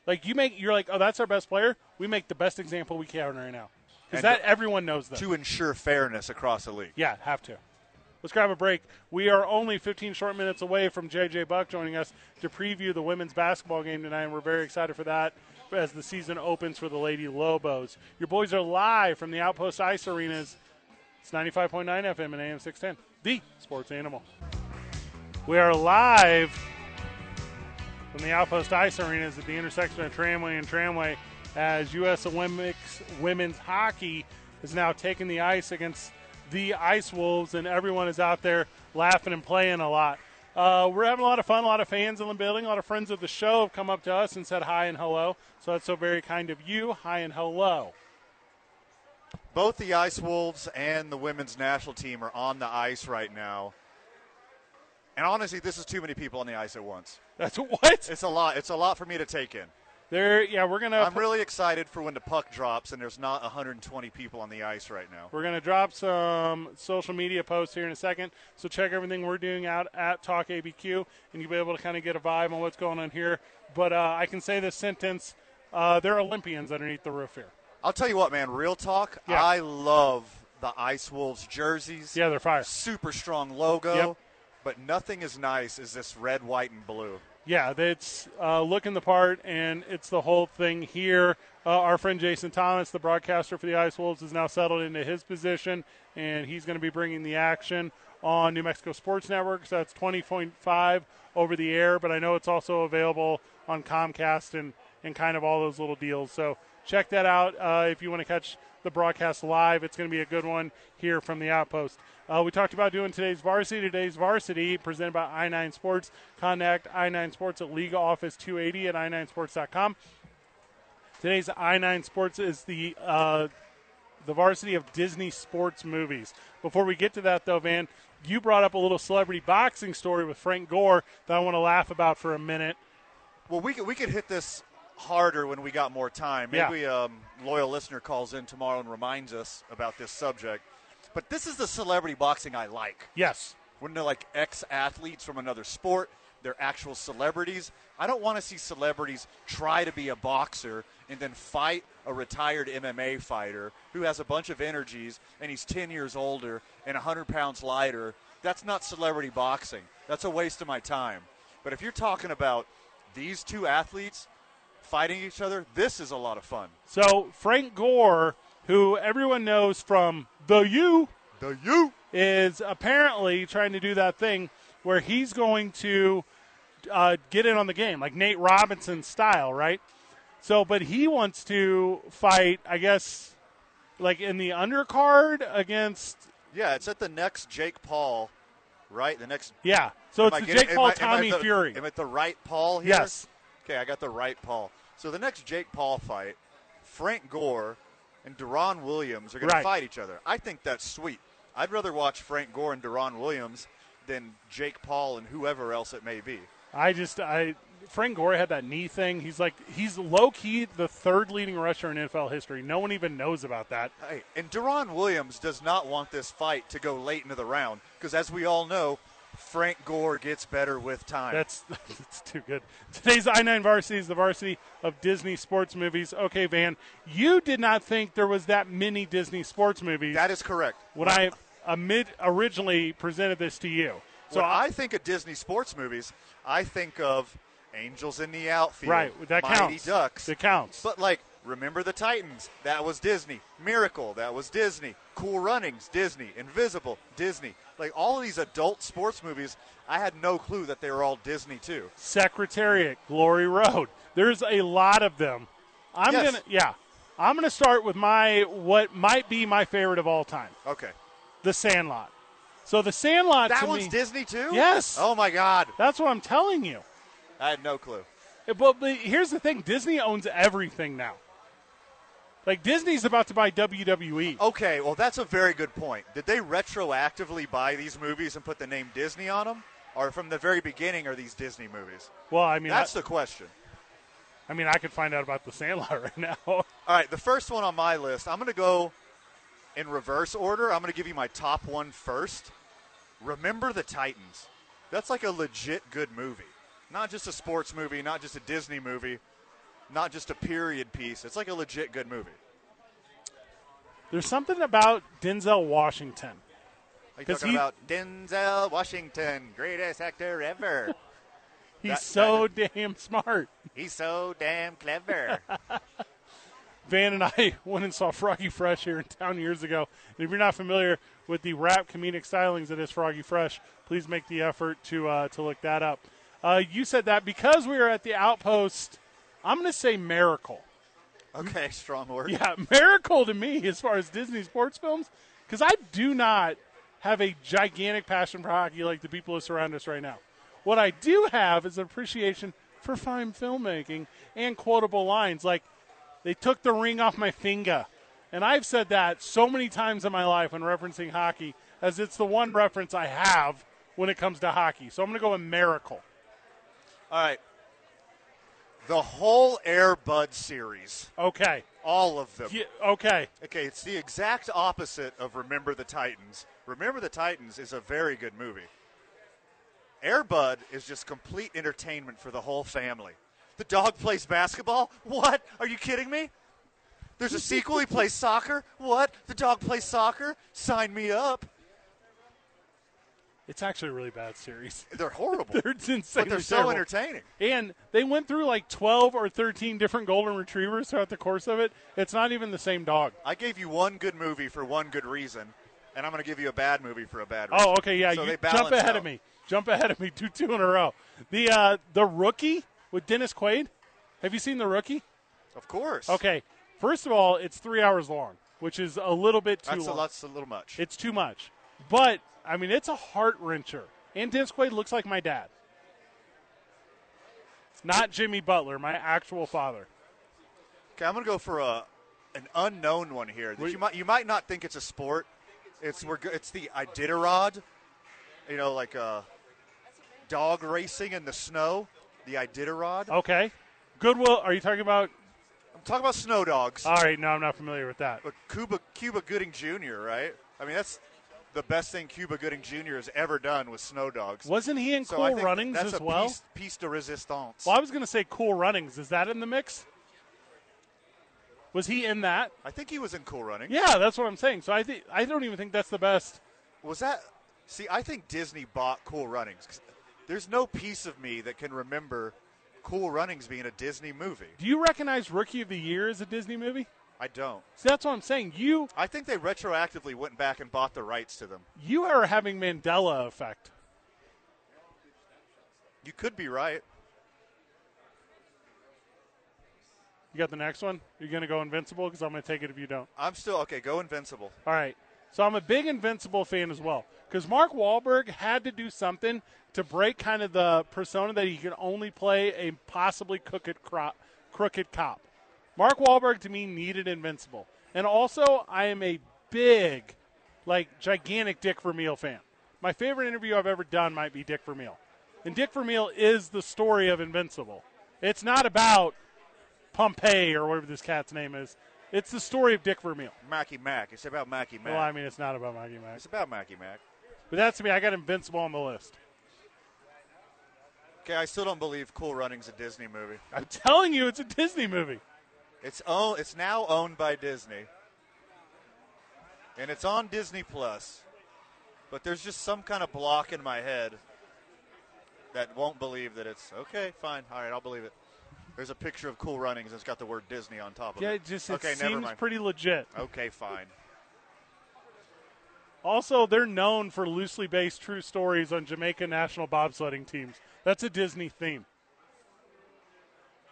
[SPEAKER 1] Like you make you're like, "Oh, that's our best player. We make the best example we can right now." Cuz
[SPEAKER 2] And
[SPEAKER 1] that everyone knows that.
[SPEAKER 2] To ensure fairness across the league.
[SPEAKER 1] Yeah, have to. Let's grab a break. We are only 15 short minutes away from JJ Buck joining us to preview the women's basketball game tonight, and we're very excited for that as the season opens for the Lady Lobos. Your boys are live from the Outpost Ice Arenas. It's 95.9 FM and AM 610, the sports animal. We are live from the Outpost Ice Arenas at the intersection of Tramway and Tramway as U.S. Olympics women's hockey is now taking the ice against the Ice Wolves, and everyone is out there laughing and playing a lot. Uh, we're having a lot of fun. A lot of fans in the building. A lot of friends of the show have come up to us and said hi and hello. So that's so very kind of you. Hi and hello.
[SPEAKER 2] Both the Ice Wolves and the women's national team are on the ice right now. And honestly, this is too many people on the ice at once.
[SPEAKER 1] That's what?
[SPEAKER 2] It's a lot. It's a lot for me to take in.
[SPEAKER 1] There. Yeah, we're gonna.
[SPEAKER 2] I'm really excited for when the puck drops and there's not 120 people on the ice right now.
[SPEAKER 1] We're going to drop some social media posts here in a second. So check everything we're doing out at Talk ABQ, and you'll be able to kind of get a vibe on what's going on here. But uh, I can say this sentence uh, there are Olympians underneath the roof here.
[SPEAKER 2] I'll tell you what, man. Real talk.
[SPEAKER 1] Yeah.
[SPEAKER 2] I love the Ice Wolves jerseys.
[SPEAKER 1] Yeah, they're fire.
[SPEAKER 2] super strong logo,
[SPEAKER 1] Yep.
[SPEAKER 2] but nothing as nice as this red, white, and blue.
[SPEAKER 1] Yeah, it's uh, looking the part, and it's the whole thing here. Uh, our friend Jason Thomas, the broadcaster for the Ice Wolves, is now settled into his position, and he's going to be bringing the action on New Mexico Sports Network. So that's 20.5 over the air, but I know it's also available on Comcast and, and kind of all those little deals. So check that out uh, if you want to catch the broadcast live. It's going to be a good one here from the Outpost. Uh, we talked about doing today's varsity. Today's varsity presented by I 9 Sports. Contact I 9 Sports at League Office 280 at i9sports.com. Today's I 9 Sports is the uh, the varsity of Disney sports movies. Before we get to that, though, Van, you brought up a little celebrity boxing story with Frank Gore that I want to laugh about for a minute.
[SPEAKER 2] Well, we could, we could hit this harder when we got more time. Maybe a um, loyal listener calls in tomorrow and reminds us about this subject. But this is the celebrity boxing I like.
[SPEAKER 1] Yes.
[SPEAKER 2] When they're like ex athletes from another sport, they're actual celebrities. I don't want to see celebrities try to be a boxer and then fight a retired MMA fighter who has a bunch of energies and he's 10 years older and 100 pounds lighter. That's not celebrity boxing. That's a waste of my time. But if you're talking about these two athletes fighting each other, this is a lot of fun.
[SPEAKER 1] So Frank Gore, who everyone knows from The U,
[SPEAKER 2] The you.
[SPEAKER 1] is apparently trying to do that thing where he's going to uh, get in on the game, like Nate Robinson style, right? So, but he wants to fight, I guess, like in the undercard against,
[SPEAKER 2] Yeah, it's at the next Jake Paul, right? The next.
[SPEAKER 1] yeah. So it's
[SPEAKER 2] Am I
[SPEAKER 1] the
[SPEAKER 2] getting-
[SPEAKER 1] Jake Paul,
[SPEAKER 2] am I- am I
[SPEAKER 1] Tommy
[SPEAKER 2] the-
[SPEAKER 1] Fury.
[SPEAKER 2] Am I the right Paul here?
[SPEAKER 1] Yes.
[SPEAKER 2] Okay, I got the right Paul. So the next Jake Paul fight, Frank Gore and Deron Williams are going
[SPEAKER 1] Right.
[SPEAKER 2] to fight each other. I think that's sweet. I'd rather watch Frank Gore and Deron Williams than Jake Paul and whoever else it may be.
[SPEAKER 1] I just I Frank Gore had that knee thing. He's like he's low key the third leading rusher in NFL history. No one even knows about that.
[SPEAKER 2] Hey, and Deron Williams does not want this fight to go late into the round because, as we all know, Frank Gore gets better with time.
[SPEAKER 1] That's that's too good. Today's I nine varsity is the varsity of Disney sports movies. Okay, Van, you did not think there was that many Disney sports movies
[SPEAKER 2] that is correct.
[SPEAKER 1] when I amid originally presented this to you. So
[SPEAKER 2] So I think of Disney sports movies, I think of Angels in the Outfield,
[SPEAKER 1] right that
[SPEAKER 2] Mighty
[SPEAKER 1] counts.
[SPEAKER 2] Ducks.
[SPEAKER 1] It counts.
[SPEAKER 2] But like, remember the Titans? That was Disney. Miracle, that was Disney. Cool Runnings, Disney. Invisible, Disney. Like all of these adult sports movies, I had no clue that they were all Disney too.
[SPEAKER 1] Secretariat, Glory Road. There's a lot of them. I'm
[SPEAKER 2] Yes.
[SPEAKER 1] gonna yeah. I'm gonna start with my what might be my favorite of all time,
[SPEAKER 2] Okay,
[SPEAKER 1] The Sandlot. So The Sandlot
[SPEAKER 2] that
[SPEAKER 1] to
[SPEAKER 2] one's
[SPEAKER 1] me,
[SPEAKER 2] Disney too.
[SPEAKER 1] Yes.
[SPEAKER 2] Oh my God,
[SPEAKER 1] that's what I'm telling you.
[SPEAKER 2] I had no clue.
[SPEAKER 1] But, but here's the thing: Disney owns everything now. Like Disney's about to buy E. WWE.
[SPEAKER 2] Okay, well that's a very good point. Did they retroactively buy these movies and put the name Disney on them, or from the very beginning are these Disney movies?
[SPEAKER 1] well, I mean, I,
[SPEAKER 2] That's the question.
[SPEAKER 1] I mean, I could find out about The Sandlot right now.
[SPEAKER 2] All right, the first one on my list, I'm going to go in reverse order. I'm going to give you my top one first. Remember the Titans. That's like a legit good movie. Not just a sports movie, not just a Disney movie, not just a period piece. It's like a legit good movie.
[SPEAKER 1] There's something about Denzel Washington.
[SPEAKER 2] Are you
[SPEAKER 1] Does
[SPEAKER 2] talking
[SPEAKER 1] he-
[SPEAKER 2] about Denzel Washington, greatest actor ever.
[SPEAKER 1] He's
[SPEAKER 2] That-
[SPEAKER 1] so damn smart.
[SPEAKER 2] He's so damn clever.
[SPEAKER 1] Van and I went and saw Froggy Fresh here in town years ago. And if you're not familiar with the rap comedic stylings that is Froggy Fresh, please make the effort to uh, to look that up. Uh, you said that because we were at the outpost. I'm going to say Miracle.
[SPEAKER 2] okay, strong word.
[SPEAKER 1] Yeah, Miracle to me as far as Disney sports films, because I do not have a gigantic passion for hockey like the people who surround us right now. What I do have is an appreciation for fine filmmaking and quotable lines like, they took the ring off my finger. And I've said that so many times in my life when referencing hockey, as it's the one reference I have when it comes to hockey. So I'm going to go with Miracle.
[SPEAKER 2] All right. The whole Air Bud series,
[SPEAKER 1] Okay.
[SPEAKER 2] all of them.
[SPEAKER 1] Yeah, okay.
[SPEAKER 2] Okay, it's the exact opposite of Remember the Titans. Remember the Titans is a very good movie. Airbud is just complete entertainment for the whole family. The dog plays basketball? What? Are you kidding me? There's a sequel, he plays soccer? What? The dog plays soccer? Sign me up.
[SPEAKER 1] It's actually a really bad series.
[SPEAKER 2] They're horrible.
[SPEAKER 1] They're insanely
[SPEAKER 2] but they're so
[SPEAKER 1] terrible.
[SPEAKER 2] entertaining.
[SPEAKER 1] And they went through like 12 or 13 different golden retrievers throughout the course of it. It's not even the same dog.
[SPEAKER 2] I gave you one good movie for one good reason, and I'm going to give you a bad movie for a bad reason.
[SPEAKER 1] Oh, okay, yeah,
[SPEAKER 2] So
[SPEAKER 1] you
[SPEAKER 2] they balance
[SPEAKER 1] jump ahead
[SPEAKER 2] out.
[SPEAKER 1] of me. Jump ahead of me. Do two in a row. The uh, the rookie with Dennis Quaid. Have you seen the rookie?
[SPEAKER 2] Of course.
[SPEAKER 1] Okay. First of all, it's three hours long, which is a little bit too
[SPEAKER 2] That's a,
[SPEAKER 1] long.
[SPEAKER 2] that's a little much.
[SPEAKER 1] It's too much. But I mean, it's a heart wrencher. And Dinsquade looks like my dad, not Jimmy Butler, my actual father.
[SPEAKER 2] Okay, I'm gonna go for a an unknown one here. That you might you might not think it's a sport. It's we're go- it's the Iditarod, you know, like uh, dog racing in the snow. The Iditarod.
[SPEAKER 1] Okay, Goodwill. Are you talking about?
[SPEAKER 2] I'm talking about snow dogs.
[SPEAKER 1] All right, no, I'm not familiar with that.
[SPEAKER 2] But Cuba Cuba Gooding Jr. Right? I mean, that's the best thing Cuba Gooding Jr. has ever done with snow dogs.
[SPEAKER 1] Wasn't he in
[SPEAKER 2] so I
[SPEAKER 1] Cool
[SPEAKER 2] think
[SPEAKER 1] Runnings
[SPEAKER 2] that's
[SPEAKER 1] as
[SPEAKER 2] a
[SPEAKER 1] well?
[SPEAKER 2] Piece, piece de resistance.
[SPEAKER 1] Well, I was going to say Cool Runnings. Is that in the mix? Was he in that?
[SPEAKER 2] I think he was in Cool Running.
[SPEAKER 1] Yeah, that's what I'm saying. So I think I don't even think that's the best.
[SPEAKER 2] Was that? See, I think Disney bought Cool Runnings. 'Cause There's no piece of me that can remember Cool Runnings being a Disney movie.
[SPEAKER 1] Do you recognize Rookie of the Year as a Disney movie?
[SPEAKER 2] I don't.
[SPEAKER 1] So that's what I'm saying. You
[SPEAKER 2] I think they retroactively went back and bought the rights to them.
[SPEAKER 1] you are having Mandela effect.
[SPEAKER 2] You could be right.
[SPEAKER 1] You got the next one. You're going to go invincible because I'm going to take it if you don't.
[SPEAKER 2] I'm still okay. Go Invincible.
[SPEAKER 1] All right. So I'm a big Invincible fan as well because Mark Wahlberg had to do something to break kind of the persona that he could only play a possibly crooked, cro- crooked cop. Mark Wahlberg to me needed Invincible, and also I am a big, like gigantic Dick Vermeil fan. My favorite interview I've ever done might be Dick Vermeil, and Dick Vermeil is the story of Invincible. It's not about Pompeii or whatever this cat's name is. It's the story of Dick Vermeil.
[SPEAKER 2] Mackie Mac. It's about Mackie Mac.
[SPEAKER 1] Well, I mean, it's not about Maggie Max.
[SPEAKER 2] it's about Mackie Mac.
[SPEAKER 1] But that's to me, I got Invincible on the list.
[SPEAKER 2] Okay, I still don't believe Cool Runnings a Disney movie.
[SPEAKER 1] I'm telling you, it's a Disney movie.
[SPEAKER 2] It's own, It's now owned by Disney, and it's on Disney Plus. But there's just some kind of block in my head that won't believe that it's okay. Fine, all right, I'll believe it. There's a picture of Cool Runnings, and it's got the word Disney on top of
[SPEAKER 1] Yeah,
[SPEAKER 2] it.
[SPEAKER 1] it just it
[SPEAKER 2] okay, never
[SPEAKER 1] seems
[SPEAKER 2] mind.
[SPEAKER 1] pretty legit.
[SPEAKER 2] okay, fine.
[SPEAKER 1] Also, they're known for loosely based true stories on Jamaica national bobsledding teams. That's a Disney theme.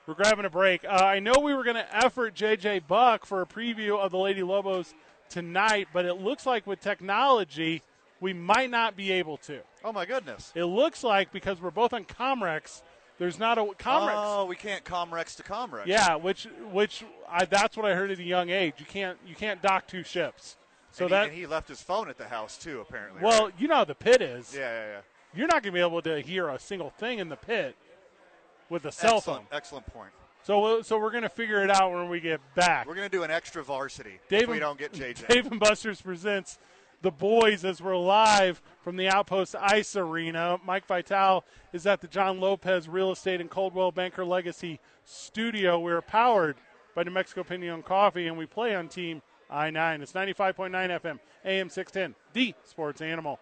[SPEAKER 1] We're grabbing a break. Uh, I know we were going to effort JJ Buck for a preview of the Lady Lobos tonight, but it looks like with technology, we might not be able to.
[SPEAKER 2] Oh my goodness.
[SPEAKER 1] It looks like because we're both on Comrex, there's not a Comrex.
[SPEAKER 2] Oh, we can't Comrex to Comrex.
[SPEAKER 1] Yeah, which which I, that's what I heard at a young age. You can't you can't dock two ships. So
[SPEAKER 2] and he,
[SPEAKER 1] that
[SPEAKER 2] and he left his phone at the house too, apparently.
[SPEAKER 1] well,
[SPEAKER 2] right?
[SPEAKER 1] you know how the pit is.
[SPEAKER 2] yeah, yeah, yeah.
[SPEAKER 1] You're not going to be able to hear a single thing in the pit with a cell phone.
[SPEAKER 2] excellent, excellent point.
[SPEAKER 1] So we'll- so we're going to figure it out when we get back.
[SPEAKER 2] We're gonna do an extra varsity
[SPEAKER 1] Dave
[SPEAKER 2] if we
[SPEAKER 1] and-
[SPEAKER 2] don't get JJ.
[SPEAKER 1] Dave and Buster's presents the boys as we're live from the Outpost Ice Arena. Mike Vital is at the John Lopez Real Estate and Coldwell Banker Legacy Studio. We're powered by New Mexico Pinion Coffee, and we play on Team I 9. It's 95.9 FM, AM 610, the sports animal.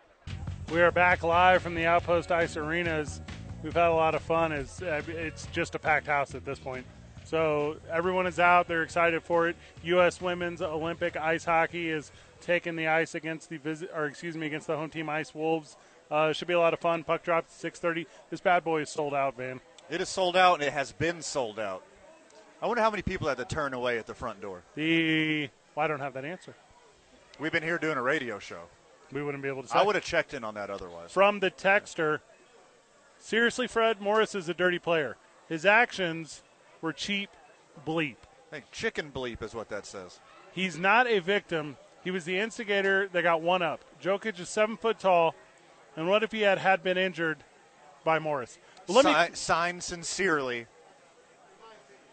[SPEAKER 1] We are back live from the Outpost Ice Arenas. We've had a lot of fun. It's, uh, it's just a packed house at this point. So everyone is out. They're excited for it. U.S. Women's Olympic Ice Hockey is taking the ice against the visit, or excuse me, against the home team Ice Wolves. Uh, should be a lot of fun. Puck drop at 6:30. This bad boy is sold out, man.
[SPEAKER 2] It is sold out, and it has been sold out. I wonder how many people had to turn away at the front door.
[SPEAKER 1] The well, I don't have that answer.
[SPEAKER 2] We've been here doing a radio show.
[SPEAKER 1] We wouldn't be able to. Say.
[SPEAKER 2] I would have checked in on that otherwise.
[SPEAKER 1] from the texter. Seriously, Fred Morris is a dirty player. His actions were cheap bleep.
[SPEAKER 2] Hey, chicken bleep is what that says.
[SPEAKER 1] He's not a victim. He was the instigator that got one up. Jokic is seven foot tall, and what if he had had been injured by Morris? Well, let me,
[SPEAKER 2] Si- signed sincerely,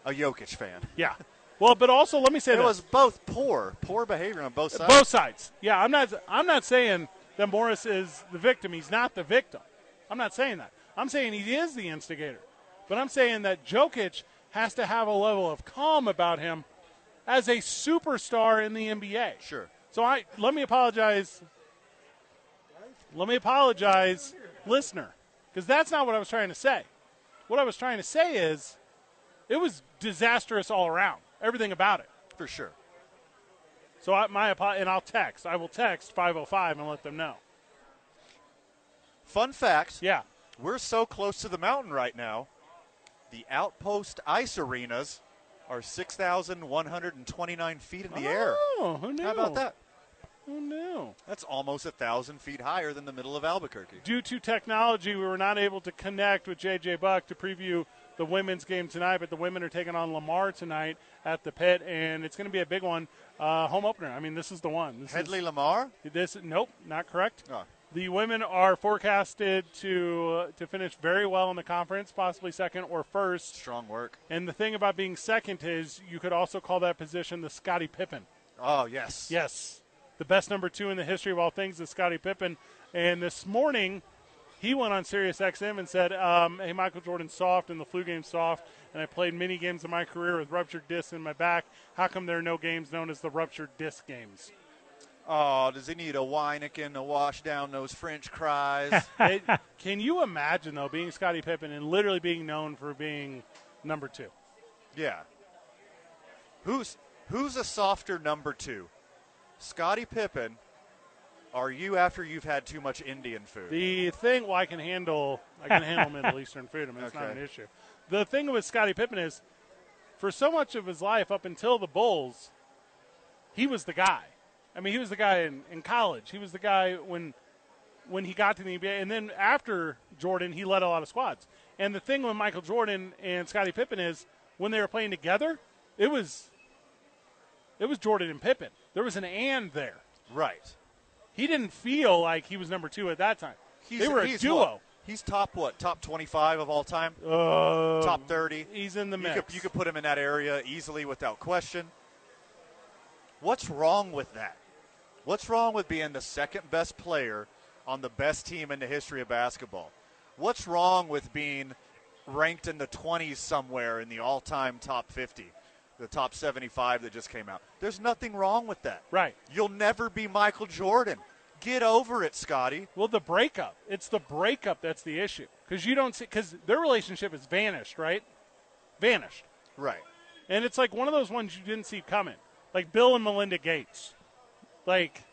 [SPEAKER 2] a Jokic fan.
[SPEAKER 1] yeah. Well, but also let me say
[SPEAKER 2] It
[SPEAKER 1] this.
[SPEAKER 2] was both poor, poor behavior on both sides.
[SPEAKER 1] both sides. Yeah, I'm not. I'm not saying that Morris is the victim. He's not the victim. I'm not saying that. I'm saying he is the instigator. But I'm saying that Jokic has to have a level of calm about him as a superstar in the NBA.
[SPEAKER 2] Sure.
[SPEAKER 1] So I let me apologize. Let me apologize, listener, because that's not what I was trying to say. What I was trying to say is, it was disastrous all around. Everything about it.
[SPEAKER 2] for sure.
[SPEAKER 1] So I, my apo- and I'll text. I will text 505 and let them know.
[SPEAKER 2] Fun fact:
[SPEAKER 1] Yeah.
[SPEAKER 2] We're so close to the mountain right now. The outpost ice arenas are 6,129 feet in the air.
[SPEAKER 1] Oh, who knew?
[SPEAKER 2] How about that?
[SPEAKER 1] Oh, no.
[SPEAKER 2] That's almost a thousand feet higher than the middle of Albuquerque.
[SPEAKER 1] Due to technology, we were not able to connect with JJ Buck to preview the women's game tonight, but the women are taking on Lamar tonight at the pit, and it's going to be a big one. Uh, home opener. I mean, this is the one. This
[SPEAKER 2] Headley Lamar?
[SPEAKER 1] Is, this nope, not correct.
[SPEAKER 2] Oh.
[SPEAKER 1] The women are forecasted to uh, to finish very well in the conference, possibly second or first.
[SPEAKER 2] Strong work.
[SPEAKER 1] And the thing about being second is you could also call that position the Scottie Pippen.
[SPEAKER 2] Oh, yes.
[SPEAKER 1] Yes, the best number two in the history of all things is Scottie Pippen. And this morning, he went on SiriusXM and said, um, "Hey, Michael Jordan, soft and the flu game soft, and I played many games in my career with ruptured disc in my back. How come there are no games known as the ruptured disc games?
[SPEAKER 2] Oh, does he need a Weineken to wash down those French cries?
[SPEAKER 1] It- can you imagine though being Scottie Pippen and literally being known for being number two?
[SPEAKER 2] yeah. Who's who's a softer number two? Scottie Pippen. Are you after you've had too much Indian food?
[SPEAKER 1] The thing, well, I can handle, I can handle Middle Eastern food. I mean, it's not
[SPEAKER 2] Okay.
[SPEAKER 1] an issue. The thing with Scottie Pippen is, for so much of his life up until the Bulls, he was the guy. I mean, he was the guy in, in college. He was the guy when when he got to the NBA, and then after Jordan, he led a lot of squads. And the thing with Michael Jordan and Scottie Pippen is, when they were playing together, it was it was Jordan and Pippen. There was an and there.
[SPEAKER 2] right.
[SPEAKER 1] He didn't feel like he was number two at that time.
[SPEAKER 2] He's,
[SPEAKER 1] they were a
[SPEAKER 2] he's
[SPEAKER 1] duo.
[SPEAKER 2] what? He's top what? Top 25 of all time?
[SPEAKER 1] Uh,
[SPEAKER 2] top 30?
[SPEAKER 1] He's in the
[SPEAKER 2] You
[SPEAKER 1] mix.
[SPEAKER 2] could, you could put him in that area easily without question. What's wrong with that? What's wrong with being the second best player on the best team in the history of basketball? What's wrong with being ranked in the 20s somewhere in the all time top 50, the top 75 that just came out? There's nothing wrong with that.
[SPEAKER 1] Right.
[SPEAKER 2] You'll never be Michael Jordan. Get over it, Scotty.
[SPEAKER 1] well, the breakup. It's the breakup that's the issue because you don't see because their relationship has vanished, right? Vanished,
[SPEAKER 2] Right.
[SPEAKER 1] and it's like one of those ones you didn't see coming, like Bill and Melinda Gates. Like,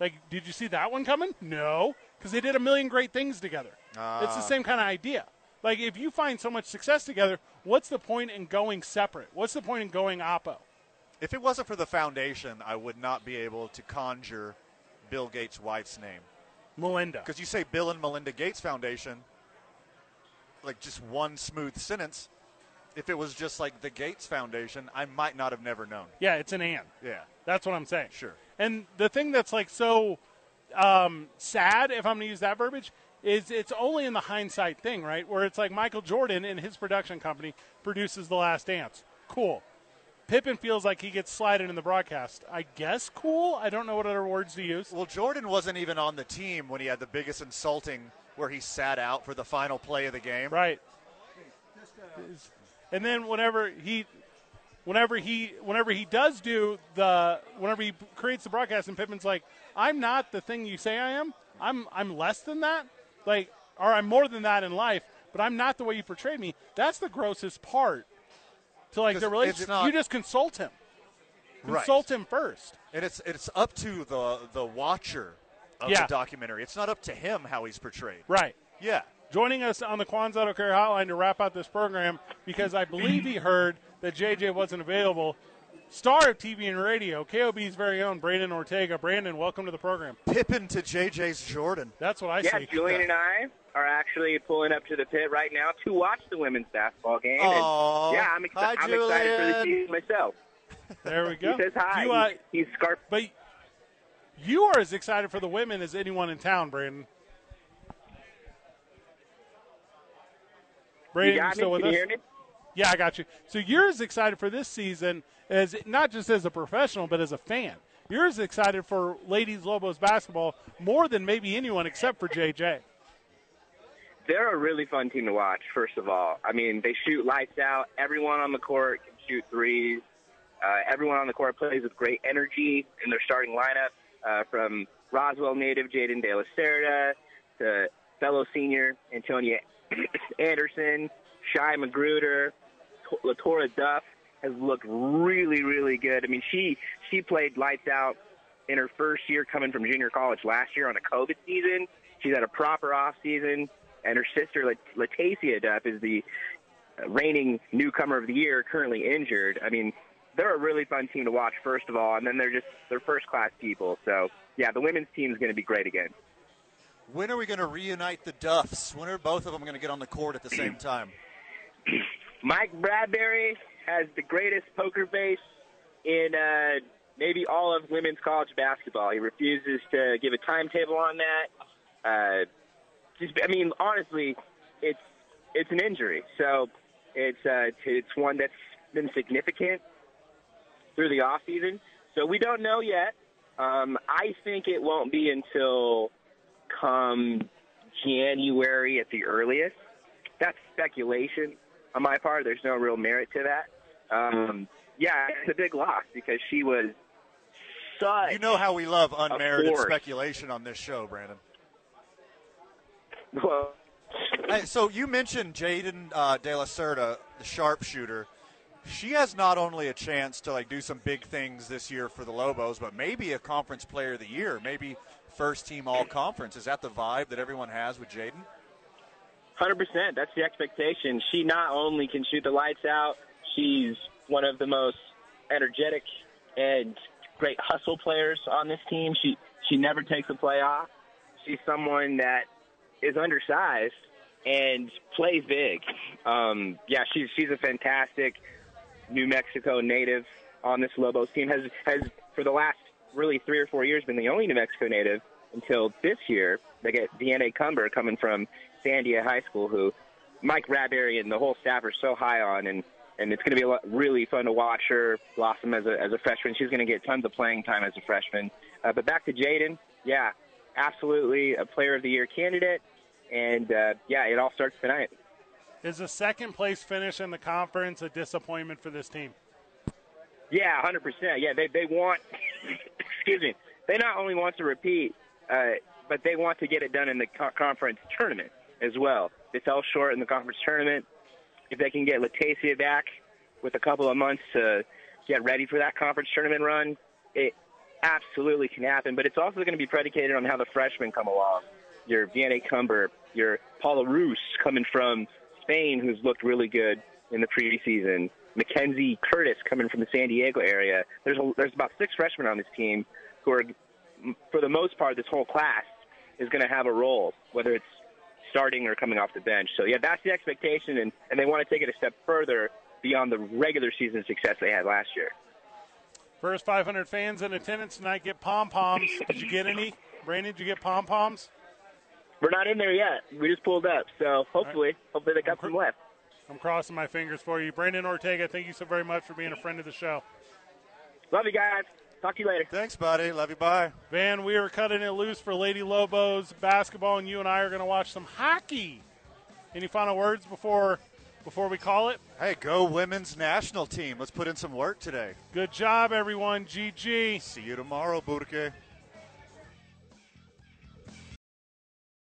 [SPEAKER 1] like, did you see that one coming? No, because they did a million great things together. it's
[SPEAKER 2] Ah.
[SPEAKER 1] the same kind of idea. Like, if you find so much success together, what's the point in going separate? What's the point in going oppo?
[SPEAKER 2] If it wasn't for the foundation, I would not be able to conjure Bill Gates' wife's name.
[SPEAKER 1] Melinda.
[SPEAKER 2] Because you say Bill and Melinda Gates Foundation, like just one smooth sentence. If it was just like the Gates Foundation, I might not have never known.
[SPEAKER 1] Yeah, it's an and.
[SPEAKER 2] Yeah.
[SPEAKER 1] That's what I'm saying.
[SPEAKER 2] Sure.
[SPEAKER 1] And the thing that's like so um, sad, if I'm going to use that verbiage, is it's only in the hindsight thing, right? Where it's like Michael Jordan and his production company produces The Last Dance. Cool. Pippen feels like he gets slided in the broadcast. I guess cool. I don't know what other words to use.
[SPEAKER 2] Well, Jordan wasn't even on the team when he had the biggest insulting where he sat out for the final play of the game.
[SPEAKER 1] Right. And then whenever he, whenever he, whenever he does do the, whenever he creates the broadcast, and Pittman's like, "I'm not the thing you say I am. I'm I'm less than that. Like, or I'm more than that in life, but I'm not the way you portrayed me." That's the grossest part. To like
[SPEAKER 2] 'Cause
[SPEAKER 1] the
[SPEAKER 2] it's
[SPEAKER 1] relationship,
[SPEAKER 2] not-
[SPEAKER 1] you just consult him.
[SPEAKER 2] Right.
[SPEAKER 1] Consult him first.
[SPEAKER 2] And it's it's up to the the watcher of
[SPEAKER 1] Yeah.
[SPEAKER 2] the documentary. It's not up to him how he's portrayed.
[SPEAKER 1] Right.
[SPEAKER 2] Yeah.
[SPEAKER 1] joining us on the Kwanzaa Auto Care Hotline to wrap out this program because I believe he heard that JJ wasn't available. Star of TV and radio, KOB's very own Brandon Ortega. Brandon, welcome to the program.
[SPEAKER 2] Pippin to JJ's Jordan.
[SPEAKER 1] That's what I
[SPEAKER 9] Yeah,
[SPEAKER 1] see.
[SPEAKER 9] Julian and I are actually pulling up to the pit right now to watch the women's basketball game. and
[SPEAKER 2] Aw.
[SPEAKER 9] yeah, I'm, exci-
[SPEAKER 2] Hi,
[SPEAKER 9] I'm excited for the
[SPEAKER 2] Julian.
[SPEAKER 9] season myself.
[SPEAKER 1] There we go.
[SPEAKER 9] He says hi.
[SPEAKER 1] You, uh,
[SPEAKER 9] he's, he's scarf.
[SPEAKER 1] but you are as excited for the women as anyone in town, Brandon. Brandon,
[SPEAKER 9] You got me?
[SPEAKER 1] still with
[SPEAKER 9] Can you
[SPEAKER 1] us?
[SPEAKER 9] hear me?
[SPEAKER 1] Yeah, I got you. So you're as excited for this season as not just as a professional, but as a fan. You're as excited for ladies Lobos basketball more than maybe anyone except for JJ.
[SPEAKER 9] They're a really fun team to watch, first of all. I mean, they shoot lights out. Everyone on the court can shoot threes. Uh, everyone on the court plays with great energy in their starting lineup, uh, from Roswell native Jaden De La Cerda to fellow senior Antonia Anderson, Shy Magruder, T- Latora Duff has looked really, really good. I mean, she she played lights out in her first year coming from junior college last year on a COVID season. She's had a proper off season, and her sister Lat- Latasia Duff is the reigning newcomer of the year, currently injured. I mean,
[SPEAKER 8] they're a really fun team to watch, first of all, and then they're just they're first class people. So yeah, the women's team is going to be great again.
[SPEAKER 2] When are we going to reunite the Duffs? When are both of them going to get on the court at the same time?
[SPEAKER 8] Mike Bradbury has the greatest poker face in uh, maybe all of women's college basketball. He refuses to give a timetable on that. Uh, just, I mean, honestly, it's it's an injury, so it's uh, it's- it's one that's been significant through the off season. So we don't know yet. Um, I think it won't be until come January at the earliest. That's speculation on my part. There's no real merit to that. Um, yeah, it's a big loss because she was such.
[SPEAKER 2] You know how we love unmerited
[SPEAKER 8] course.
[SPEAKER 2] speculation on this show, Brandon.
[SPEAKER 8] well,
[SPEAKER 2] Hey, so you mentioned Jaden uh, De La Serta, the sharpshooter. She has not only a chance to like do some big things this year for the Lobos, but maybe a conference player of the year, maybe first team all conference. Is that the vibe that everyone has with Jaden?
[SPEAKER 8] Hundred percent. That's the expectation. She not only can shoot the lights out, she's one of the most energetic and great hustle players on this team. She she never takes a play off. She's someone that is undersized and plays big. Um, yeah, she's she's a fantastic New Mexico native on this Lobos team. Has has for the last really three or four years been the only New Mexico native until this year. They get Deanna Cumber coming from Sandia High School, who Mike Radberry and the whole staff are so high on, and and it's going to be a lot, really fun to watch her blossom as a as a freshman. She's going to get tons of playing time as a freshman. Uh, but back to Jaden, yeah, absolutely a Player of the Year candidate, and uh, yeah, it all starts tonight.
[SPEAKER 1] Is a second place finish in the conference a disappointment for this team?
[SPEAKER 8] Yeah, hundred percent. Yeah, they they want. excuse me. They not only want to repeat, uh, but they want to get it done in the co- conference tournament as well. They fell short in the conference tournament. If they can get Latasia back with a couple of months to get ready for that conference tournament run, it absolutely can happen. But it's also going to be predicated on how the freshmen come along. Your Vienna Cumber, your Paula Roos coming from Spain, who's looked really good in the preseason. Mackenzie Curtis coming from the San Diego area. There's a, there's about six freshmen on this team who are, m- for the most part, this whole class is going to have a role, whether it's starting or coming off the bench. So yeah, that's the expectation, and, and they want to take it a step further beyond the regular season success they had last year.
[SPEAKER 1] First 500 fans in attendance tonight get pom poms. Did you get any? Brandon, did you get pom poms?
[SPEAKER 8] We're not in there yet. We just pulled up, so hopefully, hopefully they got some left.
[SPEAKER 1] I'm crossing my fingers for you. Brandon Ortega, thank you so very much for being a friend of the show.
[SPEAKER 8] Love you guys. Talk to you later.
[SPEAKER 2] Thanks, buddy. Love you. Bye.
[SPEAKER 1] Van, we are cutting it loose for Lady Lobos basketball, and you and I are going to watch some hockey. Any final words before before we call it?
[SPEAKER 2] Hey, go women's national team. Let's put in some work today.
[SPEAKER 1] Good job, everyone. GG.
[SPEAKER 2] See you tomorrow, Burke.